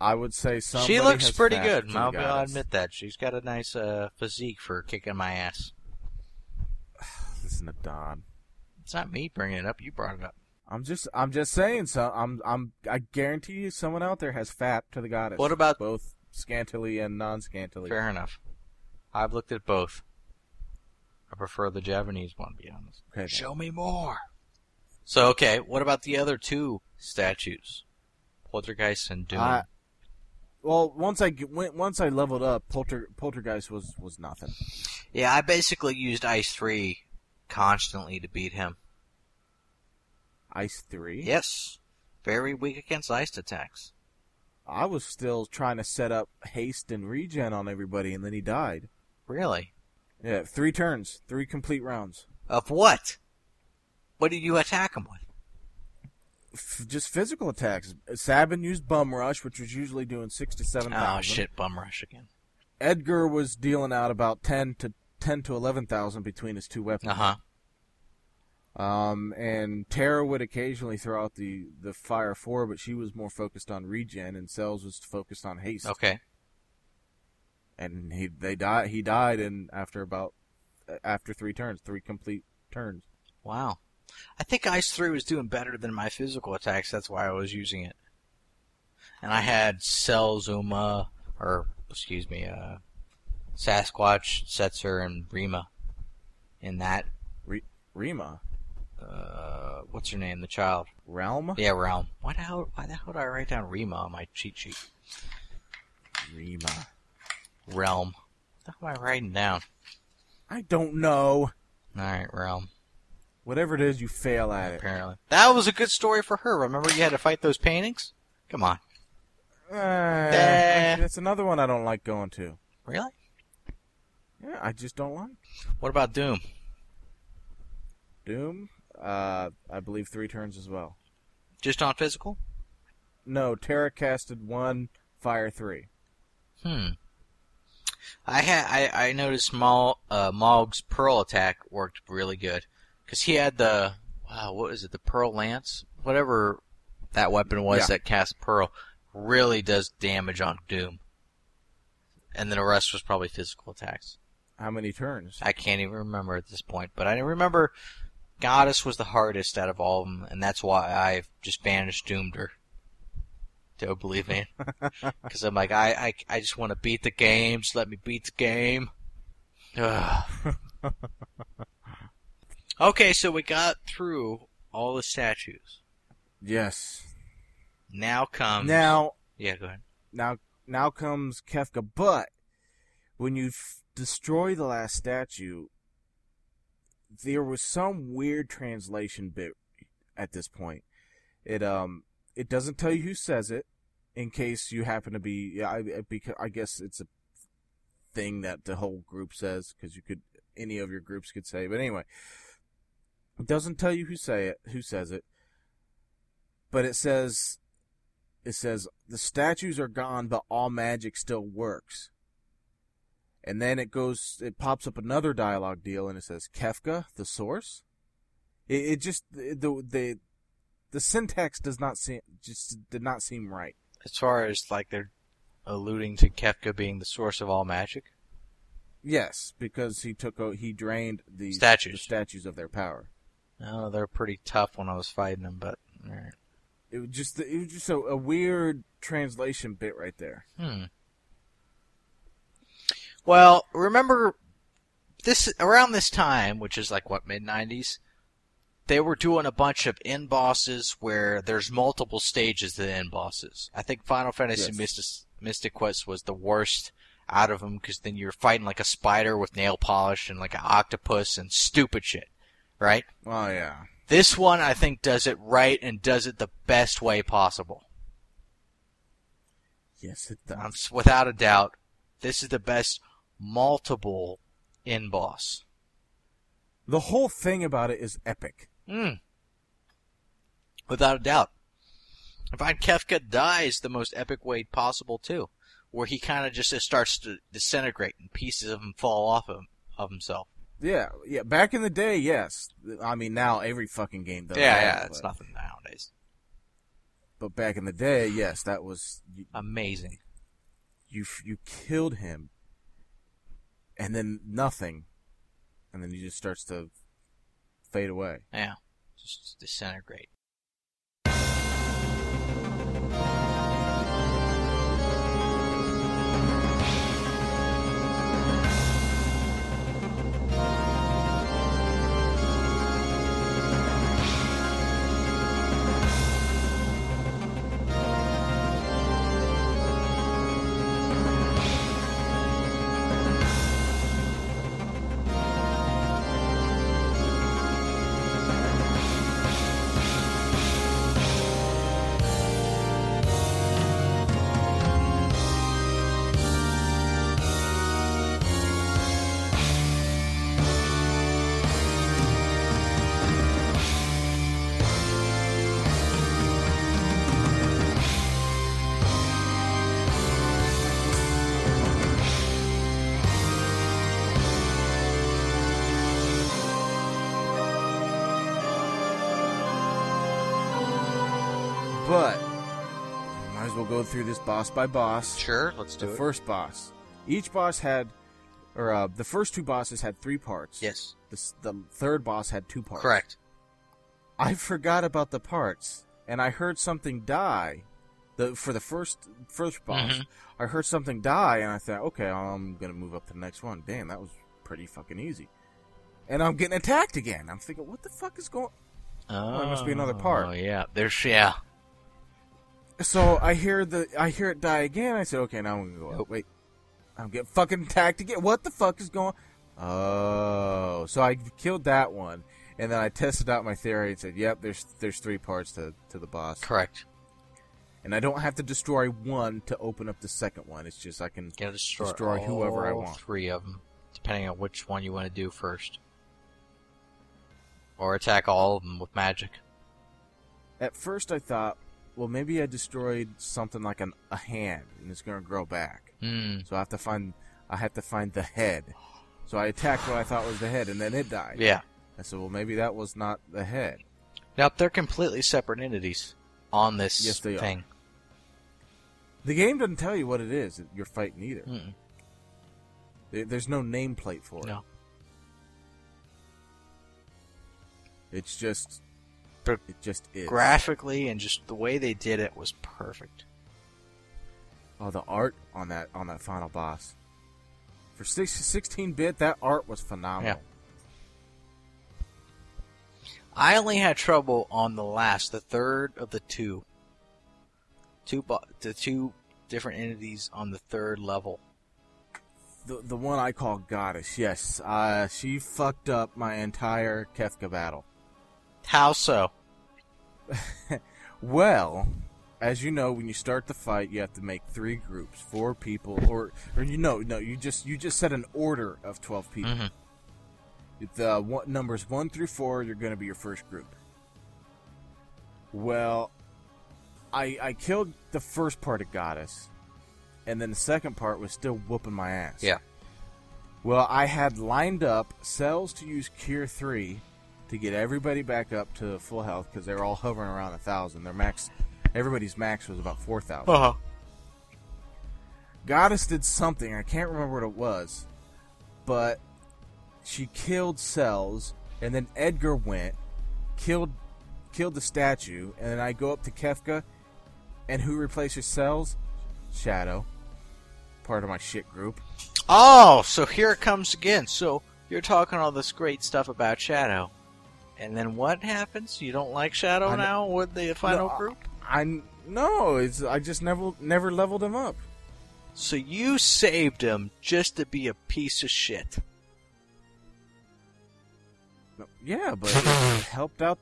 Speaker 1: I would say somebody.
Speaker 2: she looks
Speaker 1: has
Speaker 2: pretty
Speaker 1: fapped
Speaker 2: good
Speaker 1: to the
Speaker 2: I'll, be- I'll
Speaker 1: goddess.
Speaker 2: admit that she's got a nice uh, physique for kicking my ass
Speaker 1: Listen to Don.
Speaker 2: it's not me bringing it up you brought it up
Speaker 1: I'm just, I'm just saying. So I'm, I'm, I guarantee you, someone out there has fapped to the goddess.
Speaker 2: What about-
Speaker 1: both scantily and non-scantily?
Speaker 2: fair enough I've looked at both I prefer the Japanese one to be honest
Speaker 1: Okay.
Speaker 2: show me more so okay what about the other two statues Poltergeist and Doom
Speaker 1: I- Well, once I get- went, once I leveled up, Polter, Poltergeist was was nothing.
Speaker 2: Yeah, I basically used Ice 3 constantly to beat him.
Speaker 1: Ice three.
Speaker 2: Yes. Very weak against ice attacks.
Speaker 1: I was still trying to set up haste and regen on everybody, and then he died.
Speaker 2: Really?
Speaker 1: Yeah, three turns, three complete rounds.
Speaker 2: Of what? What did you attack him with?
Speaker 1: F- just physical attacks. Sabin used bum rush, which was usually doing six to seven.
Speaker 2: Oh,
Speaker 1: thousand.
Speaker 2: shit, bum rush again.
Speaker 1: Edgar was dealing out about ten to ten to eleven thousand between his two weapons.
Speaker 2: Uh huh.
Speaker 1: Um, and Tara would occasionally throw out the the fire four, but she was more focused on regen, and Cells was focused on haste.
Speaker 2: Okay.
Speaker 1: And he they died. He died, in after about after three turns, three complete turns.
Speaker 2: Wow. I think Ice 3 was doing better than my physical attacks. That's why I was using it. And I had Cell Zuma, or, excuse me, uh, Sasquatch, Setzer, and Rima in that.
Speaker 1: Rima
Speaker 2: Uh, what's her name? The child.
Speaker 1: Realm.
Speaker 2: Yeah, realm. Why the hell? Why the hell did I write down Rima on my cheat sheet?
Speaker 1: Rima.
Speaker 2: Realm. What the hell am I writing down?
Speaker 1: I don't know.
Speaker 2: All right, realm.
Speaker 1: Whatever it is, you fail at it.
Speaker 2: Apparently, that was a good story for her. Remember, you had to fight those paintings. Come on,
Speaker 1: Uh,
Speaker 2: Eh.
Speaker 1: that's another one I don't like going to.
Speaker 2: really?
Speaker 1: Yeah, I just don't like
Speaker 2: What about Doom?
Speaker 1: Doom. Uh, I believe three turns as well.
Speaker 2: Just on physical?
Speaker 1: No, Terra casted one, fire three.
Speaker 2: Hmm. I had I, I noticed Maul, uh, Mog's pearl attack worked really good because he had the wow what is it the pearl lance whatever that weapon was
Speaker 1: Yeah.
Speaker 2: that cast pearl really does damage on Doom, and then the rest was probably physical attacks.
Speaker 1: How many turns?
Speaker 2: I can't even remember at this point, but I remember Goddess was the hardest out of all of them, and that's why I just banished Doomed her. Don't believe me, because I'm like I, I, I just want to beat the game. Just let me beat the game. Ugh. okay, so we got through all the statues.
Speaker 1: Yes.
Speaker 2: Now comes
Speaker 1: now,
Speaker 2: yeah, go ahead.
Speaker 1: now, now comes Kefka. But when you f- destroy the last statue, there was some weird translation bit at this point. It um, it doesn't tell you who says it, in case you happen to be. Yeah, I, I, because I guess it's a thing that the whole group says because you could any of your groups could say. But anyway, it doesn't tell you who say it, who says it, but it says. It says the statues are gone, but all magic still works. And then it goes, it pops up another dialogue deal, and it says Kefka, the source. It, it just the the the syntax does not seem just did not seem right.
Speaker 2: as far as like they're alluding to Kefka being the source of all magic.
Speaker 1: Yes, because he took o- he drained the
Speaker 2: Statues.
Speaker 1: the statues of their power.
Speaker 2: No, Oh, they're pretty tough when I was fighting them, but all right.
Speaker 1: It was just it was just a, a weird translation bit right there.
Speaker 2: Hmm. Well, remember this around this time, which is like what mid '90s, they were doing a bunch of end bosses where there's multiple stages to the end bosses. I think Final Fantasy
Speaker 1: Yes.
Speaker 2: Mystic, Mystic Quest was the worst out of them because then you're fighting like a spider with nail polish and like an octopus and stupid shit, right?
Speaker 1: Oh yeah,
Speaker 2: This one I think does it right and does it the best way possible.
Speaker 1: yes it does.
Speaker 2: I'm, s- without a doubt, this is the best multiple in boss.
Speaker 1: The whole thing about it is epic.
Speaker 2: Mm. Without a doubt. I find Kefka dies the most epic way possible too, where he kind of just starts to disintegrate and pieces of him fall off him, of himself.
Speaker 1: Yeah, yeah. Back in the day, yes. I mean, now every fucking game does. that,
Speaker 2: it's
Speaker 1: but,
Speaker 2: nothing nowadays.
Speaker 1: But back in the day, yes, that was you.
Speaker 2: Amazing.
Speaker 1: You, f- you killed him, and then nothing, and then he just starts to fade away.
Speaker 2: Yeah, just disintegrate.
Speaker 1: But might as well go through this boss by boss.
Speaker 2: Sure, let's
Speaker 1: the first boss. Each boss had, or uh, the first two bosses had three parts.
Speaker 2: Yes,
Speaker 1: The, s- the third boss had two parts.
Speaker 2: correct.
Speaker 1: I forgot about the parts, and I heard something die. The for the first first boss,
Speaker 2: Mhm.
Speaker 1: I heard something die, and I thought, okay, I'm gonna move up to the next one. Damn, that was pretty fucking easy. And I'm getting attacked again. I'm thinking, what the fuck is going?
Speaker 2: Oh,
Speaker 1: there must be another part.
Speaker 2: Oh yeah, there's yeah.
Speaker 1: So I hear the I hear it die again. I said, okay, now I'm gonna go up.
Speaker 2: Nope.
Speaker 1: Wait, I'm getting fucking attacked again. What the fuck is going? Oh, so I killed that one, and then I tested out my theory and said, yep, there's there's three parts to to the boss,
Speaker 2: Correct.
Speaker 1: and I don't have to destroy one to open up the second one. It's just I can.
Speaker 2: Gonna destroy,
Speaker 1: Destroy whoever I
Speaker 2: all
Speaker 1: want.
Speaker 2: Three of them, depending on which one you want to do first, or attack all of them with magic.
Speaker 1: At first, I thought, well, maybe I destroyed something like an, a hand, and it's gonna grow back.
Speaker 2: Hmm.
Speaker 1: So I have to find I have to find the head. So I attacked what I thought was the head, and then it died.
Speaker 2: Yeah.
Speaker 1: I said, well, maybe that was not the head.
Speaker 2: Now they're completely separate entities on this
Speaker 1: Yes, they are.
Speaker 2: thing.
Speaker 1: The game doesn't tell you what it is that you're fighting either.
Speaker 2: Mm-mm.
Speaker 1: There- There's no nameplate for it.
Speaker 2: No.
Speaker 1: It's just.
Speaker 2: But-
Speaker 1: it just is.
Speaker 2: Graphically and just the way they did it was perfect.
Speaker 1: oh, the art on that on that final boss. For six, 16 bit, that art was phenomenal.
Speaker 2: I only had trouble on the last, the third of the two. Two, bo- the two different entities on the third level.
Speaker 1: The, the one I call Goddess, yes. Uh, she fucked up my entire Kefka battle.
Speaker 2: How so?
Speaker 1: Well, as you know, when you start the fight, you have to make three groups, four people, or or you know, no, you just you just set an order of twelve people.
Speaker 2: Mhm.
Speaker 1: The uh, one, numbers one through four, you're going to be your first group. Well, I I killed the first part of Goddess, and then the second part was still whooping my ass.
Speaker 2: Yeah.
Speaker 1: Well, I had lined up cells to use Cure Three to get everybody back up to full health because they're all hovering around a thousand. Their max Everybody's max was about four thousand.
Speaker 2: Uh huh.
Speaker 1: Goddess did something. I can't remember what it was, but she killed Cells, and then Edgar went, killed, killed the statue, and then I go up to Kefka, and who replaces Cells? Shadow, part of my shit group.
Speaker 2: Oh, so here it comes again. So you're talking all this great stuff about Shadow, and then what happens? You don't like Shadow
Speaker 1: I kn-
Speaker 2: now with the final
Speaker 1: No, I-
Speaker 2: group?
Speaker 1: I no, it's I just never never leveled him up.
Speaker 2: So you saved him just to be a piece of shit.
Speaker 1: No, yeah, but it helped out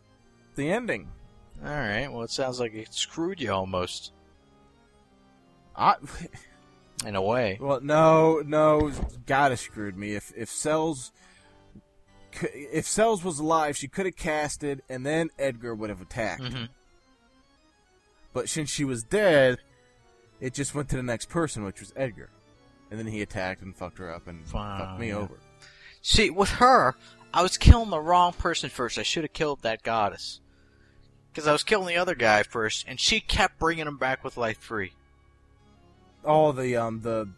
Speaker 1: the ending.
Speaker 2: All right. Well, it sounds like it screwed you almost
Speaker 1: I
Speaker 2: in a way.
Speaker 1: Well, no, no, Goddess screwed me. If if Cells, cou- if Cells was alive, she could have casted, and then Edgar would have attacked.
Speaker 2: Mhm.
Speaker 1: But since she was dead, it just went to the next person, which was Edgar, and then he attacked and fucked her up and
Speaker 2: Wow,
Speaker 1: fucked me
Speaker 2: yeah.
Speaker 1: over.
Speaker 2: See, with her, I was killing the wrong person first. I should have killed that goddess. Because I was killing the other guy first, and she kept bringing him back with life free.
Speaker 1: All the um the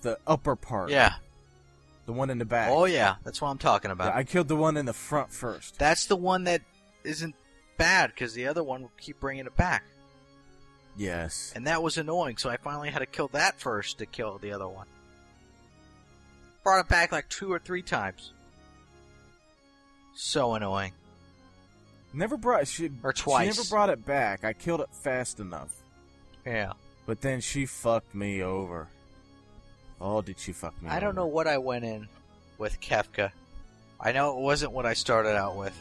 Speaker 1: the upper part,
Speaker 2: Yeah.
Speaker 1: the one in the back.
Speaker 2: Oh, yeah. That's what I'm talking about.
Speaker 1: I killed the one in the front first.
Speaker 2: That's the one that isn't bad, because the other one will keep bringing it back.
Speaker 1: Yes,
Speaker 2: And that was annoying, so I finally had to kill that first to kill the other one. Brought it back like two or three times. So annoying.
Speaker 1: never brought she
Speaker 2: Or twice.
Speaker 1: She never brought it back. I killed it fast enough.
Speaker 2: Yeah.
Speaker 1: But then she fucked me over. Oh, did she fuck me
Speaker 2: I don't know
Speaker 1: over.
Speaker 2: what I went in with Kefka. I know it wasn't what I started out with.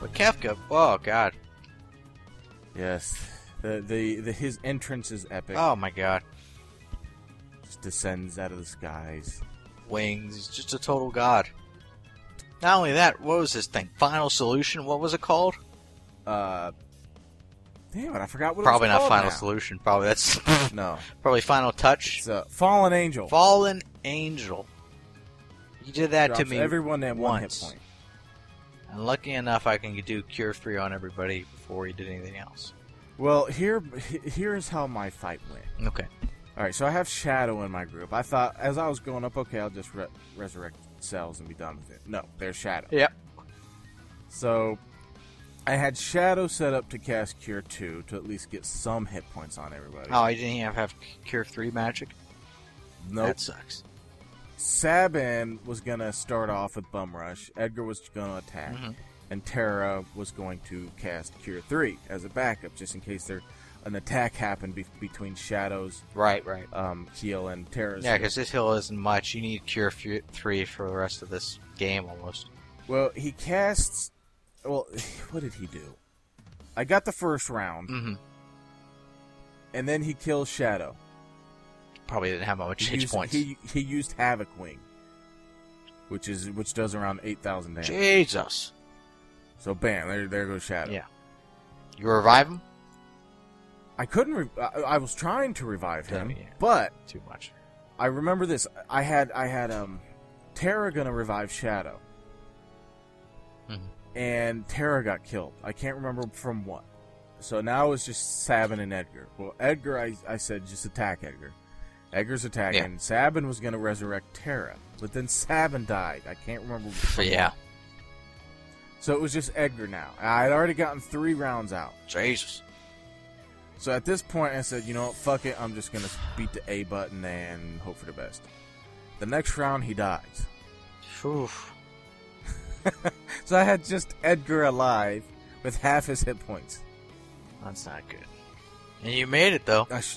Speaker 2: But Kefka, oh god.
Speaker 1: Yes. The, the, the his entrance is epic.
Speaker 2: Oh my god.
Speaker 1: Just descends out of the skies.
Speaker 2: Wings, he's just a total god. Not only that, what was this thing? Final Solution, what was it called?
Speaker 1: Uh, damn it! I forgot what.
Speaker 2: Probably
Speaker 1: it was
Speaker 2: not
Speaker 1: called
Speaker 2: Final
Speaker 1: now.
Speaker 2: Solution. Probably that's
Speaker 1: No,
Speaker 2: probably Final Touch.
Speaker 1: it's uh, Fallen Angel.
Speaker 2: Fallen Angel. You did that to
Speaker 1: Drops
Speaker 2: me.
Speaker 1: Everyone at one hit
Speaker 2: once.
Speaker 1: point.
Speaker 2: And lucky enough, I can do Cure Free on everybody before he did anything else.
Speaker 1: Well, here he- here's how my fight went.
Speaker 2: Okay.
Speaker 1: All right, so I have Shadow in my group. I thought as I was going up, okay, I'll just re- resurrect cells and be done with it. No, there's Shadow.
Speaker 2: Yep.
Speaker 1: So I had Shadow set up to cast Cure 2 to at least get some hit points on everybody.
Speaker 2: Oh, I didn't even have Cure Three magic.
Speaker 1: nope.
Speaker 2: That sucks.
Speaker 1: Sabin was going to start off with Bum Rush, Edgar was going to attack,
Speaker 2: Mhm.
Speaker 1: and Terra was going to cast Cure 3 as a backup just in case there an attack happened be- between Shadow's
Speaker 2: Right, right.
Speaker 1: um, heal and Terra's.
Speaker 2: Yeah,
Speaker 1: heal.
Speaker 2: because this hill isn't much. You need Cure Fu- Three for the rest of this game almost.
Speaker 1: Well, he casts. Well, what did he do? I got the first round,
Speaker 2: Mm-hmm.
Speaker 1: and then he kills Shadow.
Speaker 2: Probably didn't have much
Speaker 1: He
Speaker 2: hit
Speaker 1: used,
Speaker 2: points.
Speaker 1: he, he used Havoc Wing, which is which does around eight thousand damage.
Speaker 2: Jesus.
Speaker 1: So bam, there there goes Shadow.
Speaker 2: Yeah. You revive him?
Speaker 1: I couldn't. Re- I, I was trying to revive him,
Speaker 2: Yeah, yeah.
Speaker 1: but
Speaker 2: Too much.
Speaker 1: I remember this. I had I had um, Terra gonna revive Shadow,
Speaker 2: Mhm. Mm-hmm.
Speaker 1: and Terra got killed. I can't remember from what. So now it's just Sabin and Edgar. Well, Edgar, I, I said just attack Edgar. Edgar's attacking. Sabin was going to resurrect Terra, but then Sabin died. I can't remember. from
Speaker 2: yeah.
Speaker 1: So it was just Edgar now. I had already gotten three rounds out.
Speaker 2: Jesus.
Speaker 1: So at this point, I said, you know what, fuck it. I'm just going to beat the A button and hope for the best. The next round, he dies.
Speaker 2: Oof.
Speaker 1: So I had just Edgar alive with half his hit points.
Speaker 2: That's not good. And you made it though.
Speaker 1: I, sh-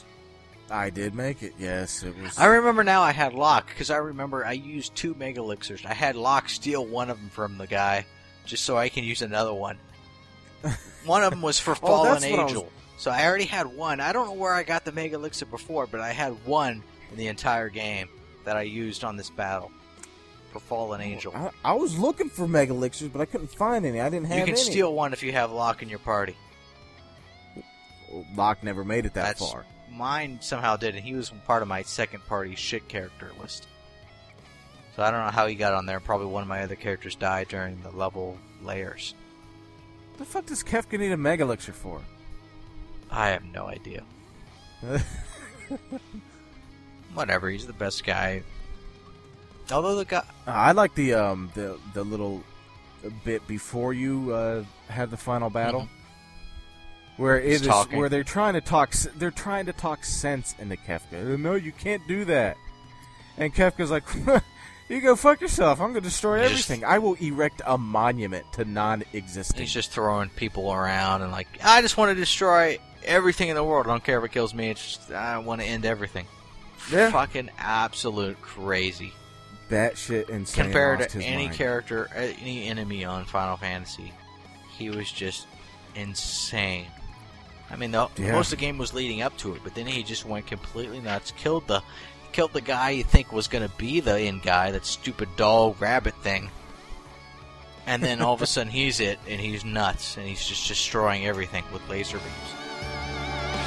Speaker 1: I did make it. Yes, it was.
Speaker 2: I remember now. I had Locke because I remember I used two Mega Elixirs. I had Locke steal one of them from the guy just so I can use another one. one of them was for Fallen
Speaker 1: Oh, that's what I was-
Speaker 2: Angel, so I already had one. I don't know where I got the Mega Elixir before, but I had one in the entire game that I used on this battle for Fallen Angel.
Speaker 1: Oh, I, I was looking for mega elixirs, but I couldn't find any. I didn't have
Speaker 2: You can
Speaker 1: any.
Speaker 2: steal one if you have Locke in your party.
Speaker 1: Locke never made it that
Speaker 2: That's-
Speaker 1: far.
Speaker 2: Mine somehow did, and he was part of my second party shit character list. So I don't know how he got on there. Probably one of my other characters died during the level layers.
Speaker 1: What the fuck does Kefka need a mega elixir for?
Speaker 2: I have no idea. Whatever, he's the best guy. Although the guy.
Speaker 1: Uh, I like the um the the little bit before you uh, have the final battle, where it
Speaker 2: He's
Speaker 1: is
Speaker 2: Mm-hmm. talking.
Speaker 1: where they're trying to talk s- they're trying to talk sense into Kefka. Uh, No, you can't do that. And Kefka's like, "You go fuck yourself. I'm gonna destroy
Speaker 2: Just-
Speaker 1: everything. I will erect a monument to non-existence."
Speaker 2: He's just throwing people around and like, I just want to destroy everything in the world. I don't care if it kills me. It's just, I want to end everything.
Speaker 1: Yeah.
Speaker 2: Fucking absolute crazy.
Speaker 1: That shit insane.
Speaker 2: Compared
Speaker 1: lost
Speaker 2: to
Speaker 1: his
Speaker 2: any
Speaker 1: mind.
Speaker 2: character, uh, any enemy on Final Fantasy, he was just insane. I mean, the,
Speaker 1: Yeah.
Speaker 2: most of the game was leading up to it, but then he just went completely nuts. Killed the, killed the guy you think was going to be the end guy, that stupid doll rabbit thing. And then all of a sudden he's it, and he's nuts, and he's just destroying everything with laser beams.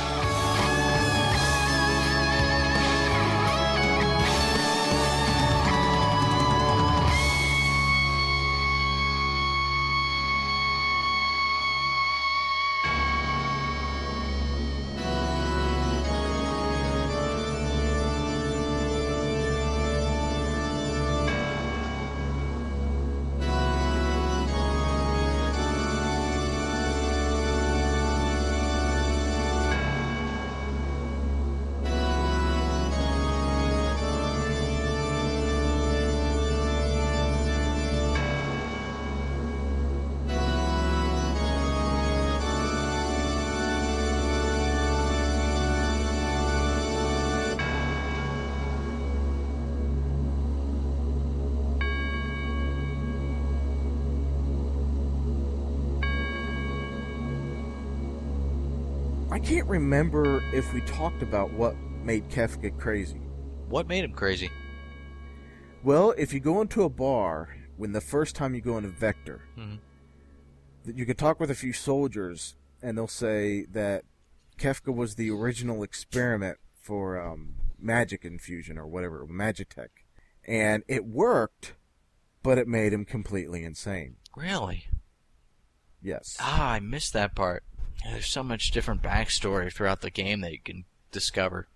Speaker 1: I can't remember if we talked about what made Kefka crazy.
Speaker 2: What made him crazy?
Speaker 1: Well, if you go into a bar when the first time you go into Vector,
Speaker 2: Mhm.
Speaker 1: that you can talk with a few soldiers, and they'll say that Kefka was the original experiment for um, magic infusion or whatever, magitech, and it worked, but it made him completely insane.
Speaker 2: Really?
Speaker 1: Yes.
Speaker 2: Ah, I missed that part. Yeah, There's so much different backstory throughout the game that you can discover.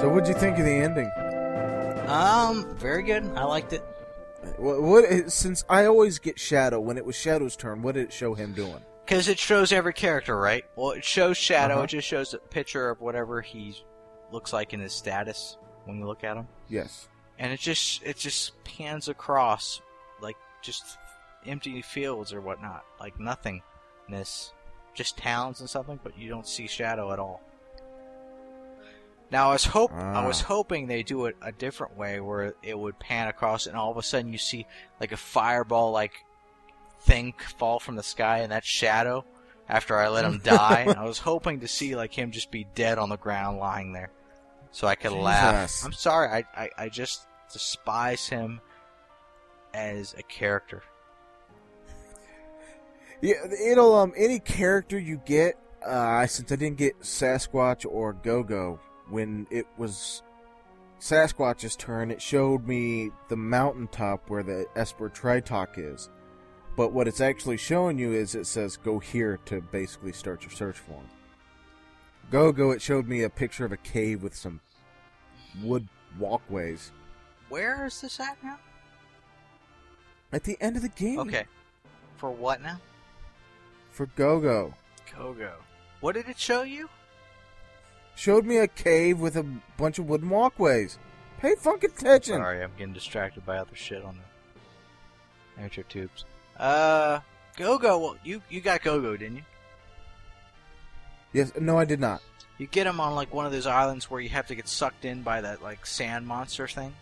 Speaker 1: So, what'd you think of the ending?
Speaker 2: Um, very good. I liked it.
Speaker 1: What, what? Since I always get Shadow when it was Shadow's turn, what did it show him doing?
Speaker 2: Because it shows every character, right? Well, it shows Shadow.
Speaker 1: Uh-huh.
Speaker 2: It just shows a picture of whatever he looks like in his status when you look at him,
Speaker 1: Yes.
Speaker 2: and it just it just pans across like just empty fields or whatnot, like nothingness, just towns and something, but you don't see Shadow at all. Now I was hope I was
Speaker 1: Ah.
Speaker 2: hoping they do it a different way where it would pan across and all of a sudden you see like a fireball like thing fall from the sky and that shadow after I let him die. And I was hoping to see like him just be dead on the ground lying there. So I could laugh.
Speaker 1: Jesus.
Speaker 2: I'm sorry, I, I, I just despise him as a character.
Speaker 1: Yeah, it'll um any character you get. Uh, since I didn't get Sasquatch or Go-Go when it was Sasquatch's turn, it showed me the mountaintop where the Esper Tritok is. But what it's actually showing you is it says go here to basically start your search for him. Go-Go, it showed me a picture of a cave with some wood walkways
Speaker 2: Where is this at now?
Speaker 1: at the end of the game.
Speaker 2: Okay. For what now?
Speaker 1: For Go-Go.
Speaker 2: Kogo. What did it show you?
Speaker 1: showed me a cave with a bunch of wooden walkways. Pay fucking attention.
Speaker 2: Sorry, I'm getting distracted by other shit on the amateur tubes. Uh, Gogo, well, you you got Gogo, didn't you?
Speaker 1: Yes, no, I did not.
Speaker 2: You get him on like one of those islands where you have to get sucked in by that like sand monster thing,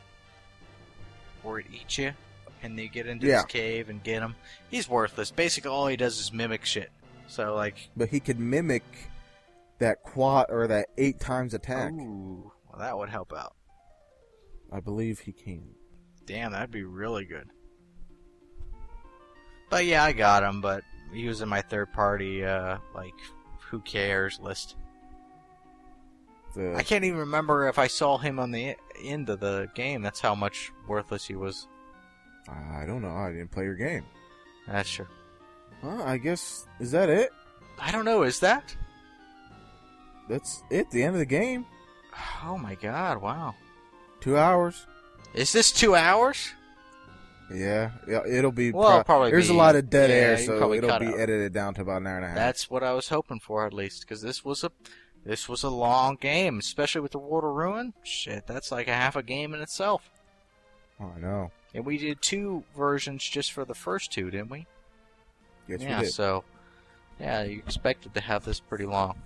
Speaker 2: where it eats you, and you get into
Speaker 1: Yeah.
Speaker 2: this cave and get him. He's worthless. Basically, all he does is mimic shit. So like,
Speaker 1: But he could mimic that quad or that eight times attack.
Speaker 2: ooh, well, that would help out.
Speaker 1: I believe he can.
Speaker 2: Damn, that'd be really good. But yeah, I got him, but he was in my third party, uh, like, who cares list.
Speaker 1: The,
Speaker 2: I can't even remember if I saw him on the e- end of the game. That's how much worthless he was.
Speaker 1: I don't know. I didn't play your game.
Speaker 2: That's true.
Speaker 1: Well, I guess is that it?
Speaker 2: I don't know, is that?
Speaker 1: That's it. The end of the game.
Speaker 2: Oh my god, wow.
Speaker 1: Two hours.
Speaker 2: Is this two hours?
Speaker 1: Yeah, yeah, it'll be.
Speaker 2: Well, it'll probably
Speaker 1: There's
Speaker 2: be-
Speaker 1: a lot of dead
Speaker 2: yeah,
Speaker 1: air,
Speaker 2: you can
Speaker 1: so
Speaker 2: probably
Speaker 1: it'll
Speaker 2: cut
Speaker 1: be
Speaker 2: out.
Speaker 1: edited down to about an hour and a half.
Speaker 2: That's what I was hoping for, at least, because this was a this was a long game, especially with the Water Ruin. Shit, that's like a half a game in itself.
Speaker 1: oh, I know.
Speaker 2: And we did two versions just for the first two, didn't we?
Speaker 1: Yes,
Speaker 2: yeah,
Speaker 1: we did.
Speaker 2: so yeah, you expected to have this pretty long.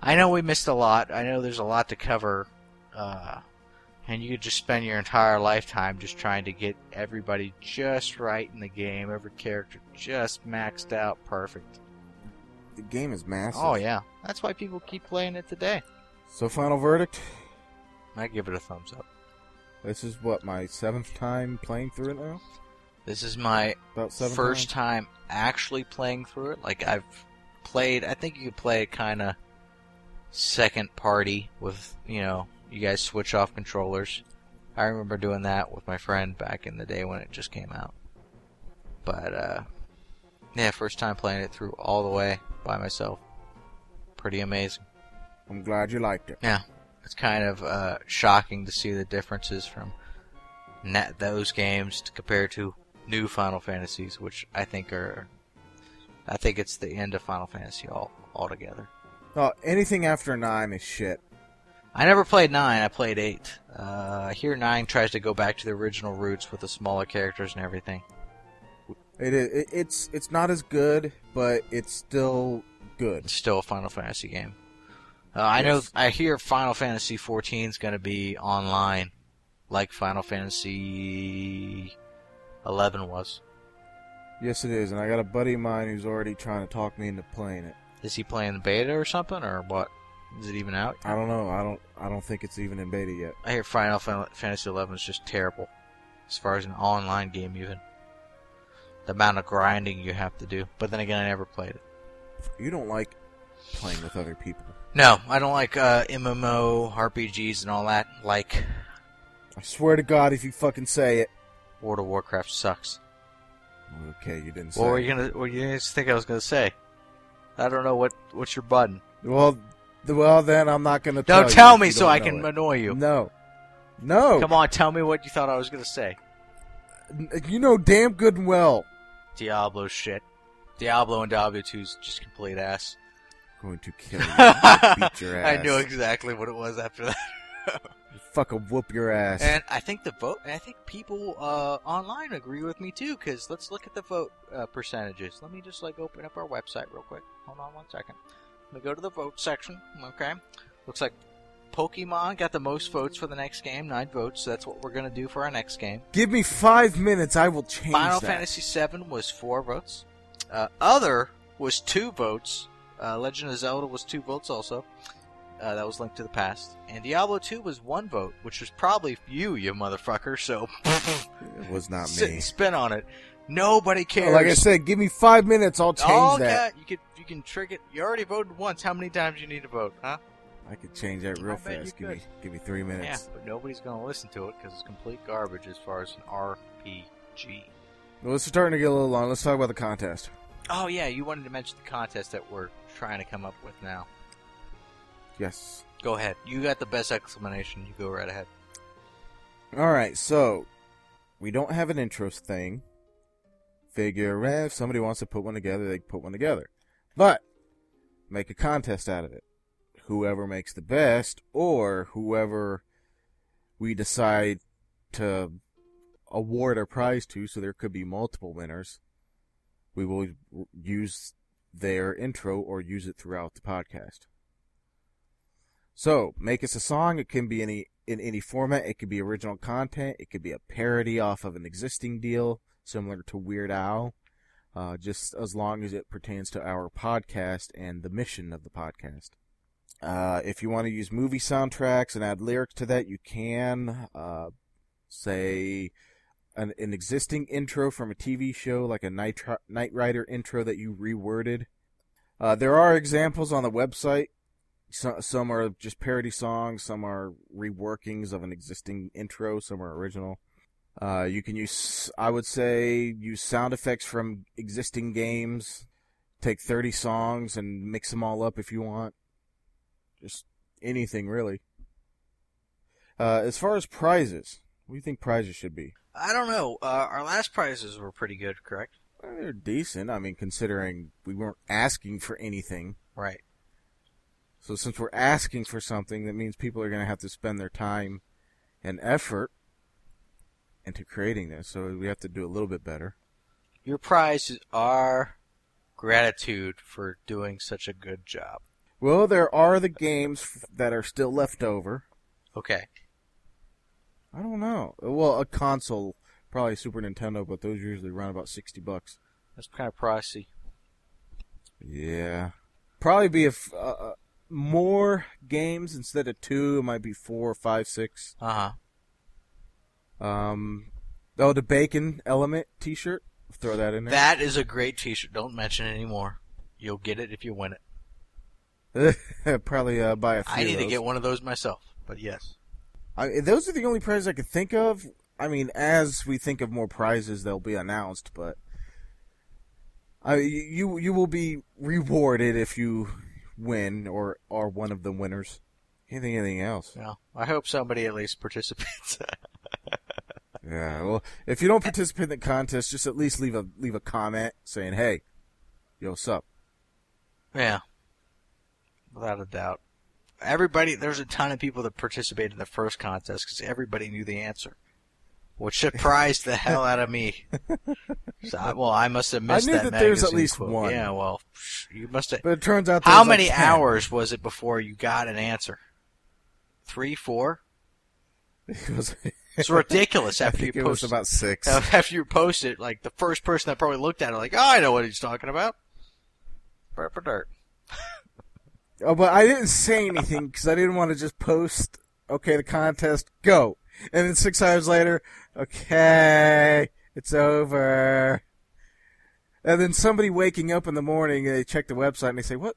Speaker 2: I know we missed a lot. I know there's a lot to cover, uh, and you could just spend your entire lifetime just trying to get everybody just right in the game, every character just maxed out perfect.
Speaker 1: The game is massive.
Speaker 2: Oh yeah, that's why people keep playing it today.
Speaker 1: So, final verdict.
Speaker 2: I give it a thumbs up.
Speaker 1: This is what my seventh time playing through it now.
Speaker 2: This is my
Speaker 1: About seven.
Speaker 2: first
Speaker 1: times?
Speaker 2: time actually playing through it. Like I've played, I think you could play kind of second party with you know you guys switch off controllers. I remember doing that with my friend back in the day when it just came out. But uh, yeah, first time playing it through all the way by myself. Pretty amazing.
Speaker 1: I'm glad you liked it.
Speaker 2: Yeah, it's kind of uh, shocking to see the differences from na those games to compare to new Final Fantasies, which I think are, I think it's the end of Final Fantasy all altogether.
Speaker 1: Oh, anything after nine is shit.
Speaker 2: I never played nine. I played eight. Uh, I hear nine tries to go back to the original roots with the smaller characters and everything.
Speaker 1: It is. It, it's it's not as good, but it's still good.
Speaker 2: It's still a Final Fantasy game. Uh, I know.
Speaker 1: Yes.
Speaker 2: I hear Final Fantasy 14 is going to be online, like Final Fantasy 11 was.
Speaker 1: Yes, it is. And I got a buddy of mine who's already trying to talk me into playing it.
Speaker 2: Is he playing the beta or something, or what? Is it even out?
Speaker 1: I don't know. I don't. I don't think it's even in beta yet.
Speaker 2: I hear Final Fan- Fantasy Eleven is just terrible, as far as an online game even. The amount of grinding you have to do. But then again, I never played it.
Speaker 1: You don't like playing with other people.
Speaker 2: No, I don't like uh, MMO RPGs and all that. Like
Speaker 1: I swear to God, if you fucking say it.
Speaker 2: World of Warcraft sucks.
Speaker 1: Okay, you didn't say.
Speaker 2: What were
Speaker 1: it.
Speaker 2: you gonna? What you guys think I was gonna say? I don't know what. What's your button?
Speaker 1: Well, th- well then I'm not gonna.
Speaker 2: Don't
Speaker 1: tell,
Speaker 2: tell
Speaker 1: you if
Speaker 2: me
Speaker 1: you
Speaker 2: so
Speaker 1: don't
Speaker 2: I
Speaker 1: know
Speaker 2: can
Speaker 1: it.
Speaker 2: annoy you.
Speaker 1: No. No.
Speaker 2: Come on, tell me what you thought I was gonna say.
Speaker 1: You know damn good and well.
Speaker 2: Diablo shit. Diablo and Diablo 2 is just complete ass.
Speaker 1: Going to kill you. beat your ass.
Speaker 2: I knew exactly what it was after that.
Speaker 1: Fucking whoop your ass.
Speaker 2: And I think the vote, and I think people uh, online agree with me too. Because let's look at the vote uh, percentages. Let me just like open up our website real quick. Hold on one second. Let me go to the vote section. Okay, looks like Pokemon got the most votes for the next game, nine votes. So that's what we're gonna do for our next game.
Speaker 1: Give me five minutes. I will change
Speaker 2: Final
Speaker 1: that.
Speaker 2: Fantasy VII was four votes. Uh, other was two votes. Uh, Legend of Zelda was two votes also. Uh, that was linked to the past. And Diablo 2 was one vote, which was probably you, you motherfucker. So
Speaker 1: It was not
Speaker 2: sit
Speaker 1: me.
Speaker 2: and spin on it. Nobody cares.
Speaker 1: Like I said, give me five minutes. I'll change
Speaker 2: All
Speaker 1: that.
Speaker 2: ca- you could you can trick it. You already voted once. How many times you need to vote, huh?
Speaker 1: I could change that real
Speaker 2: I'll bet you
Speaker 1: fast. Give me, give me three
Speaker 2: Yeah,
Speaker 1: minutes.
Speaker 2: but nobody's gonna listen to it because it's complete garbage as far as an RPG.
Speaker 1: Well, it's starting to get a little long. Let's talk about the contest.
Speaker 2: Oh yeah, you wanted to mention the contest that we're trying to come up with now.
Speaker 1: Yes.
Speaker 2: Go ahead. You got the best explanation. You go right ahead.
Speaker 1: All right. So we don't have an intro thing. Figure eh, if somebody wants to put one together, they can put one together. But make a contest out of it. Whoever makes the best, or whoever we decide to award a prize to, so there could be multiple winners. We will use their intro or use it throughout the podcast. So make us a song. It can be any in any format. It could be original content. It could be a parody off of an existing deal, similar to Weird Owl. Uh, just as long as it pertains to our podcast and the mission of the podcast. Uh, if you want to use movie soundtracks and add lyrics to that, you can. Uh, say an, an existing intro from a TV show, like a Night, Tri- Knight Rider intro that you reworded. Uh, there are examples on the website so, some are just parody songs, some are reworkings of an existing intro, some are original. Uh, you can use, I would say, use sound effects from existing games. Take 30 songs and mix them all up if you want. Just anything, really. Uh, as far as prizes, what do you think prizes should be?
Speaker 2: I don't know. Uh, our last prizes were pretty good, correct?
Speaker 1: Well, they're decent. I mean, considering we weren't asking for anything.
Speaker 2: Right.
Speaker 1: So since we're asking for something, that means people are going to have to spend their time and effort into creating this. So we have to do a little bit better.
Speaker 2: Your prize is our gratitude for doing such a good job.
Speaker 1: Well, there are the games f- that are still left over.
Speaker 2: Okay.
Speaker 1: I don't know. Well, a console, probably Super Nintendo, but those usually run about 60 bucks.
Speaker 2: That's kind of pricey.
Speaker 1: Yeah. Probably be if uh, uh, more games instead of two, it might be four, five, six.
Speaker 2: Uh huh.
Speaker 1: Um, oh, the bacon element T-shirt. Throw that in there.
Speaker 2: That is a great t shirt. Don't mention it anymore. You'll get it if you win it.
Speaker 1: Probably uh, buy a few.
Speaker 2: I
Speaker 1: of
Speaker 2: need to
Speaker 1: those.
Speaker 2: get one of those myself. But yes.
Speaker 1: I, those are the only prizes I could think of. I mean, as we think of more prizes, they'll be announced. But I, you you will be rewarded if you win or are one of the winners. Anything, anything else?
Speaker 2: No. I hope somebody at least participates.
Speaker 1: Yeah. Well, if you don't participate in the contest, just at least leave a leave a comment saying, "Hey, yo, sup."
Speaker 2: yeah. Without a doubt. Everybody, there's a ton of people that participated in the first contest because everybody knew the answer, which surprised the hell out of me. So I, well, I must have missed
Speaker 1: knew
Speaker 2: that
Speaker 1: that there's at
Speaker 2: magazine
Speaker 1: least
Speaker 2: quote.
Speaker 1: one.
Speaker 2: Yeah, well, psh, you must have.
Speaker 1: But it turns out
Speaker 2: How
Speaker 1: there's like
Speaker 2: many
Speaker 1: 10.
Speaker 2: hours was it before you got an answer? Three, four?
Speaker 1: It was,
Speaker 2: It's ridiculous
Speaker 1: I
Speaker 2: after you
Speaker 1: think it was
Speaker 2: post
Speaker 1: about six.
Speaker 2: after you post it, like the first person that probably looked at it, like, oh, I know what he's talking about. Burp dirt.
Speaker 1: Oh, but I didn't say anything because I didn't want to just post, okay, the contest, go. And then six hours later, okay, it's over. And then somebody waking up in the morning, they check the website and they say, what?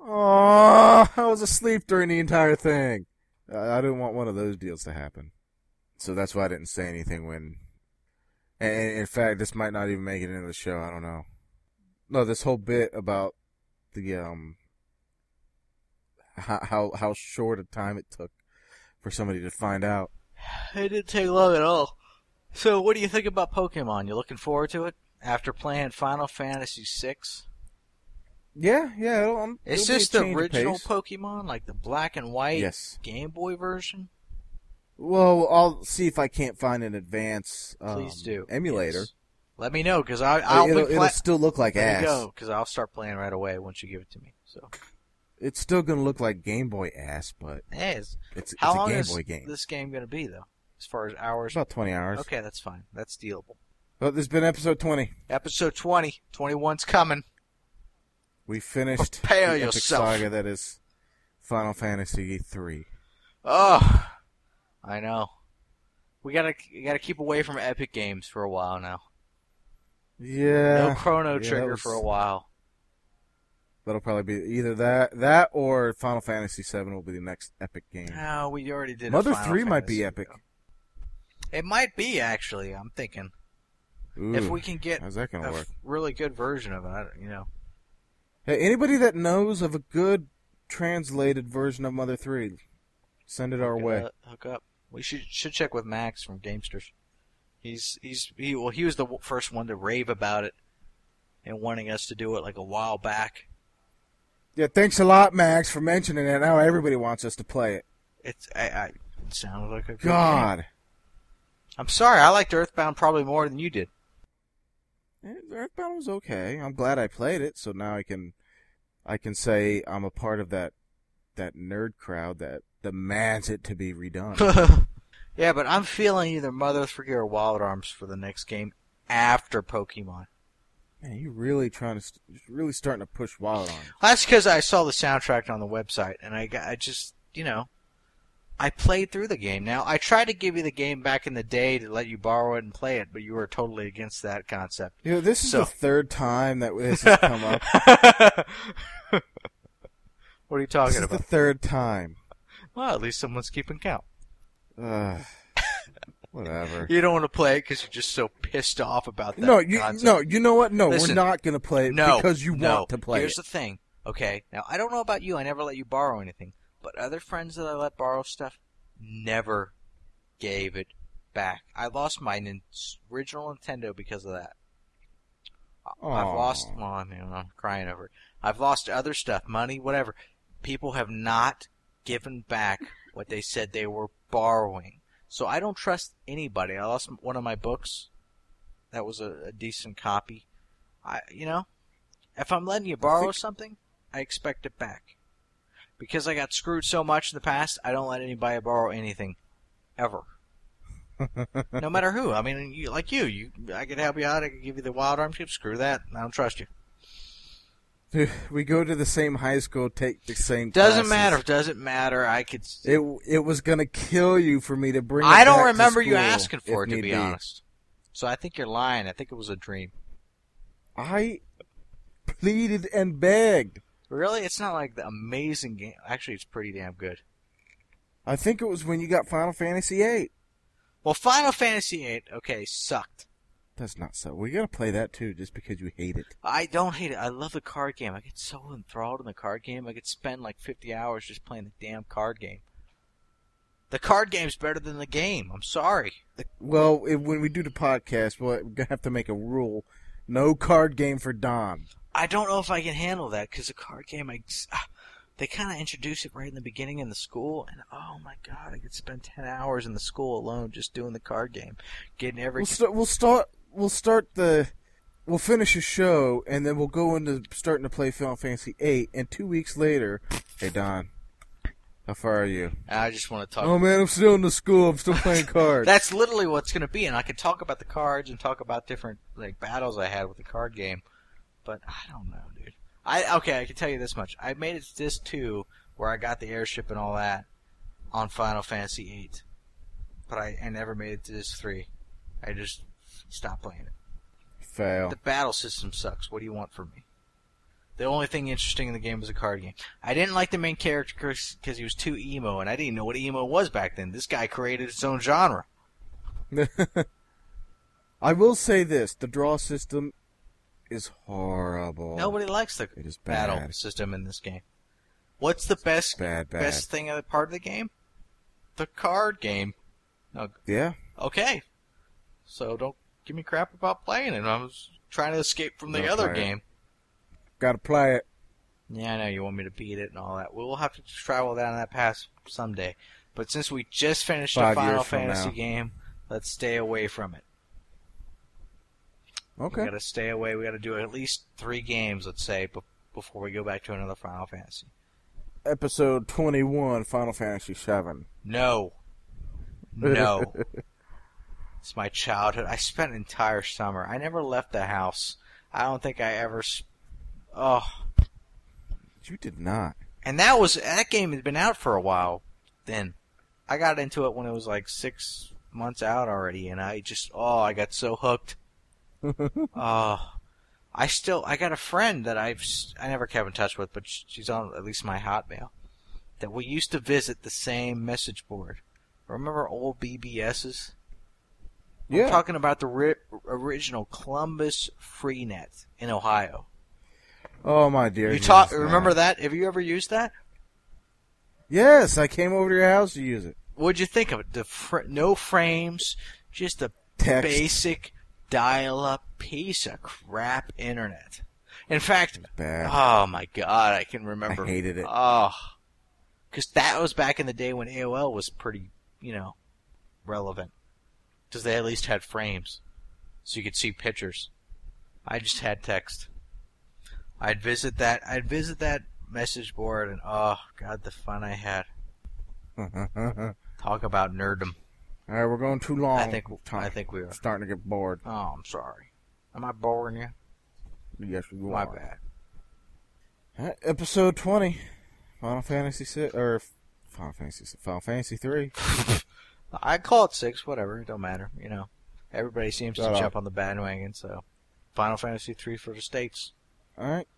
Speaker 1: Oh, I was asleep during the entire thing. Uh, I didn't want one of those deals to happen. So that's why I didn't say anything when. And in fact, this might not even make it into the show. I don't know. No, this whole bit about the um how how, how short a time it took for somebody to find out.
Speaker 2: It didn't take long at all. So, what do you think about Pokemon? You looking forward to it after playing Final Fantasy VI?
Speaker 1: Yeah, yeah. It'll, um,
Speaker 2: Is
Speaker 1: it'll be
Speaker 2: this
Speaker 1: a
Speaker 2: the
Speaker 1: change of
Speaker 2: original
Speaker 1: pace.
Speaker 2: Pokemon, like the black and white
Speaker 1: Yes.
Speaker 2: Game Boy version?
Speaker 1: Well, I'll see if I can't find an advance um,
Speaker 2: Please do
Speaker 1: emulator.
Speaker 2: Yes. Let me know because I I'll
Speaker 1: it'll,
Speaker 2: be
Speaker 1: it'll
Speaker 2: pla-
Speaker 1: still look like
Speaker 2: there
Speaker 1: ass.
Speaker 2: you go because I'll start playing right away once you give it to me. So,
Speaker 1: It's still gonna look like Game Boy ass, but
Speaker 2: hey, it's-
Speaker 1: it's,
Speaker 2: how
Speaker 1: it's a
Speaker 2: long
Speaker 1: Game
Speaker 2: is
Speaker 1: Boy game.
Speaker 2: this game going to be though? As far as
Speaker 1: It's
Speaker 2: hours?
Speaker 1: about 20 hours.
Speaker 2: Okay, that's fine. That's dealable.
Speaker 1: Well, this has been episode 20.
Speaker 2: Episode 20. 21's coming.
Speaker 1: We finished
Speaker 2: Prepare
Speaker 1: the epic
Speaker 2: yourself.
Speaker 1: saga that is Final Fantasy 3.
Speaker 2: Oh, I know. We gotta we gotta keep away from Epic Games for a while now.
Speaker 1: Yeah.
Speaker 2: no Chrono
Speaker 1: yeah, that
Speaker 2: Trigger
Speaker 1: was-
Speaker 2: for a while.
Speaker 1: That'll probably be either that that or Final Fantasy 7 will be the next epic game.
Speaker 2: No, we already did. a
Speaker 1: Mother
Speaker 2: Final
Speaker 1: 3 might be
Speaker 2: Fantasy,
Speaker 1: epic.
Speaker 2: though. It might be actually. I'm thinking
Speaker 1: Ooh,
Speaker 2: if we can get
Speaker 1: how's that going
Speaker 2: a
Speaker 1: to work?
Speaker 2: f- really good version of it, I don't, you know.
Speaker 1: Hey, anybody that knows of a good translated version of Mother 3, send it our
Speaker 2: hook it
Speaker 1: way.
Speaker 2: up- hook up. We should should check with Max from Gamesters. He's he's he well he was the w- first one to rave about it and wanting us to do it like a while back.
Speaker 1: Yeah, thanks a lot, Max, for mentioning it. Now everybody wants us to play it.
Speaker 2: It's I, I it sounded like a good game.
Speaker 1: God.
Speaker 2: I'm sorry, I liked Earthbound probably more than you did.
Speaker 1: Eh, Earthbound was okay. I'm glad I played it, so now I can, I can say I'm a part of that, that nerd crowd that demands it to be redone.
Speaker 2: yeah, but I'm feeling either Mother 3 or Wild Arms for the next game after Pokemon.
Speaker 1: Man, you really trying to, st- really starting to push wild on. it.
Speaker 2: That's because I saw the soundtrack on the website, and I, got, I just, you know, I played through the game. Now, I tried to give you the game back in the day to let you borrow it and play it, but you were totally against that concept.
Speaker 1: You know, this is
Speaker 2: So-
Speaker 1: the third time that this has come up.
Speaker 2: what are you
Speaker 1: this
Speaker 2: talking
Speaker 1: is the
Speaker 2: about?
Speaker 1: third time.
Speaker 2: Well, at least someone's keeping count.
Speaker 1: Ugh. whatever.
Speaker 2: You don't want to play it because you're just so pissed off about that
Speaker 1: No, you
Speaker 2: concept.
Speaker 1: no, you know what? No,
Speaker 2: Listen.
Speaker 1: we're not gonna play it
Speaker 2: no,
Speaker 1: because you
Speaker 2: no.
Speaker 1: want to play
Speaker 2: Here's
Speaker 1: it.
Speaker 2: the thing, okay? Now I don't know about you. I never let you borrow anything, but other friends that I let borrow stuff never gave it back. I lost my nin- original Nintendo because of that. I- I've
Speaker 1: Aw.
Speaker 2: lost. Well, I mean, I'm crying over it. I've lost other stuff, money, whatever. People have not given back what they said they were borrowing. So I don't trust anybody. I lost one of my books. That was a, a decent copy. I, you know, if I'm letting you borrow
Speaker 1: think-
Speaker 2: something, I expect it back. Because I got screwed so much in the past, I don't let anybody borrow anything, ever. no matter who. I mean, you, like you, you, I could help you out. I could give you the wild arm chip. Screw that. I don't trust you.
Speaker 1: we go to the same high school, take the same.
Speaker 2: Doesn't
Speaker 1: classes.
Speaker 2: matter. Doesn't matter. I could.
Speaker 1: It it was gonna kill you for me to bring. It
Speaker 2: I don't
Speaker 1: back to
Speaker 2: remember you
Speaker 1: school,
Speaker 2: asking for
Speaker 1: if
Speaker 2: it, to
Speaker 1: need
Speaker 2: be honest. So I think you're lying. I think it was a dream.
Speaker 1: I pleaded and begged.
Speaker 2: Really? It's not like the amazing game. Actually, it's pretty damn good.
Speaker 1: I think it was when you got Final Fantasy VIII.
Speaker 2: Well, Final Fantasy VIII, okay, sucked.
Speaker 1: That's not so. We gotta play that too, just because you hate it.
Speaker 2: I don't hate it. I love the card game. I get so enthralled in the card game. I could spend like 50 hours just playing the damn card game. The card game's better than the game. I'm sorry.
Speaker 1: Well, if, when we do the podcast, we'll, we're gonna have to make a rule: no card game for Don.
Speaker 2: I don't know if I can handle that because the card game, I, ah, they kind of introduce it right in the beginning in the school, and oh my god, I could spend ten hours in the school alone just doing the card game, getting every
Speaker 1: We'll, st- we'll start. We'll start the. We'll finish a show, and then we'll go into starting to play Final Fantasy VIII. And two weeks later, hey Don, how far are you?
Speaker 2: I just want to talk.
Speaker 1: Oh man, I'm still in the school. I'm still playing cards.
Speaker 2: That's literally what's going to be, and I could talk about the cards and talk about different like battles I had with the card game, but I don't know, dude. I okay, I can tell you this much: I made it to this two where I got the airship and all that on Final Fantasy VIII, but I, I never made it to this three. I just stopped playing it.
Speaker 1: Fail.
Speaker 2: The battle system sucks. What do you want from me? The only thing interesting in the game was a card game. I didn't like the main character because he was too emo, and I didn't know what emo was back then. This guy created his own genre.
Speaker 1: I will say this: the draw system is horrible.
Speaker 2: Nobody likes the
Speaker 1: It is bad.
Speaker 2: battle system in this game. What's the best
Speaker 1: Bad, bad.
Speaker 2: best thing of the part of the game? the card game.
Speaker 1: Yeah.
Speaker 2: Okay. So don't give me crap about playing it. I was trying to escape from the
Speaker 1: No,
Speaker 2: other
Speaker 1: fire.
Speaker 2: game.
Speaker 1: Gotta play it.
Speaker 2: Yeah, I know you want me to beat it and all that. We'll have to travel down that path someday. But since we just finished
Speaker 1: Five
Speaker 2: a Final
Speaker 1: years from
Speaker 2: Fantasy
Speaker 1: now.
Speaker 2: game, let's stay away from it. We
Speaker 1: Okay.
Speaker 2: gotta stay away. We gotta do at least three games, let's say, be- before we go back to another Final Fantasy.
Speaker 1: Episode 21, Final Fantasy VII.
Speaker 2: No. No. it's my childhood. I spent an entire summer. I never left the house. I don't think I ever. Sp- oh.
Speaker 1: You did not.
Speaker 2: And that was that game had been out for a while. Then I got into it when it was like six months out already, and I just oh I got so hooked. Oh, I still I got a friend that I've s- I never kept in touch with, but sh- she's on at least my Hotmail. That we used to visit the same message board. Remember old BBSs?
Speaker 1: Yeah.
Speaker 2: I'm talking about the ri- original Columbus Freenet in Ohio.
Speaker 1: oh, my dear.
Speaker 2: You
Speaker 1: Jesus,
Speaker 2: talk.
Speaker 1: man.
Speaker 2: Remember that? Have you ever used that?
Speaker 1: Yes, I came over to your house to use it.
Speaker 2: What'd you think of it? The fr- no frames, just a
Speaker 1: Text.
Speaker 2: basic dial-up piece of crap internet. In fact,
Speaker 1: Bad.
Speaker 2: oh my god, I can remember.
Speaker 1: I hated it.
Speaker 2: Oh, because that was back in the day when AOL was pretty, you know, relevant. Because they at least had frames, so you could see pictures. I just had text. I'd visit that. I'd visit that message board, and oh god, the fun I had. Uh,
Speaker 1: All
Speaker 2: Talk about nerddom.
Speaker 1: right, we're going too long.
Speaker 2: I think
Speaker 1: Tom.
Speaker 2: I think we are.
Speaker 1: starting to get bored.
Speaker 2: Oh, I'm sorry. Am I boring you?
Speaker 1: Yes, you
Speaker 2: My
Speaker 1: are.
Speaker 2: bad.
Speaker 1: All right, episode 20, Final Fantasy VI, or Final Fantasy, VI, Final Fantasy 3.
Speaker 2: I call it six. Whatever. It don't matter. You know, everybody seems to
Speaker 1: Shut up.
Speaker 2: jump on the bandwagon. So, Final Fantasy three for the states.
Speaker 1: All right.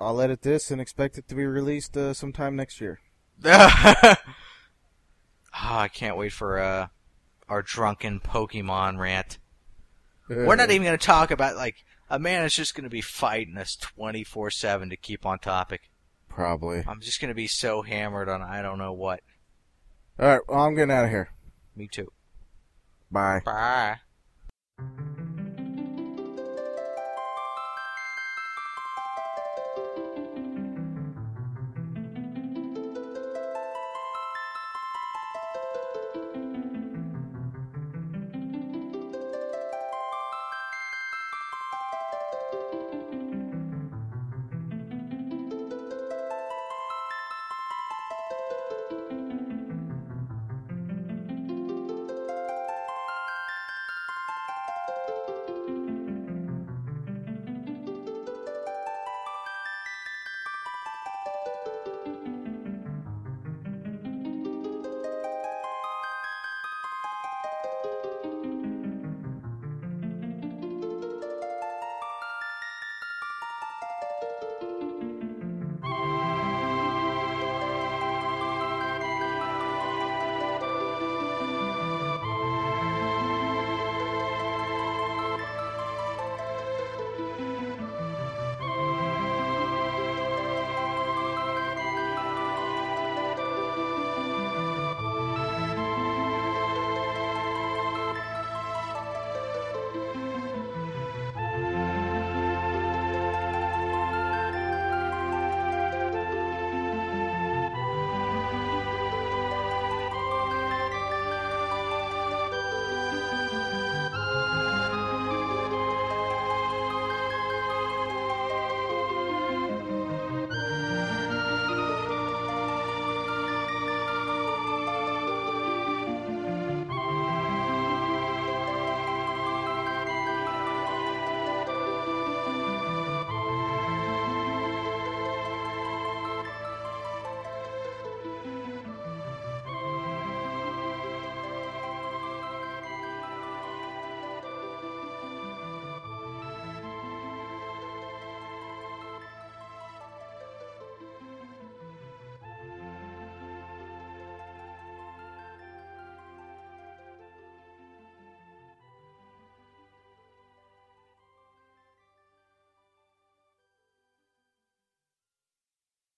Speaker 1: I'll edit this and expect it to be released uh, sometime next year.
Speaker 2: Ah, I can't wait for uh, our drunken Pokemon rant. We're not even going to talk about like a man is just going to be fighting us twenty four seven to keep on topic.
Speaker 1: Probably.
Speaker 2: I'm just going to be so hammered on I don't know what.
Speaker 1: All right, well, I'm getting out of here.
Speaker 2: Me too.
Speaker 1: Bye.
Speaker 2: Bye.